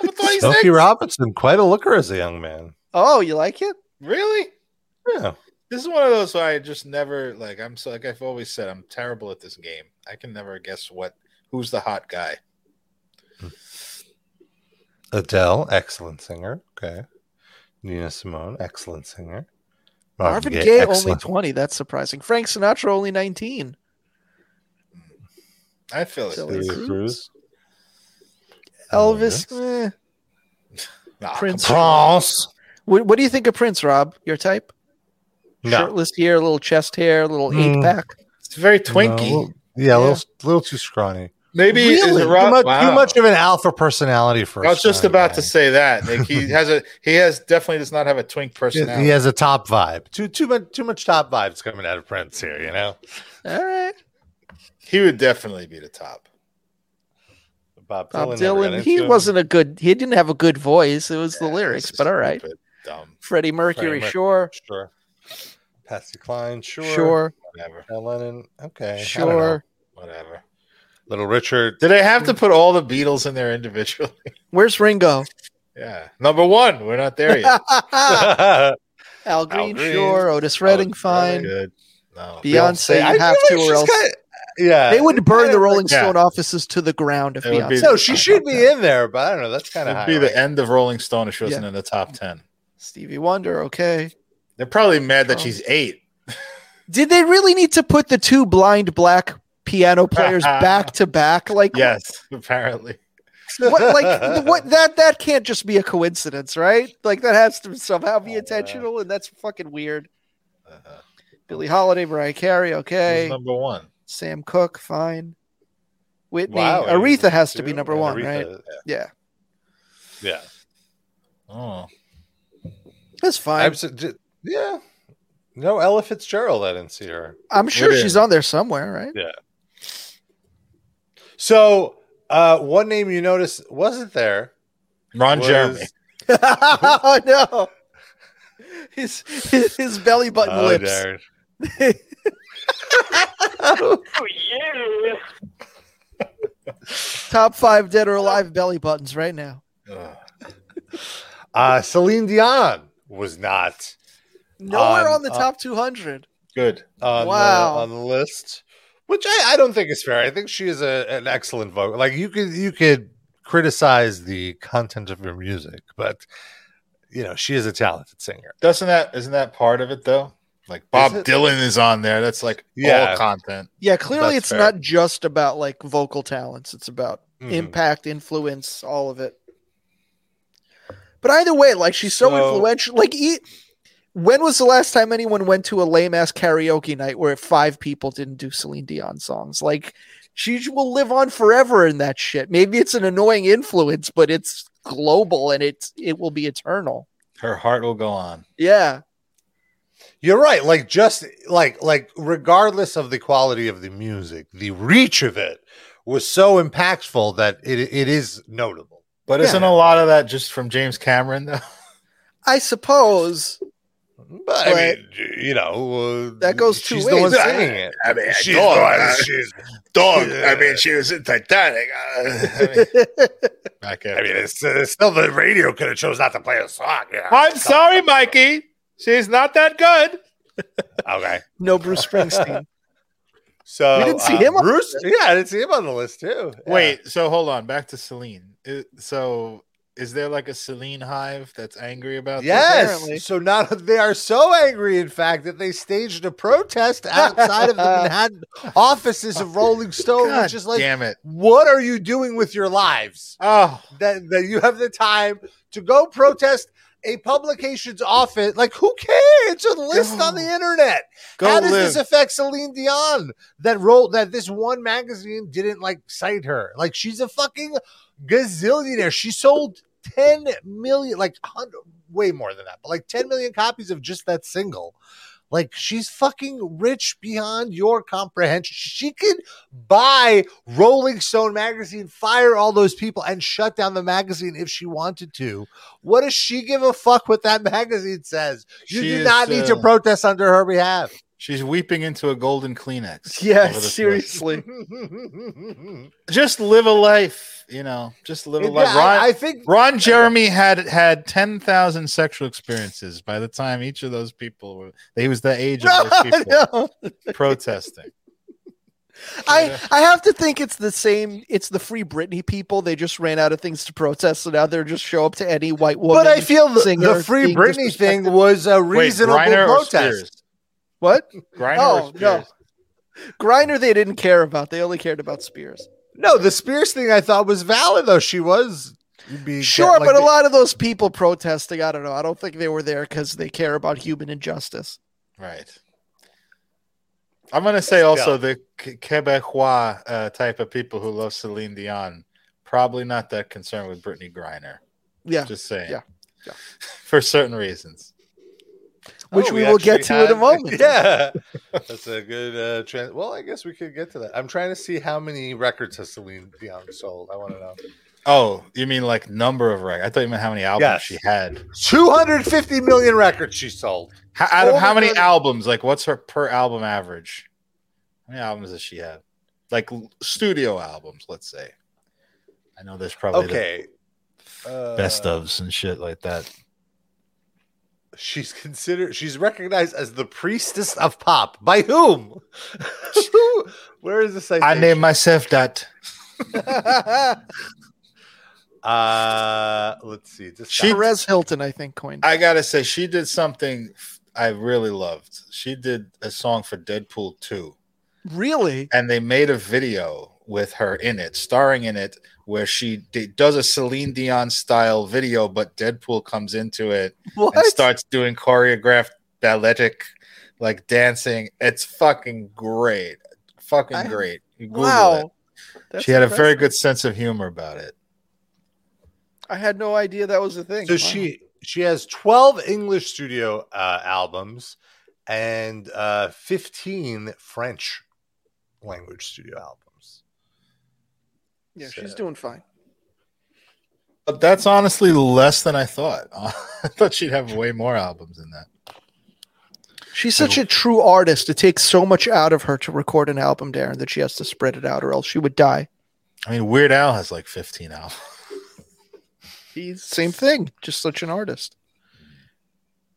Speaker 4: Number 26.
Speaker 2: Smokey Robinson. Quite a looker as a young man.
Speaker 3: Oh, you like it?
Speaker 4: Really?
Speaker 2: Yeah.
Speaker 4: This is one of those where I just never like. I'm so like I've always said I'm terrible at this game. I can never guess what who's the hot guy.
Speaker 2: Adele, excellent singer. Okay. Nina Simone, excellent singer.
Speaker 3: Marvin Gaye only
Speaker 2: Oh, excellent.
Speaker 3: 20. That's surprising. Frank Sinatra only 19.
Speaker 4: I feel it.
Speaker 3: So
Speaker 2: Celia
Speaker 3: Cruz.
Speaker 2: Cruz. Oh,
Speaker 3: Elvis.
Speaker 2: Elvis.
Speaker 3: eh.
Speaker 4: Nah,
Speaker 3: Prince.
Speaker 4: come on.
Speaker 3: What, what do you think of Prince, Rob? Your type?
Speaker 2: No.
Speaker 3: Shirtless here, little chest hair, little
Speaker 2: Mm.
Speaker 3: eight pack.
Speaker 4: It's very twinky.
Speaker 2: No. Yeah, a little, little too scrawny.
Speaker 4: Maybe is
Speaker 3: Really?
Speaker 4: it
Speaker 3: Too
Speaker 4: Rob?
Speaker 2: Too much,
Speaker 4: Wow.
Speaker 2: too much of an alpha personality for.
Speaker 4: I was just about to say that. Like, he has a he has definitely does not have a twink personality.
Speaker 2: He has a top vibe. Too too much too much top vibes coming out of Prince here. You know,
Speaker 3: All right.
Speaker 4: He would definitely be the top.
Speaker 2: Bob
Speaker 3: Bob
Speaker 2: never got
Speaker 3: Dylan. He
Speaker 2: into him.
Speaker 3: wasn't a good, he didn't have a good voice. It was the lyrics,
Speaker 4: This is
Speaker 3: but all right.
Speaker 4: stupid, dumb,
Speaker 3: Freddie Mercury,
Speaker 2: Freddie Mercury.
Speaker 3: sure.
Speaker 2: sure. Patsy Cline, sure.
Speaker 3: Sure.
Speaker 4: whatever,
Speaker 2: John Lennon, okay. I don't know.
Speaker 3: Sure.
Speaker 4: whatever.
Speaker 2: Little Richard.
Speaker 4: Did I have to put all the Beatles in there individually?
Speaker 3: Where's Ringo?
Speaker 4: Yeah, number one. We're not there yet.
Speaker 3: Al Green,
Speaker 2: Green.
Speaker 3: sure. Otis Redding, fine.
Speaker 4: Good. No.
Speaker 3: Beyonce,
Speaker 2: I
Speaker 3: you have to,
Speaker 2: feel like
Speaker 3: or
Speaker 2: she's
Speaker 3: else
Speaker 2: got- yeah,
Speaker 3: they would burn the Rolling
Speaker 4: Yeah.
Speaker 3: Stone offices to the ground if
Speaker 4: It would be-
Speaker 3: Beyonce.
Speaker 2: No, she should be in there, but I don't know. That's kind of
Speaker 4: It'd
Speaker 2: high.
Speaker 4: be
Speaker 2: rank.
Speaker 4: the end of Rolling Stone if she wasn't in the top ten.
Speaker 3: Stevie Wonder, okay.
Speaker 4: They're probably mad that
Speaker 3: Oh.
Speaker 4: she's eight.
Speaker 3: Did they really need to put the two blind black piano players back to back? Like,
Speaker 4: Yes, apparently.
Speaker 3: what, like what? That that can't just be a coincidence, right? Like that has to somehow be
Speaker 4: Oh, man.
Speaker 3: intentional, and that's fucking weird.
Speaker 4: Uh-huh.
Speaker 3: Billie Holiday, Mariah Carey,
Speaker 4: Who's
Speaker 3: okay.
Speaker 4: number one.
Speaker 3: Sam Cooke, fine. Whitney,
Speaker 2: Wow,
Speaker 3: Aretha has to
Speaker 2: too.
Speaker 3: be number
Speaker 2: And
Speaker 3: one,
Speaker 2: Aretha,
Speaker 3: right? Yeah,
Speaker 2: Yeah,
Speaker 4: Oh,
Speaker 3: that's fine.
Speaker 2: I'm
Speaker 3: I'm,
Speaker 2: so- j- yeah. No, Ella Fitzgerald. I didn't see her.
Speaker 3: sure
Speaker 4: Whitney.
Speaker 3: she's on there somewhere, right?
Speaker 2: So uh, one name you notice wasn't there.
Speaker 4: Ron
Speaker 2: was-
Speaker 4: Jeremy.
Speaker 3: oh no. His, his his belly button
Speaker 2: Oh,
Speaker 3: lips.
Speaker 2: Jared.
Speaker 3: Top five dead or alive belly buttons right now.
Speaker 4: Ugh.
Speaker 2: Uh, Celine Dion was not
Speaker 3: Nowhere
Speaker 2: Um,
Speaker 3: on the
Speaker 2: uh,
Speaker 3: top 200.
Speaker 4: Good.
Speaker 2: on,
Speaker 3: Wow.
Speaker 2: the, on the list, which I, I don't think is fair. I think she is a, an excellent vote. Like you could you could criticize the content of her music, but you know she is a talented singer.
Speaker 4: Doesn't that isn't that part of it though? Like Bob
Speaker 2: it?
Speaker 4: Dylan is on there. That's like
Speaker 2: Yeah.
Speaker 4: all content.
Speaker 3: Yeah, clearly
Speaker 4: That's
Speaker 3: it's
Speaker 4: fair.
Speaker 3: not just about like vocal talents. It's about
Speaker 2: Mhm.
Speaker 3: impact, influence, all of it. But either way, like she's so,
Speaker 2: So-
Speaker 3: influential. Like, e- when was the last time anyone went to a lame ass karaoke night where five people didn't do Celine Dion songs? Like, she j- will live on forever in that shit. Maybe it's an annoying influence, but it's global and it's it will be eternal.
Speaker 4: Her heart will go on.
Speaker 3: Yeah,
Speaker 2: You're right. Like just like like regardless of the quality of the music, the reach of it was so impactful that it it is notable.
Speaker 4: But
Speaker 3: Yeah.
Speaker 4: isn't a lot of that just from James Cameron though?
Speaker 3: I suppose
Speaker 2: But I
Speaker 3: But-
Speaker 2: mean, you know, uh,
Speaker 3: That goes two
Speaker 2: she's the one
Speaker 3: ways.
Speaker 2: singing it.
Speaker 4: I mean,
Speaker 2: She's the one. She's,
Speaker 4: dog.
Speaker 2: I mean,
Speaker 4: she was in Titanic.
Speaker 2: I mean, it's, it's still the radio could have chose not to play a song. you know.
Speaker 4: I'm sorry, Mikey. She's not that good.
Speaker 2: Okay.
Speaker 3: no Bruce Springsteen.
Speaker 2: So uh,
Speaker 3: We didn't see him on the
Speaker 2: Bruce. yeah, I didn't see him on the list too. Yeah.
Speaker 4: Wait, so hold on. Back to Celine. It- so Is there like a Celine hive that's angry about
Speaker 2: Yes.
Speaker 3: apparently.
Speaker 2: So now they are so angry, in fact, that they staged a protest outside of the Manhattan offices of Rolling Stone,
Speaker 4: this? God
Speaker 2: which is like,
Speaker 4: damn it.
Speaker 2: what are you doing with your lives?
Speaker 4: Oh,
Speaker 2: That, that you have the time to go protest a publication's office. Like, who cares? It's a list on the internet.
Speaker 4: go
Speaker 2: How does
Speaker 4: live.
Speaker 2: this affect Celine Dion that wrote that this one magazine didn't like cite her? Like she's a fucking gazillionaire. She sold 10 million, like 100, way more than that, but like 10 million copies of just that single. Like she's fucking rich beyond your comprehension. She could buy Rolling Stone magazine, fire all those people, and shut down the magazine if she wanted to. What does she give a fuck what that magazine says? You
Speaker 4: She
Speaker 2: do
Speaker 4: is,
Speaker 2: not need to
Speaker 4: uh,
Speaker 2: protest under her behalf.
Speaker 4: She's weeping into a golden Kleenex.
Speaker 3: Yeah,
Speaker 4: over this
Speaker 3: seriously.
Speaker 4: list. Just live a life, you know. Just live a
Speaker 2: Yeah,
Speaker 4: life.
Speaker 2: I,
Speaker 4: Ron,
Speaker 2: I think
Speaker 4: Ron Jeremy had had ten thousand sexual experiences by the time each of those people were. He was the age of those people
Speaker 3: No,
Speaker 4: protesting.
Speaker 3: I, I have to think it's the same. It's the free Britney people. They just ran out of things to protest, so now they're just show up to any white woman.
Speaker 2: but I feel the,
Speaker 3: singer
Speaker 2: the free
Speaker 3: being
Speaker 2: Britney thing was a reasonable
Speaker 4: Wait, Griner Or
Speaker 2: protest.
Speaker 4: Spears?
Speaker 3: what
Speaker 4: Griner
Speaker 3: Oh,
Speaker 4: or
Speaker 3: no.
Speaker 4: Spears?
Speaker 3: Griner they didn't care about. They only cared about Spears.
Speaker 2: No, the Spears thing I thought was valid though. She was being
Speaker 3: Sure,
Speaker 2: like,
Speaker 3: but a lot of those people protesting, I don't know. I don't think they were there because they care about human injustice.
Speaker 4: Right. I'm gonna say also the Q- Quebecois uh, type of people who love Celine Dion probably not that concerned with Brittany Griner.
Speaker 3: Yeah,
Speaker 4: Just saying.
Speaker 3: Yeah. Yeah.
Speaker 4: For certain reasons.
Speaker 3: which
Speaker 2: Oh,
Speaker 3: we, will get to
Speaker 2: actually
Speaker 3: in a
Speaker 2: had-
Speaker 3: moment.
Speaker 2: Yeah, that's a good uh, trans. Well, I guess we could get to that. I'm trying to see how many records has Celine Dion sold. I want to know.
Speaker 4: Oh, you mean like number of records? I thought you meant how many albums
Speaker 2: Yes.
Speaker 4: she had.
Speaker 2: 250 million records she sold.
Speaker 4: How, out of
Speaker 2: Oh
Speaker 4: how
Speaker 2: my
Speaker 4: many
Speaker 2: God.
Speaker 4: albums? Like, what's her per album average? How many albums does she have? Like l- studio albums, let's say. I know there's probably the
Speaker 2: Okay. Uh,
Speaker 4: best ofs and shit like that.
Speaker 2: She's considered. She's recognized as the priestess of pop. By whom? Who- Where is this?
Speaker 4: I name myself that.
Speaker 2: Uh, let's see. This
Speaker 4: She-
Speaker 2: guy-
Speaker 3: Perez Hilton, I think, coined.
Speaker 4: I gotta say, she did something f- I really loved. She did a song for Deadpool 2,
Speaker 3: really?
Speaker 4: and they made a video with her in it, starring in it, where she d- does a Celine Dion style video, but Deadpool comes into it
Speaker 3: What?
Speaker 4: and starts doing choreographed balletic, like dancing. It's fucking great. Fucking
Speaker 3: I-
Speaker 4: great. You Google it.
Speaker 3: wow. That's
Speaker 4: she had a very
Speaker 3: impressive.
Speaker 4: good sense of humor about it.
Speaker 3: I had no idea that was a thing.
Speaker 2: so
Speaker 3: Wow.
Speaker 2: she she has twelve English studio uh, albums and uh, fifteen French language studio albums.
Speaker 3: yeah,
Speaker 2: said-
Speaker 3: she's doing fine.
Speaker 4: But that's honestly less than I thought. I thought she'd have way more albums than that.
Speaker 3: She's such a true artist. It takes so much out of her to record an album, Darren, that she has to spread it out, or else she would die.
Speaker 4: I mean, Weird Al has like 15 albums.
Speaker 3: He's same thing, just such an artist.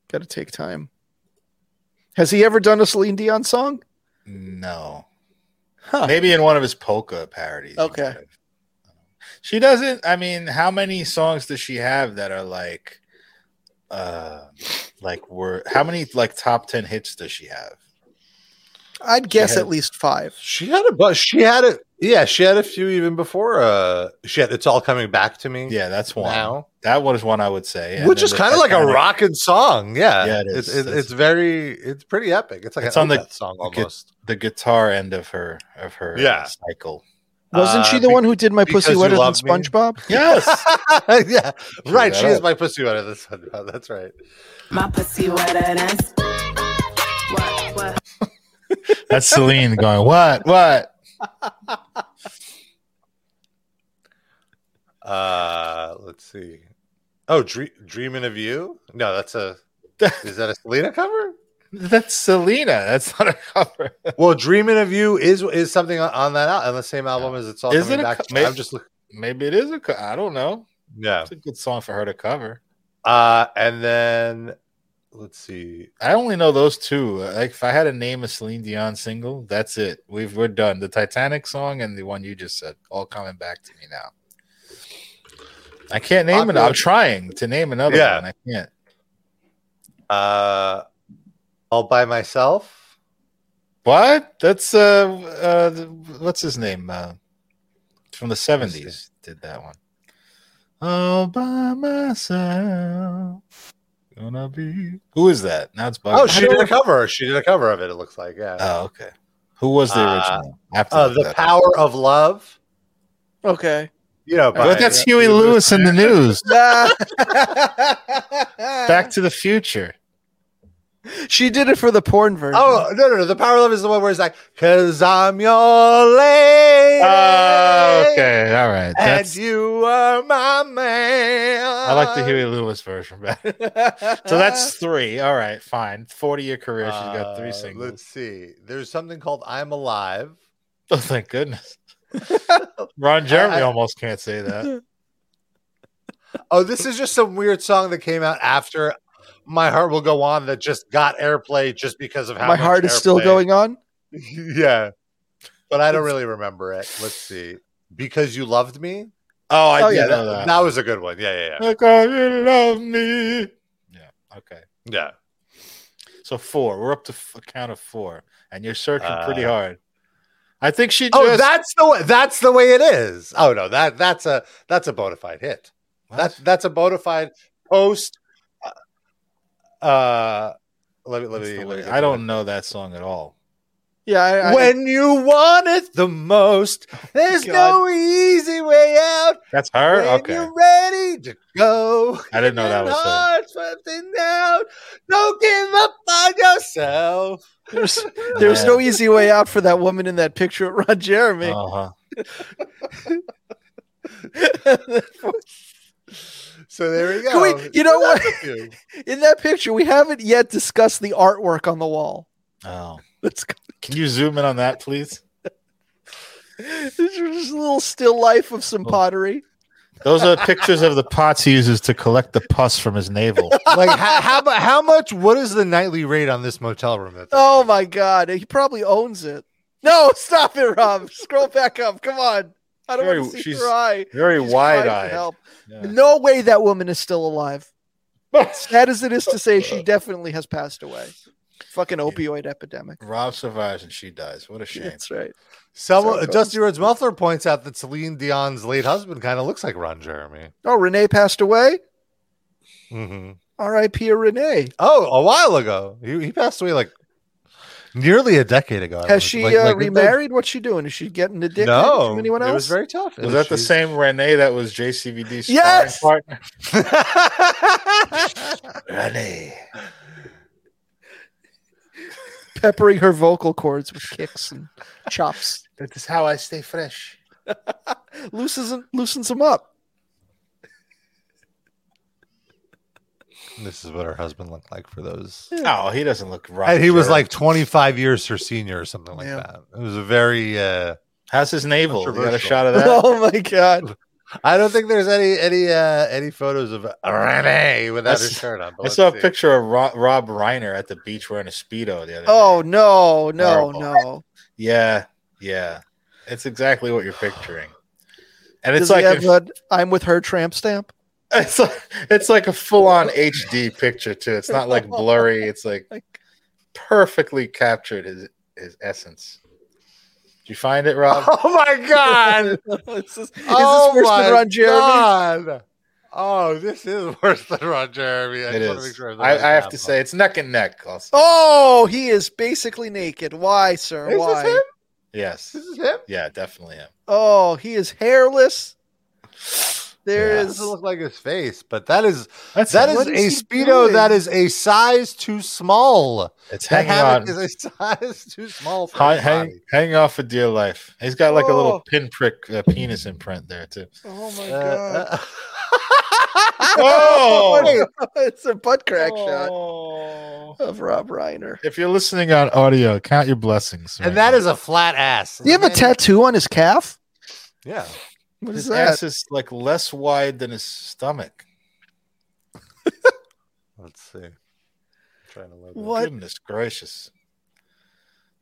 Speaker 3: Got to take time. Has he ever done a Celine Dion song?
Speaker 4: No.
Speaker 3: Huh.
Speaker 4: Maybe in one of his polka parodies. he
Speaker 3: Okay.
Speaker 4: might have. She doesn't. I mean, how many songs does she have that are like, uh, like were how many like top ten hits does she have?
Speaker 3: I'd guess
Speaker 4: had-
Speaker 3: at least five.
Speaker 2: She had a but she had a yeah she had a few even before uh she had it's all coming back to me
Speaker 4: Yeah, that's one.
Speaker 2: now
Speaker 4: That one is one I would say, And
Speaker 2: which
Speaker 4: then
Speaker 2: is
Speaker 4: the
Speaker 2: kind of like a
Speaker 4: Titanic-
Speaker 2: rocking song yeah
Speaker 4: Yeah, it is.
Speaker 2: it's it's,
Speaker 4: It's-
Speaker 2: it's very it's pretty epic it's like
Speaker 4: It's
Speaker 2: an
Speaker 4: on the-
Speaker 2: Opeth song
Speaker 4: the-
Speaker 2: almost
Speaker 4: The guitar end of her of her uh,
Speaker 2: Yeah.
Speaker 4: cycle.
Speaker 3: Wasn't
Speaker 2: Uh,
Speaker 3: she the
Speaker 2: be-
Speaker 3: one who did my pussy
Speaker 2: Because You
Speaker 3: wetter than
Speaker 2: Love Me?
Speaker 3: SpongeBob?
Speaker 4: Yes.
Speaker 2: yeah right
Speaker 4: that
Speaker 2: she is
Speaker 4: up.
Speaker 2: my pussy out of this one that's right
Speaker 5: My pussy wetter than what, what?
Speaker 4: that's Celine going. What? What?
Speaker 2: uh let's see oh Dre dreaming of you no that's a is that a Selena cover
Speaker 4: That's Selena. That's not a cover.
Speaker 2: well dreaming of you is is something on, on that al- on the same album as it's all
Speaker 4: Is
Speaker 2: coming
Speaker 4: it a
Speaker 2: back
Speaker 4: co-
Speaker 2: to me. I'm
Speaker 4: may-
Speaker 2: just looking
Speaker 4: Maybe it is a. Co- I don't know.
Speaker 2: yeah
Speaker 4: It's a good song for her to cover.
Speaker 2: Uh, and then let's see.
Speaker 4: I only know those two. Like, if I had to name a Celine Dion single, that's it. We've we're done. The Titanic song and the one you just said, all coming back to me now. I can't name it.
Speaker 2: Popular.
Speaker 4: I'm trying to name another
Speaker 2: Yeah.
Speaker 4: one. I can't.
Speaker 2: Uh, all by myself.
Speaker 4: What? That's uh, uh what's his name? Uh, from the seventies did that one. All by myself. Gonna be who is that? Now it's bugging.
Speaker 2: Oh,
Speaker 4: me.
Speaker 2: she did a cover. She did a cover of it. It looks like yeah. Uh,
Speaker 4: Oh, okay. Who was the
Speaker 2: Uh,
Speaker 4: original? After
Speaker 2: the
Speaker 4: that.
Speaker 2: power of love.
Speaker 3: Okay.
Speaker 2: You know, by-
Speaker 4: But that's Huey Lewis in the news.
Speaker 3: Nah.
Speaker 4: Back to the Future.
Speaker 3: she did it for the porn version.
Speaker 2: Oh no, no, no! The power of love is the one where it's like, "Cause I'm your lady."
Speaker 4: Oh, okay, all right.
Speaker 2: And
Speaker 4: That's
Speaker 2: you are my man.
Speaker 4: I like the Huey Lewis version better. so that's three. All right, fine. Forty year career. She's got
Speaker 2: Uh,
Speaker 4: three singles.
Speaker 2: Let's see. There's something called "I'm Alive."
Speaker 4: Oh, thank goodness. Ron Jeremy
Speaker 2: I-
Speaker 4: almost can't say that.
Speaker 2: Oh, this is just some weird song that came out after "My Heart Will Go On" that just got airplay just because of how
Speaker 3: my
Speaker 2: much
Speaker 3: heart is still
Speaker 2: airplay-
Speaker 3: going on.
Speaker 2: yeah, but I don't really remember it. Let's see. Because you loved me.
Speaker 4: Oh, I
Speaker 3: Oh,
Speaker 4: do
Speaker 3: yeah,
Speaker 4: know
Speaker 2: that,
Speaker 4: that.
Speaker 2: that was a good one. Yeah, yeah, yeah.
Speaker 4: Because you love me. Yeah. Okay.
Speaker 2: Yeah.
Speaker 4: So four. We're up to f- a count of four, and you're searching pretty
Speaker 2: Uh,
Speaker 4: hard. I think she.
Speaker 2: Oh,
Speaker 4: just-
Speaker 2: that's the way, that's the way it is. Oh no, that that's a that's a bona fide hit.
Speaker 4: What?
Speaker 2: That's that's a bona fide post. Uh, let me let
Speaker 4: That's
Speaker 2: me.
Speaker 4: the
Speaker 2: let
Speaker 4: way-
Speaker 2: me get
Speaker 4: I
Speaker 2: the-
Speaker 4: don't know that song at all.
Speaker 3: Yeah. I, I,
Speaker 2: When you want it the most, there's no easy way out.
Speaker 4: That's her.
Speaker 2: when
Speaker 4: Er, Okay.
Speaker 2: you're ready to go,
Speaker 4: I didn't know that
Speaker 2: and
Speaker 4: was her.
Speaker 2: heart's swept down. Don't give up on yourself.
Speaker 3: there's, there was no easy way out for that woman in that picture of Ron Jeremy.
Speaker 4: Uh huh.
Speaker 2: So there we go.
Speaker 3: Can we- you know
Speaker 2: That's a few.
Speaker 3: In that picture, we haven't yet discussed the artwork on the wall.
Speaker 4: Oh.
Speaker 3: Let's go.
Speaker 4: Can you zoom in on that, please?
Speaker 3: This is just a little still life of some
Speaker 4: Oh.
Speaker 3: pottery.
Speaker 4: Those are pictures of the pots he uses to collect the pus from his navel.
Speaker 2: like how, how mu- how much what is the nightly rate on this motel room that
Speaker 3: Oh my god, he probably owns it. No, stop it, Rob. Scroll back up. Come on. I don't
Speaker 4: Very-
Speaker 3: want to see
Speaker 4: she's
Speaker 3: her eye.
Speaker 4: Very
Speaker 3: She's crying for
Speaker 4: wide eyed.
Speaker 3: help. No way that woman is still alive. Sad as it is to say, she definitely has passed away. Fucking opioid epidemic.
Speaker 4: Rob survives and she dies. What a shame.
Speaker 3: That's right.
Speaker 2: someone
Speaker 3: so gross.
Speaker 2: dusty rhodes muffler points out that celine dion's late husband kind of looks like ron jeremy
Speaker 3: Oh, Renee passed away.
Speaker 2: Mhm.
Speaker 3: R.I.P. Renee.
Speaker 2: oh a while ago he, he passed away like nearly a decade ago I
Speaker 3: Has
Speaker 2: think.
Speaker 3: she
Speaker 2: Like-
Speaker 3: uh,
Speaker 2: like-
Speaker 3: remarried? What's she doing? Is she getting addicted
Speaker 2: no
Speaker 3: to anyone
Speaker 2: it was
Speaker 3: else?
Speaker 2: very tough
Speaker 4: Was that the
Speaker 2: She's-
Speaker 4: same Renee that was JCVD's sparring
Speaker 3: Yes!
Speaker 4: partner?
Speaker 3: Peppering her vocal cords with kicks and chops.
Speaker 4: That is how I stay fresh.
Speaker 3: Loosens loosens them up.
Speaker 2: this is what her husband looked like for those
Speaker 4: No, Oh, he doesn't look right.
Speaker 2: and he was like 25 years her senior or something like
Speaker 3: Yeah.
Speaker 2: that it was a very uh
Speaker 4: "How's his navel?" You got a
Speaker 2: Controversial.
Speaker 4: shot of that.
Speaker 3: Oh my god.
Speaker 2: I don't think there's any any uh, any photos of Renee without
Speaker 4: I
Speaker 2: her
Speaker 4: s-
Speaker 2: shirt on. but
Speaker 4: I
Speaker 2: let's
Speaker 4: saw a
Speaker 2: see.
Speaker 4: picture of Ro- Rob Reiner at the beach wearing a speedo the other
Speaker 3: Oh
Speaker 4: day.
Speaker 3: no, no,
Speaker 4: Horrible.
Speaker 3: no.
Speaker 4: yeah, yeah. It's exactly what you're picturing, and it's
Speaker 3: Does
Speaker 4: like
Speaker 3: he have
Speaker 4: if-
Speaker 3: a I'm with her tramp stamp?
Speaker 4: it's like it's like a full on HD picture too. It's not like blurry. It's like
Speaker 3: Like,
Speaker 4: perfectly captured his his essence. Did you find it, Rob?
Speaker 2: Oh my god!
Speaker 3: is this, is this
Speaker 2: oh
Speaker 3: worse
Speaker 2: my
Speaker 3: than Ron Jeremy?
Speaker 2: God. Oh, this is worse than Ron Jeremy. I
Speaker 4: it
Speaker 2: just wanna make
Speaker 4: is.
Speaker 2: sure that
Speaker 4: I, I have
Speaker 2: not
Speaker 4: to
Speaker 2: wrong.
Speaker 4: say, it's neck and neck. Also,
Speaker 3: Oh, he is basically naked. Why, sir?
Speaker 2: is
Speaker 3: Why?
Speaker 2: this him?
Speaker 4: yes,
Speaker 2: This is him.
Speaker 4: yeah, definitely him.
Speaker 3: Oh, he is hairless. There
Speaker 4: Yeah.
Speaker 2: It
Speaker 3: is. oh
Speaker 2: doesn't look like his face, but that is
Speaker 4: That's
Speaker 2: that is
Speaker 4: him.
Speaker 3: What is
Speaker 2: a
Speaker 3: he
Speaker 2: speedo
Speaker 3: doing?
Speaker 2: that is a size too small.
Speaker 4: It's
Speaker 2: That
Speaker 4: hanging
Speaker 2: hammock
Speaker 4: on,
Speaker 2: is a size too small. For
Speaker 4: hang,
Speaker 2: his
Speaker 4: hang,
Speaker 2: body.
Speaker 4: hanging off for dear life. He's got like a
Speaker 3: Oh.
Speaker 4: little pinprick uh, penis imprint there too.
Speaker 3: Oh my
Speaker 2: Uh,
Speaker 3: god.
Speaker 2: uh,
Speaker 4: Oh,
Speaker 3: it's a butt crack shot of Rob Reiner.
Speaker 4: If you're listening on audio, count your blessings.
Speaker 2: and that is a flat ass.
Speaker 3: Do you have a
Speaker 2: Man,
Speaker 3: tattoo on his calf?
Speaker 2: Yeah.
Speaker 3: What is
Speaker 4: his
Speaker 3: that?
Speaker 4: ass is like less wide than his stomach.
Speaker 2: Let's see. I'm trying to load that.
Speaker 3: What?
Speaker 4: Goodness gracious,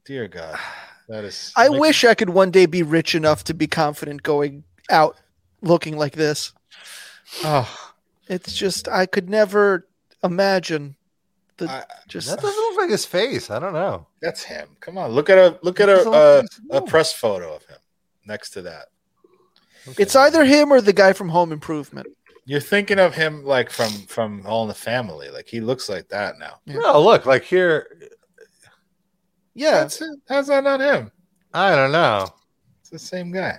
Speaker 4: dear God, that is.
Speaker 3: I
Speaker 4: making-
Speaker 3: wish I could one day be rich enough to be confident going out looking like this.
Speaker 4: Oh,
Speaker 3: It's just I could never imagine the
Speaker 4: I-
Speaker 3: just
Speaker 2: That doesn't look like his face. I don't know.
Speaker 4: that's him. Come on, look at a look at
Speaker 2: That
Speaker 4: a
Speaker 2: doesn't
Speaker 3: uh,
Speaker 4: a,
Speaker 2: look like
Speaker 4: a
Speaker 2: his- no.
Speaker 4: press photo of him next to that.
Speaker 2: Okay.
Speaker 3: it's either him or the guy from Home Improvement.
Speaker 4: You're thinking of him like from from All in the Family. Like he looks like that now.
Speaker 2: No, look, like here.
Speaker 3: Yeah,
Speaker 4: That's it. How's that not him?
Speaker 2: I don't know.
Speaker 4: It's the same guy.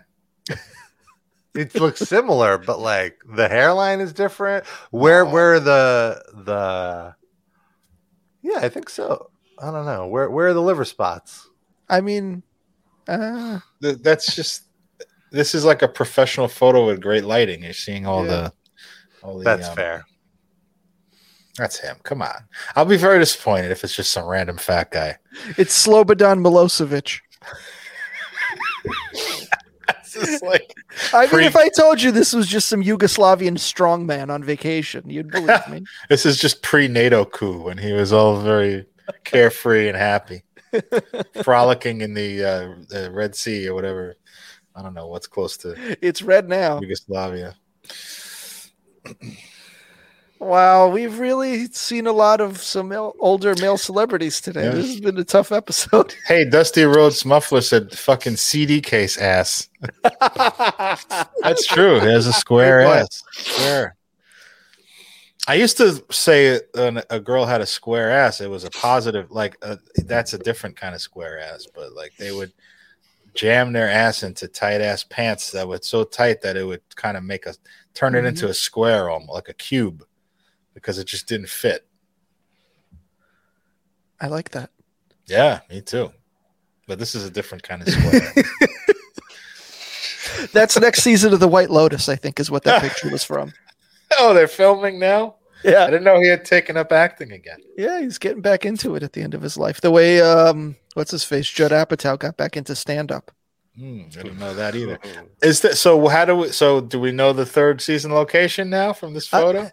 Speaker 2: It looks similar, but like the hairline is different. Where
Speaker 4: Oh.
Speaker 2: where the the Yeah, I think so. I don't know. Where where are the liver spots?
Speaker 3: I mean, uh,
Speaker 4: Th- That's just. This is like a professional photo with great lighting. You're seeing all
Speaker 3: Yeah.
Speaker 4: the. All the
Speaker 2: That's
Speaker 4: um,
Speaker 2: fair.
Speaker 4: That's him. Come on. I'll be very disappointed if it's just some random fat guy.
Speaker 3: it's Slobodan Milosevic.
Speaker 4: It's just like
Speaker 3: I mean,
Speaker 4: Pre-
Speaker 3: if I told you this was just some Yugoslavian strongman on vacation, you'd believe me.
Speaker 4: this is just pre-NATO coup when he was all very carefree and happy, frolicking in the uh, the Red Sea or whatever. I don't know what's close to
Speaker 3: it's red
Speaker 2: Oh.
Speaker 3: now.
Speaker 4: Yugoslavia.
Speaker 3: Wow, we've really seen a lot of some male, older male celebrities today.
Speaker 4: Yeah.
Speaker 3: This has been a tough episode.
Speaker 4: Hey, Dusty Rhodes Muffler said, "Fucking CD case ass." That's true. It has a square
Speaker 2: Good point.
Speaker 4: ass. Square. I used to say when a girl had a square ass, it was a positive. Like uh that's a different kind of square ass, but like they would jam their ass into tight ass pants that would so tight that it would kind of make a turn it into a square, almost like a cube, because it just didn't fit.
Speaker 3: I like that.
Speaker 4: Yeah, me too. But this is a different kind of square.
Speaker 3: That's next season of The White Lotus, I think, is what that picture was from.
Speaker 4: oh, they're filming now. I
Speaker 3: Yeah.
Speaker 4: didn't know he had taken up acting again.
Speaker 3: Yeah, he's getting back into it at the end of his life. The way, um, what's his face? Judd Apatow got back into stand up.
Speaker 4: Hmm, I didn't know that either. Is that so? How do we? So do we know the third season location now from this
Speaker 3: Uh,
Speaker 4: photo? Is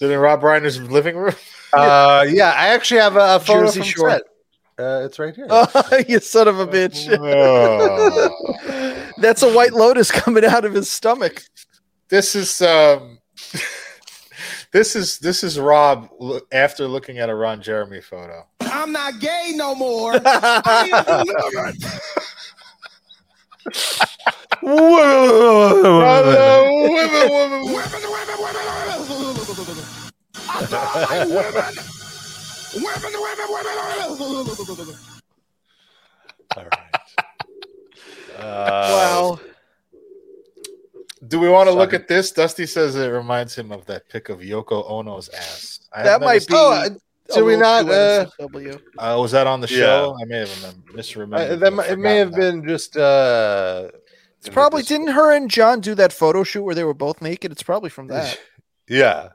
Speaker 4: it in Rob Reiner's living room?
Speaker 2: Uh yeah, I actually have a, a photo
Speaker 3: Jersey
Speaker 2: from
Speaker 3: Shore.
Speaker 2: set. Uh, it's right here.
Speaker 3: you son of a bitch.
Speaker 4: Oh.
Speaker 3: That's a White Lotus coming out of his stomach.
Speaker 4: this is um, this is this is Rob lo- after looking at a Ron Jeremy photo.
Speaker 6: I'm not gay no more. I am delivered.
Speaker 4: Brother, women, women, women.
Speaker 6: Women, women, women, women. I thought I liked women. Women, women, women, women.
Speaker 2: All right. Uh,
Speaker 3: Wow.
Speaker 4: Do we want to
Speaker 2: Suck
Speaker 4: look
Speaker 2: it.
Speaker 4: at this? Dusty says it reminds him of that pic of Yoko Ono's ass. I
Speaker 3: that
Speaker 4: have never
Speaker 3: might
Speaker 4: seen-
Speaker 3: be.
Speaker 2: Oh, uh,
Speaker 3: a
Speaker 2: did we
Speaker 3: little
Speaker 2: not,
Speaker 3: too
Speaker 2: uh,
Speaker 3: NSFW.
Speaker 4: Uh, was that on the
Speaker 2: Yeah.
Speaker 4: show? I may have remem- misremembered.
Speaker 2: I- that
Speaker 4: or
Speaker 2: mi- it may
Speaker 4: forgotten
Speaker 2: have
Speaker 4: that.
Speaker 2: been just uh
Speaker 3: It's probably didn't her and John do that photo shoot where they were both naked? It's probably from that.
Speaker 2: Yeah.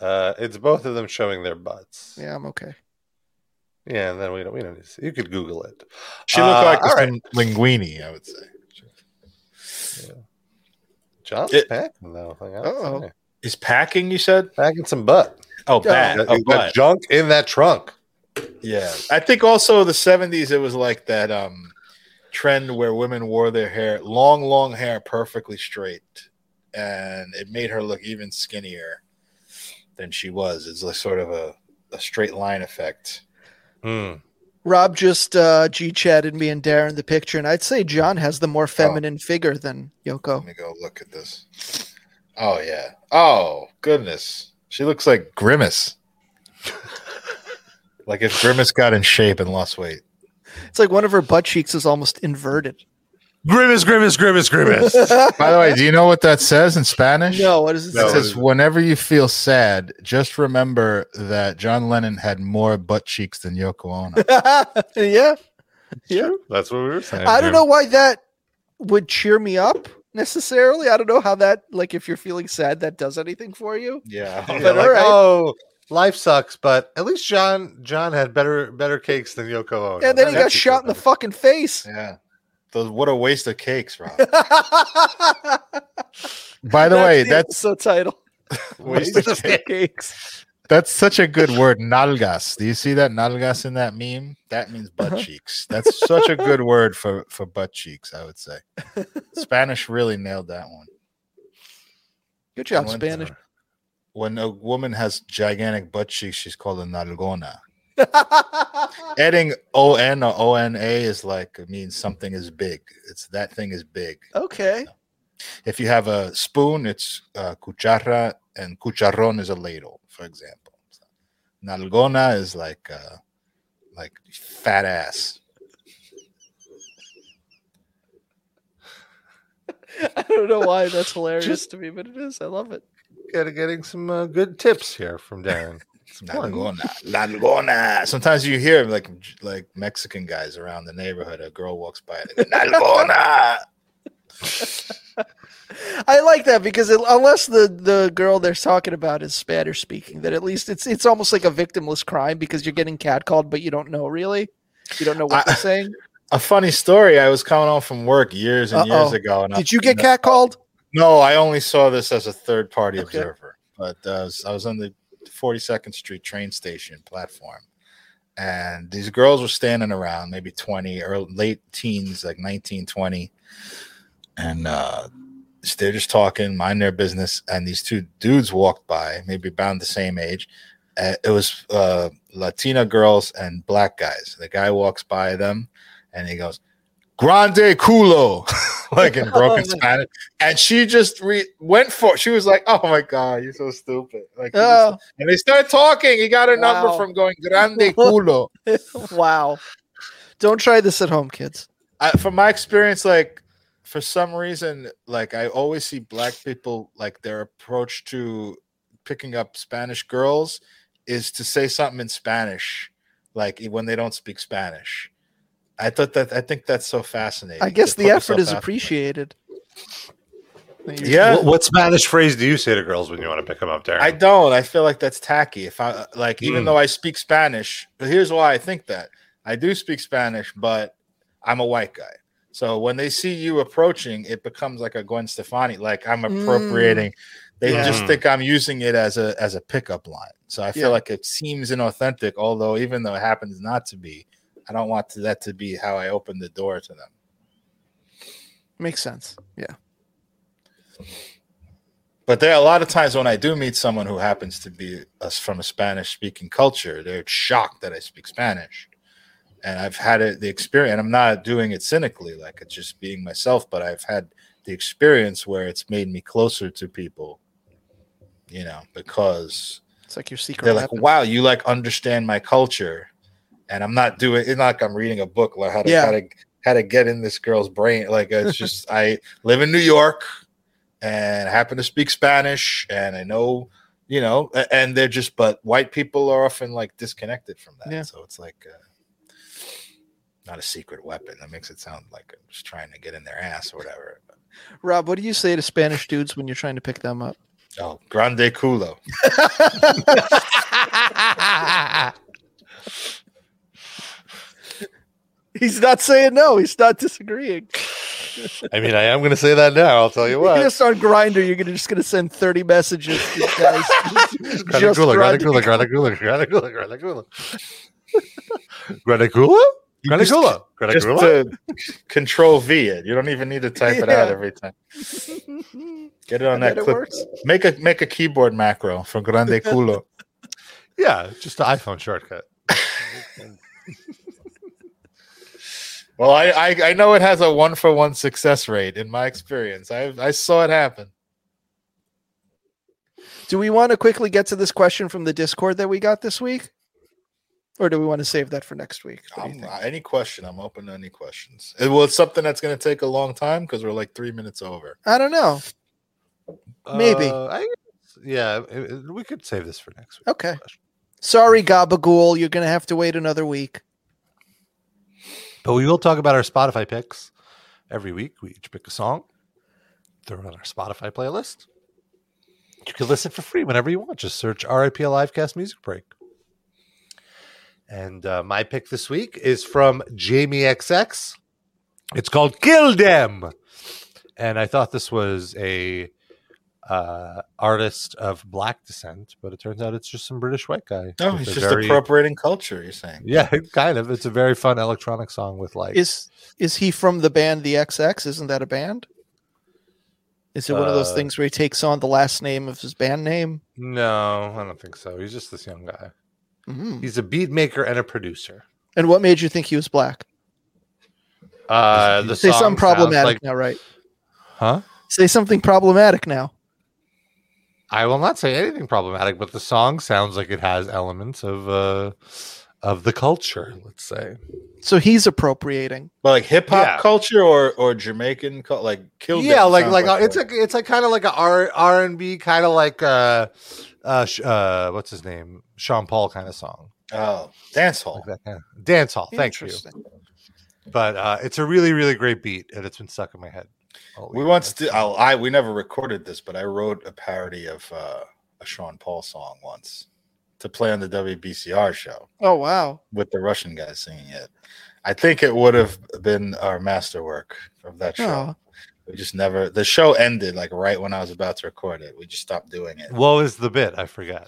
Speaker 2: Uh, it's both of them showing their butts.
Speaker 3: Yeah, I'm okay.
Speaker 2: Yeah, and then we don't we don't need to see. You could Google it.
Speaker 4: She looked
Speaker 2: Uh,
Speaker 4: like
Speaker 2: all
Speaker 4: Kristen Linguini, I would say.
Speaker 2: John's
Speaker 4: It-
Speaker 2: packing though. Like, I
Speaker 3: Uh-oh.
Speaker 2: don't know.
Speaker 4: Is packing, you said?
Speaker 2: Packing some butt.
Speaker 4: Oh, back.
Speaker 2: Got-
Speaker 4: Oh,
Speaker 2: you got
Speaker 4: butt.
Speaker 2: junk in that trunk.
Speaker 4: Yeah. I think also the 70s, it was like that um, trend where women wore their hair, long, long hair, perfectly straight. And it made her look even skinnier than she was. It's like sort of a, a straight line effect.
Speaker 2: Hmm.
Speaker 3: Rob just uh, G chatted me and Darren the picture, and I'd say John has the
Speaker 4: Oh.
Speaker 3: more feminine figure than
Speaker 4: Let
Speaker 3: Yoko.
Speaker 4: me go look at this. Oh, yeah. Oh, goodness. She looks like Grimace. like if Grimace got in shape and lost weight.
Speaker 3: It's like one of her butt cheeks is almost inverted.
Speaker 2: Grimace, grimace, grimace, grimace.
Speaker 4: By the way, do you know what that says in Spanish?
Speaker 3: No, what does it
Speaker 4: It
Speaker 2: No,
Speaker 3: say?
Speaker 4: says, whenever you feel sad, just remember that John Lennon had more butt cheeks than Yoko Ono.
Speaker 3: yeah, yeah.
Speaker 2: That's what we were saying.
Speaker 3: I don't know why that would cheer me up necessarily. I don't know how that, like, if you're feeling sad, that does anything for you.
Speaker 4: yeah.
Speaker 2: Yeah,
Speaker 3: but
Speaker 2: like,
Speaker 3: alright.
Speaker 2: Oh, life sucks, but at least John John had better better cakes than Yoko Ono.
Speaker 3: and then he
Speaker 2: That's
Speaker 3: got shot in the
Speaker 2: equivalent.
Speaker 3: fucking face.
Speaker 4: Yeah. Those, what a waste of cakes, Rob.
Speaker 3: By
Speaker 4: By the way, that's
Speaker 3: the title.
Speaker 4: waste of
Speaker 3: Waste of
Speaker 4: cake.
Speaker 3: cakes.
Speaker 4: that's such a good word, nalgas. Do you see that nalgas in that meme? That means butt
Speaker 3: Uh-huh.
Speaker 4: cheeks. That's such a good word for for butt cheeks, I would say. Spanish really nailed that one.
Speaker 3: Good job,
Speaker 4: Went-
Speaker 3: Spanish.
Speaker 4: When a woman has gigantic butt cheeks, she's called a nalgona. Adding O N or O N A is like it means something is big. It's that thing is big.
Speaker 3: okay.
Speaker 4: If you have a spoon, it's uh, cuchara, and cucharon is a ladle, for example. So, nalgona is like uh, like fat ass.
Speaker 3: I don't know why that's hilarious
Speaker 2: Just-
Speaker 3: to me, but it is. I love it.
Speaker 2: Gotta getting some uh, good tips here from Darren.
Speaker 4: Nalgona, nalgona. Sometimes you hear like like Mexican guys around the neighborhood. A girl walks by, and they go, nalgona.
Speaker 3: I like that because it, unless the the girl they're talking about is Spanish speaking, then at least it's it's almost like a victimless crime because you're getting catcalled, but you don't know really. You don't know what
Speaker 4: I-
Speaker 3: they're saying.
Speaker 4: a funny story. I was coming home from work years and years
Speaker 3: Uh-oh.
Speaker 4: ago, and I,
Speaker 3: Did you get
Speaker 4: no,
Speaker 3: catcalled?
Speaker 4: No, I only saw this as a third party
Speaker 3: Okay.
Speaker 4: observer. But uh, I was- I was on the 42nd Street train station platform, and these girls were standing around, maybe 20 or late teens, like 19, 20, and uh, they're just talking, mind their business. And these two dudes walked by, maybe about the same age. Uh, it was uh, Latina girls and black guys. The guy walks by them, and he goes, "Grande culo," like in broken Spanish. And she just re- went for. She was like, "Oh my god, you're so stupid!" Like, she just-
Speaker 3: Oh,
Speaker 4: and they start talking. He got her
Speaker 3: Wow.
Speaker 4: number from going "Grande culo."
Speaker 3: Oh, wow. Don't try this at home, kids.
Speaker 4: I, from my experience, like for some reason, like I always see black people like their approach to picking up Spanish girls is to say something in Spanish, like e, when they don't speak Spanish. I thought that I think that's so fascinating.
Speaker 3: I guess
Speaker 4: They
Speaker 3: the
Speaker 4: put
Speaker 3: effort is
Speaker 4: themselves out-
Speaker 3: appreciated.
Speaker 4: Yeah,
Speaker 2: What, what Spanish phrase do you say to girls when you want to pick them up, Darren?
Speaker 4: I don't. I feel like that's tacky. If I like, even
Speaker 2: Mm.
Speaker 4: though I speak Spanish, but here's why I think that I do speak Spanish, but I'm a white guy. So when they see you approaching, it becomes like a Gwen Stefani. Like I'm appropriating. They
Speaker 3: Yeah.
Speaker 4: just
Speaker 2: Mm.
Speaker 4: think I'm using it as a as a pickup line. So I
Speaker 3: Yeah.
Speaker 4: feel like it seems inauthentic. Although even though it happens not to be, I don't want to, that to be how I open the door to them.
Speaker 3: Makes sense. Yeah.
Speaker 4: But there are a lot of times when I do meet someone who happens to be us from a Spanish speaking culture, they're shocked that I speak Spanish. And I've had it, the experience, and I'm not doing it cynically, like it's just being myself, but I've had the experience where it's made me closer to people, you know, because
Speaker 3: It's like your secret
Speaker 4: they're like,
Speaker 3: weapon.
Speaker 4: wow, you like understand my culture. And I'm not doing it's not like I'm reading a book like how to
Speaker 3: Yeah.
Speaker 4: how to how to get in this girl's brain. Like it's just I live in New York and I happen to speak Spanish and I know, you know, a- and they're just but white people are often like disconnected from that.
Speaker 3: Yeah.
Speaker 4: So it's like uh, not a secret weapon. That makes it sound like I'm just trying to get in their ass or whatever.
Speaker 3: Rob, what do you say to Spanish dudes when you're trying to pick them up?
Speaker 4: Oh, grande culo.
Speaker 3: He's not saying no. He's not disagreeing.
Speaker 2: I mean, I am going to say that now. I'll tell you what.
Speaker 3: Just on Grinder, you're gonna just gonna send 30 messages to these guys. just
Speaker 2: Greta Gula, Greta
Speaker 3: grinding.
Speaker 2: Gula, Greta Gula, Greta Gula, Greta Gula. Greta Gula? Greta
Speaker 4: just-
Speaker 2: Gula. Greta
Speaker 4: just
Speaker 2: Gula.
Speaker 4: to control V it. You don't even need to type it out
Speaker 3: Yeah.
Speaker 4: every time. Get it on
Speaker 3: And then
Speaker 4: that
Speaker 3: it
Speaker 4: clip.
Speaker 3: works.
Speaker 4: Make a make a keyboard macro for Grande Culo.
Speaker 2: Yeah, just the iPhone shortcut.
Speaker 4: well, I, I I know it has a one for one success rate in my experience. I I saw it happen.
Speaker 3: Do we want to quickly get to this question from the Discord that we got this week? Or do we want to save that for next week? Um, What do you
Speaker 4: I'm-
Speaker 3: think?
Speaker 4: uh, any question? I'm open to any questions. It, well, it's something that's going to take a long time because we're like three minutes over.
Speaker 3: I don't know. Maybe.
Speaker 2: Uh, I, yeah, uh, we could save this for next week.
Speaker 3: Okay. Sorry, Gabagool. You're gonna have to wait another week.
Speaker 2: But we will talk about our Spotify picks every week. We each pick a song, throw it on our Spotify playlist. You can listen for free whenever you want. Just search RIP Livecast Music Break. And uh, my pick this week is from Jamie XX. It's called Kill Them. And I thought this was a uh, artist of black descent, but it turns out it's just some British white guy.
Speaker 4: No,
Speaker 2: with
Speaker 4: it's
Speaker 2: a
Speaker 4: Oh, just
Speaker 2: very-
Speaker 4: appropriating culture. You're saying?
Speaker 2: Yeah, kind of. It's a very fun electronic song with like
Speaker 3: Is is he from the band the XX? Isn't that a band? Is it one of those
Speaker 2: Uh,
Speaker 3: things where he takes on the last name of his band name?
Speaker 2: No, I don't think so. He's just this young guy.
Speaker 3: Mhm.
Speaker 2: He's a beat maker and a producer.
Speaker 3: And what made you think he was black?
Speaker 2: Uh, the
Speaker 3: Say
Speaker 2: song
Speaker 3: something
Speaker 2: sounds
Speaker 3: problematic
Speaker 2: like-
Speaker 3: now, right?
Speaker 2: huh?
Speaker 3: Say something problematic now.
Speaker 2: I will not say anything problematic, but the song sounds like it has elements of uh, of the culture. Let's say
Speaker 3: So he's appropriating.
Speaker 4: But like hip hop
Speaker 2: Yeah.
Speaker 4: culture or or Jamaican cul- like killed.
Speaker 2: yeah like like uh, it's like it's like kind of like a r r&b kind of like uh uh, sh- uh what's his name sean paul kind of song
Speaker 4: oh dance hall.
Speaker 2: like that kind of dance hall thank you
Speaker 3: Interesting.
Speaker 2: but uh it's a really really great beat and it's been stuck in my head all
Speaker 4: We
Speaker 2: week.
Speaker 4: once did. Oh, I we never recorded this, but I wrote a parody of uh, a Sean Paul song once to play on the WBCR show
Speaker 3: Oh wow.
Speaker 4: with the Russian guy singing it. I think it would have been our masterwork of that show.
Speaker 3: Oh.
Speaker 4: We just never. The show ended like right when I was about to record it. We just stopped doing it.
Speaker 2: what was the bit i forgot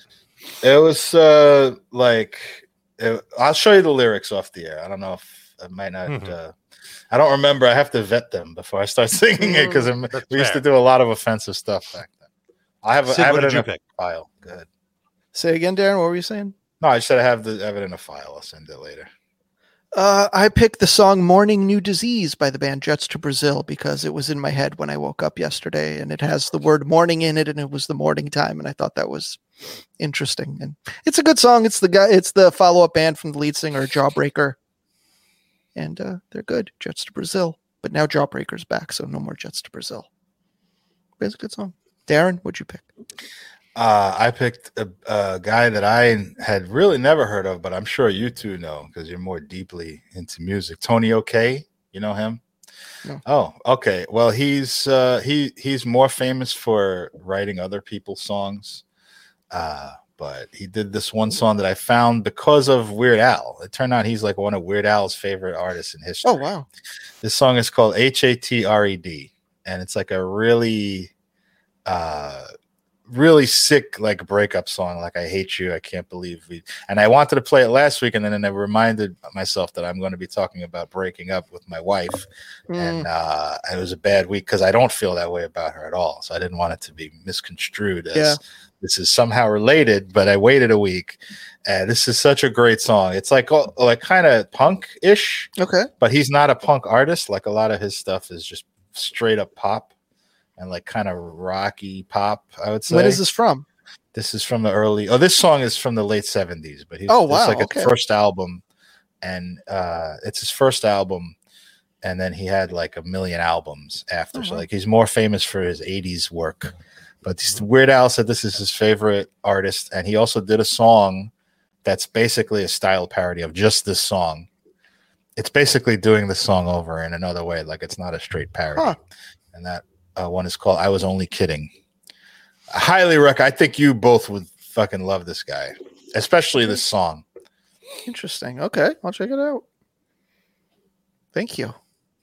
Speaker 4: It was uh like it, I'll show you the lyrics off the air. I don't know if I might not.
Speaker 2: Mhm.
Speaker 4: Uh, I don't remember. I have to vet them before I start singing it because we
Speaker 2: That's
Speaker 4: used to
Speaker 2: fair.
Speaker 4: do a lot of offensive stuff back then. I have, a- I
Speaker 2: Sid,
Speaker 4: have
Speaker 2: what
Speaker 4: it
Speaker 2: did
Speaker 4: in
Speaker 2: you
Speaker 4: a
Speaker 2: pick
Speaker 4: file. Good.
Speaker 3: Say again, Darren. What were you saying?
Speaker 4: No, I said I have the I have it in a file. I'll send it later.
Speaker 3: Uh, I picked the song "Morning New Disease" by the band Jets to Brazil because it was in my head when I woke up yesterday, and it has the word "morning" in it, and it was the morning time, and I thought that was interesting. And it's a good song. It's the guy. It's the follow-up band from the lead singer Jawbreaker, and uh, they're good. Jets to Brazil, but now Jawbreaker's back, so no more Jets to Brazil. But it's a good song. Darren, what'd you pick?
Speaker 4: Uh, I picked a, a guy that I had really never heard of, but I'm sure you two know because you're more deeply into music. Tony OK, you know him?
Speaker 3: No.
Speaker 4: Oh, okay. Well, he's uh, he he's more famous for writing other people's songs, uh, but he did this one song that I found because of Weird Al. It turned out he's like one of Weird Al's favorite artists in history.
Speaker 3: Oh wow,
Speaker 4: This song is called H A T R E D, and it's like a really, uh, really sick like breakup song. Like I hate you, I can't believe we. And I wanted to play it last week, and then I reminded myself that I'm going to be talking about breaking up with my wife, and uh, it was a bad week because I don't feel that way about her at all. So I didn't want it to be misconstrued as
Speaker 3: Yeah.
Speaker 4: this is somehow related. But I waited a week, and this is such a great song. It's like all- like kind of punk ish
Speaker 3: okay.
Speaker 4: but he's not a punk artist. Like a lot of his stuff is just straight up pop and like kind of rocky pop. I would say
Speaker 3: When is this from?
Speaker 4: This is from the early. Oh, this song is from the late seventies, but he's
Speaker 3: Oh,
Speaker 4: it's
Speaker 3: wow,
Speaker 4: like
Speaker 3: okay.
Speaker 4: his first album, and uh, it's his first album. And then he had like a million albums after. So
Speaker 3: wow.
Speaker 4: like he's more famous for his '80s work, but this- Weird Al said this is his favorite artist, and he also did a song that's basically a style parody of just this song. It's basically doing the song over in another way, like it's not a straight parody.
Speaker 3: Huh.
Speaker 4: And that uh, one is called "I Was Only Kidding." I highly rec. I think you both would fucking love this guy, especially this song.
Speaker 3: Interesting. Okay, I'll check it out. Thank you.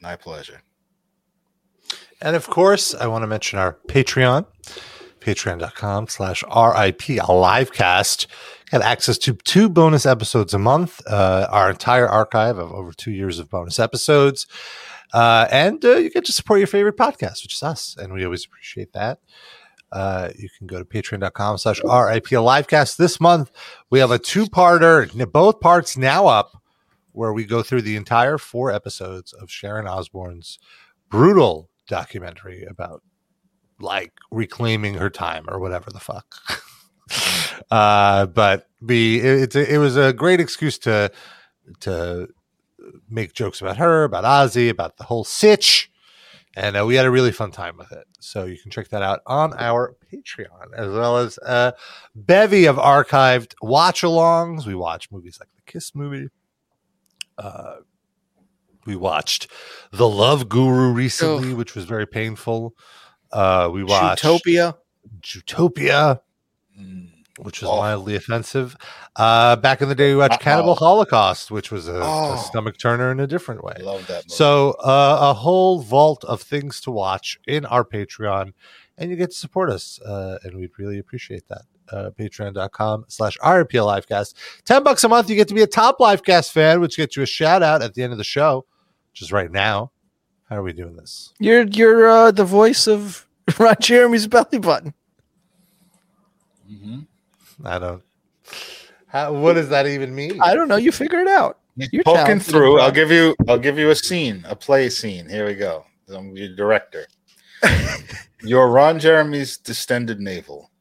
Speaker 4: My pleasure.
Speaker 2: And of course, I want to mention our Patreon, patreon.com slash RIP Livecast. Got access to two bonus episodes a month, uh, our entire archive of over two years of bonus episodes. Uh, and uh, you get to support your favorite podcast, which is us. And we always appreciate that. Uh, you can go to patreon.com slash RIP Livecast. This month, we have a two parter, both parts now up, where we go through the entire four episodes of Sharon Osbourne's brutal documentary about like reclaiming her time or whatever the fuck. uh, but be it, it, it was a great excuse to to make jokes about her, about Ozzy, about the whole sitch. And uh, we had a really fun time with it. So you can check that out on our Patreon, as well as a bevy of archived watch alongs. We watch movies like the Kiss movie. Uh, we watched The Love Guru recently, which was very painful. Uh, we watched
Speaker 3: Utopia.
Speaker 2: Zootopia,
Speaker 4: Mm.
Speaker 2: which was mildly offensive. Uh, back in the day, we watched
Speaker 4: Oh. Uh-oh.
Speaker 2: Cannibal Holocaust, which was a, a
Speaker 4: Oh.
Speaker 2: stomach turner in a different way.
Speaker 4: I love that. Movie.
Speaker 2: So uh, a whole vault of things to watch in our Patreon, and you get to support us, uh, and we'd really appreciate that. Uh, Patreon.com slash RP Livecast. Ten bucks a month, you get to be a top Livecast fan, which gets you a shout out at the end of the show, which is right now. How are we doing this?
Speaker 3: You're you're uh, the voice of Ron Jeremy's belly button.
Speaker 2: I don't. How, what does that even mean?
Speaker 3: I don't know. You figure it out. You're
Speaker 4: poking
Speaker 3: talented,
Speaker 4: through.
Speaker 3: bro.
Speaker 4: I'll give you. I'll give you a scene, a play scene. Here we go. I'm your director. You're Ron Jeremy's distended navel.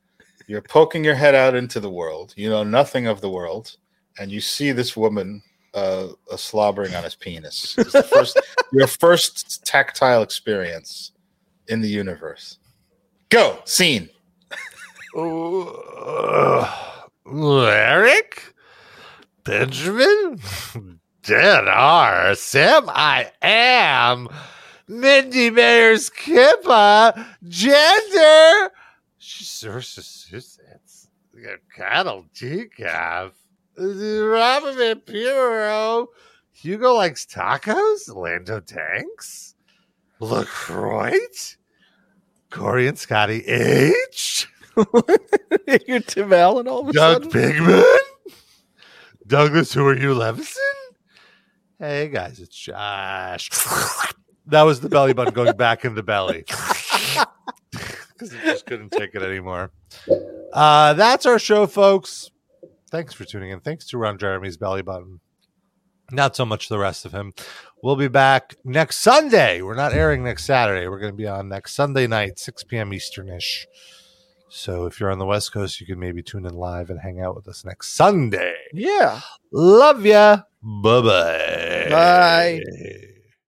Speaker 4: You're poking your head out into the world. You know nothing of the world, and you see this woman uh, uh, slobbering on his penis. It's the first, your first tactile experience in the universe. Go scene.
Speaker 2: Ugh. Eric? Benjamin? Dead R. Sam, I am. Mindy Mayer's Kippa. Gender. uh, She's Massachusetts. Cattle decaf. Robin Puro. Hugo likes tacos. Lando tanks. LaCroix. Corey and Scotty H.
Speaker 3: You're Tim Allen all of a
Speaker 2: Doug
Speaker 3: sudden.
Speaker 2: Pigman? Douglas, who are you, Levison? Hey guys, it's Josh. that was the belly button going back in the belly. Because I just couldn't take it anymore. Uh, that's our show, folks. Thanks for tuning in. Thanks to Ron Jeremy's belly button. Not so much the rest of him. We'll be back next Sunday. We're not airing next Saturday. We're going to be on next Sunday night, 6 p.m. Eastern ish. So if you're on the West Coast, you can maybe tune in live and hang out with us next Sunday.
Speaker 3: Yeah.
Speaker 2: Love ya. Bye-bye.
Speaker 3: Bye.
Speaker 2: Bye.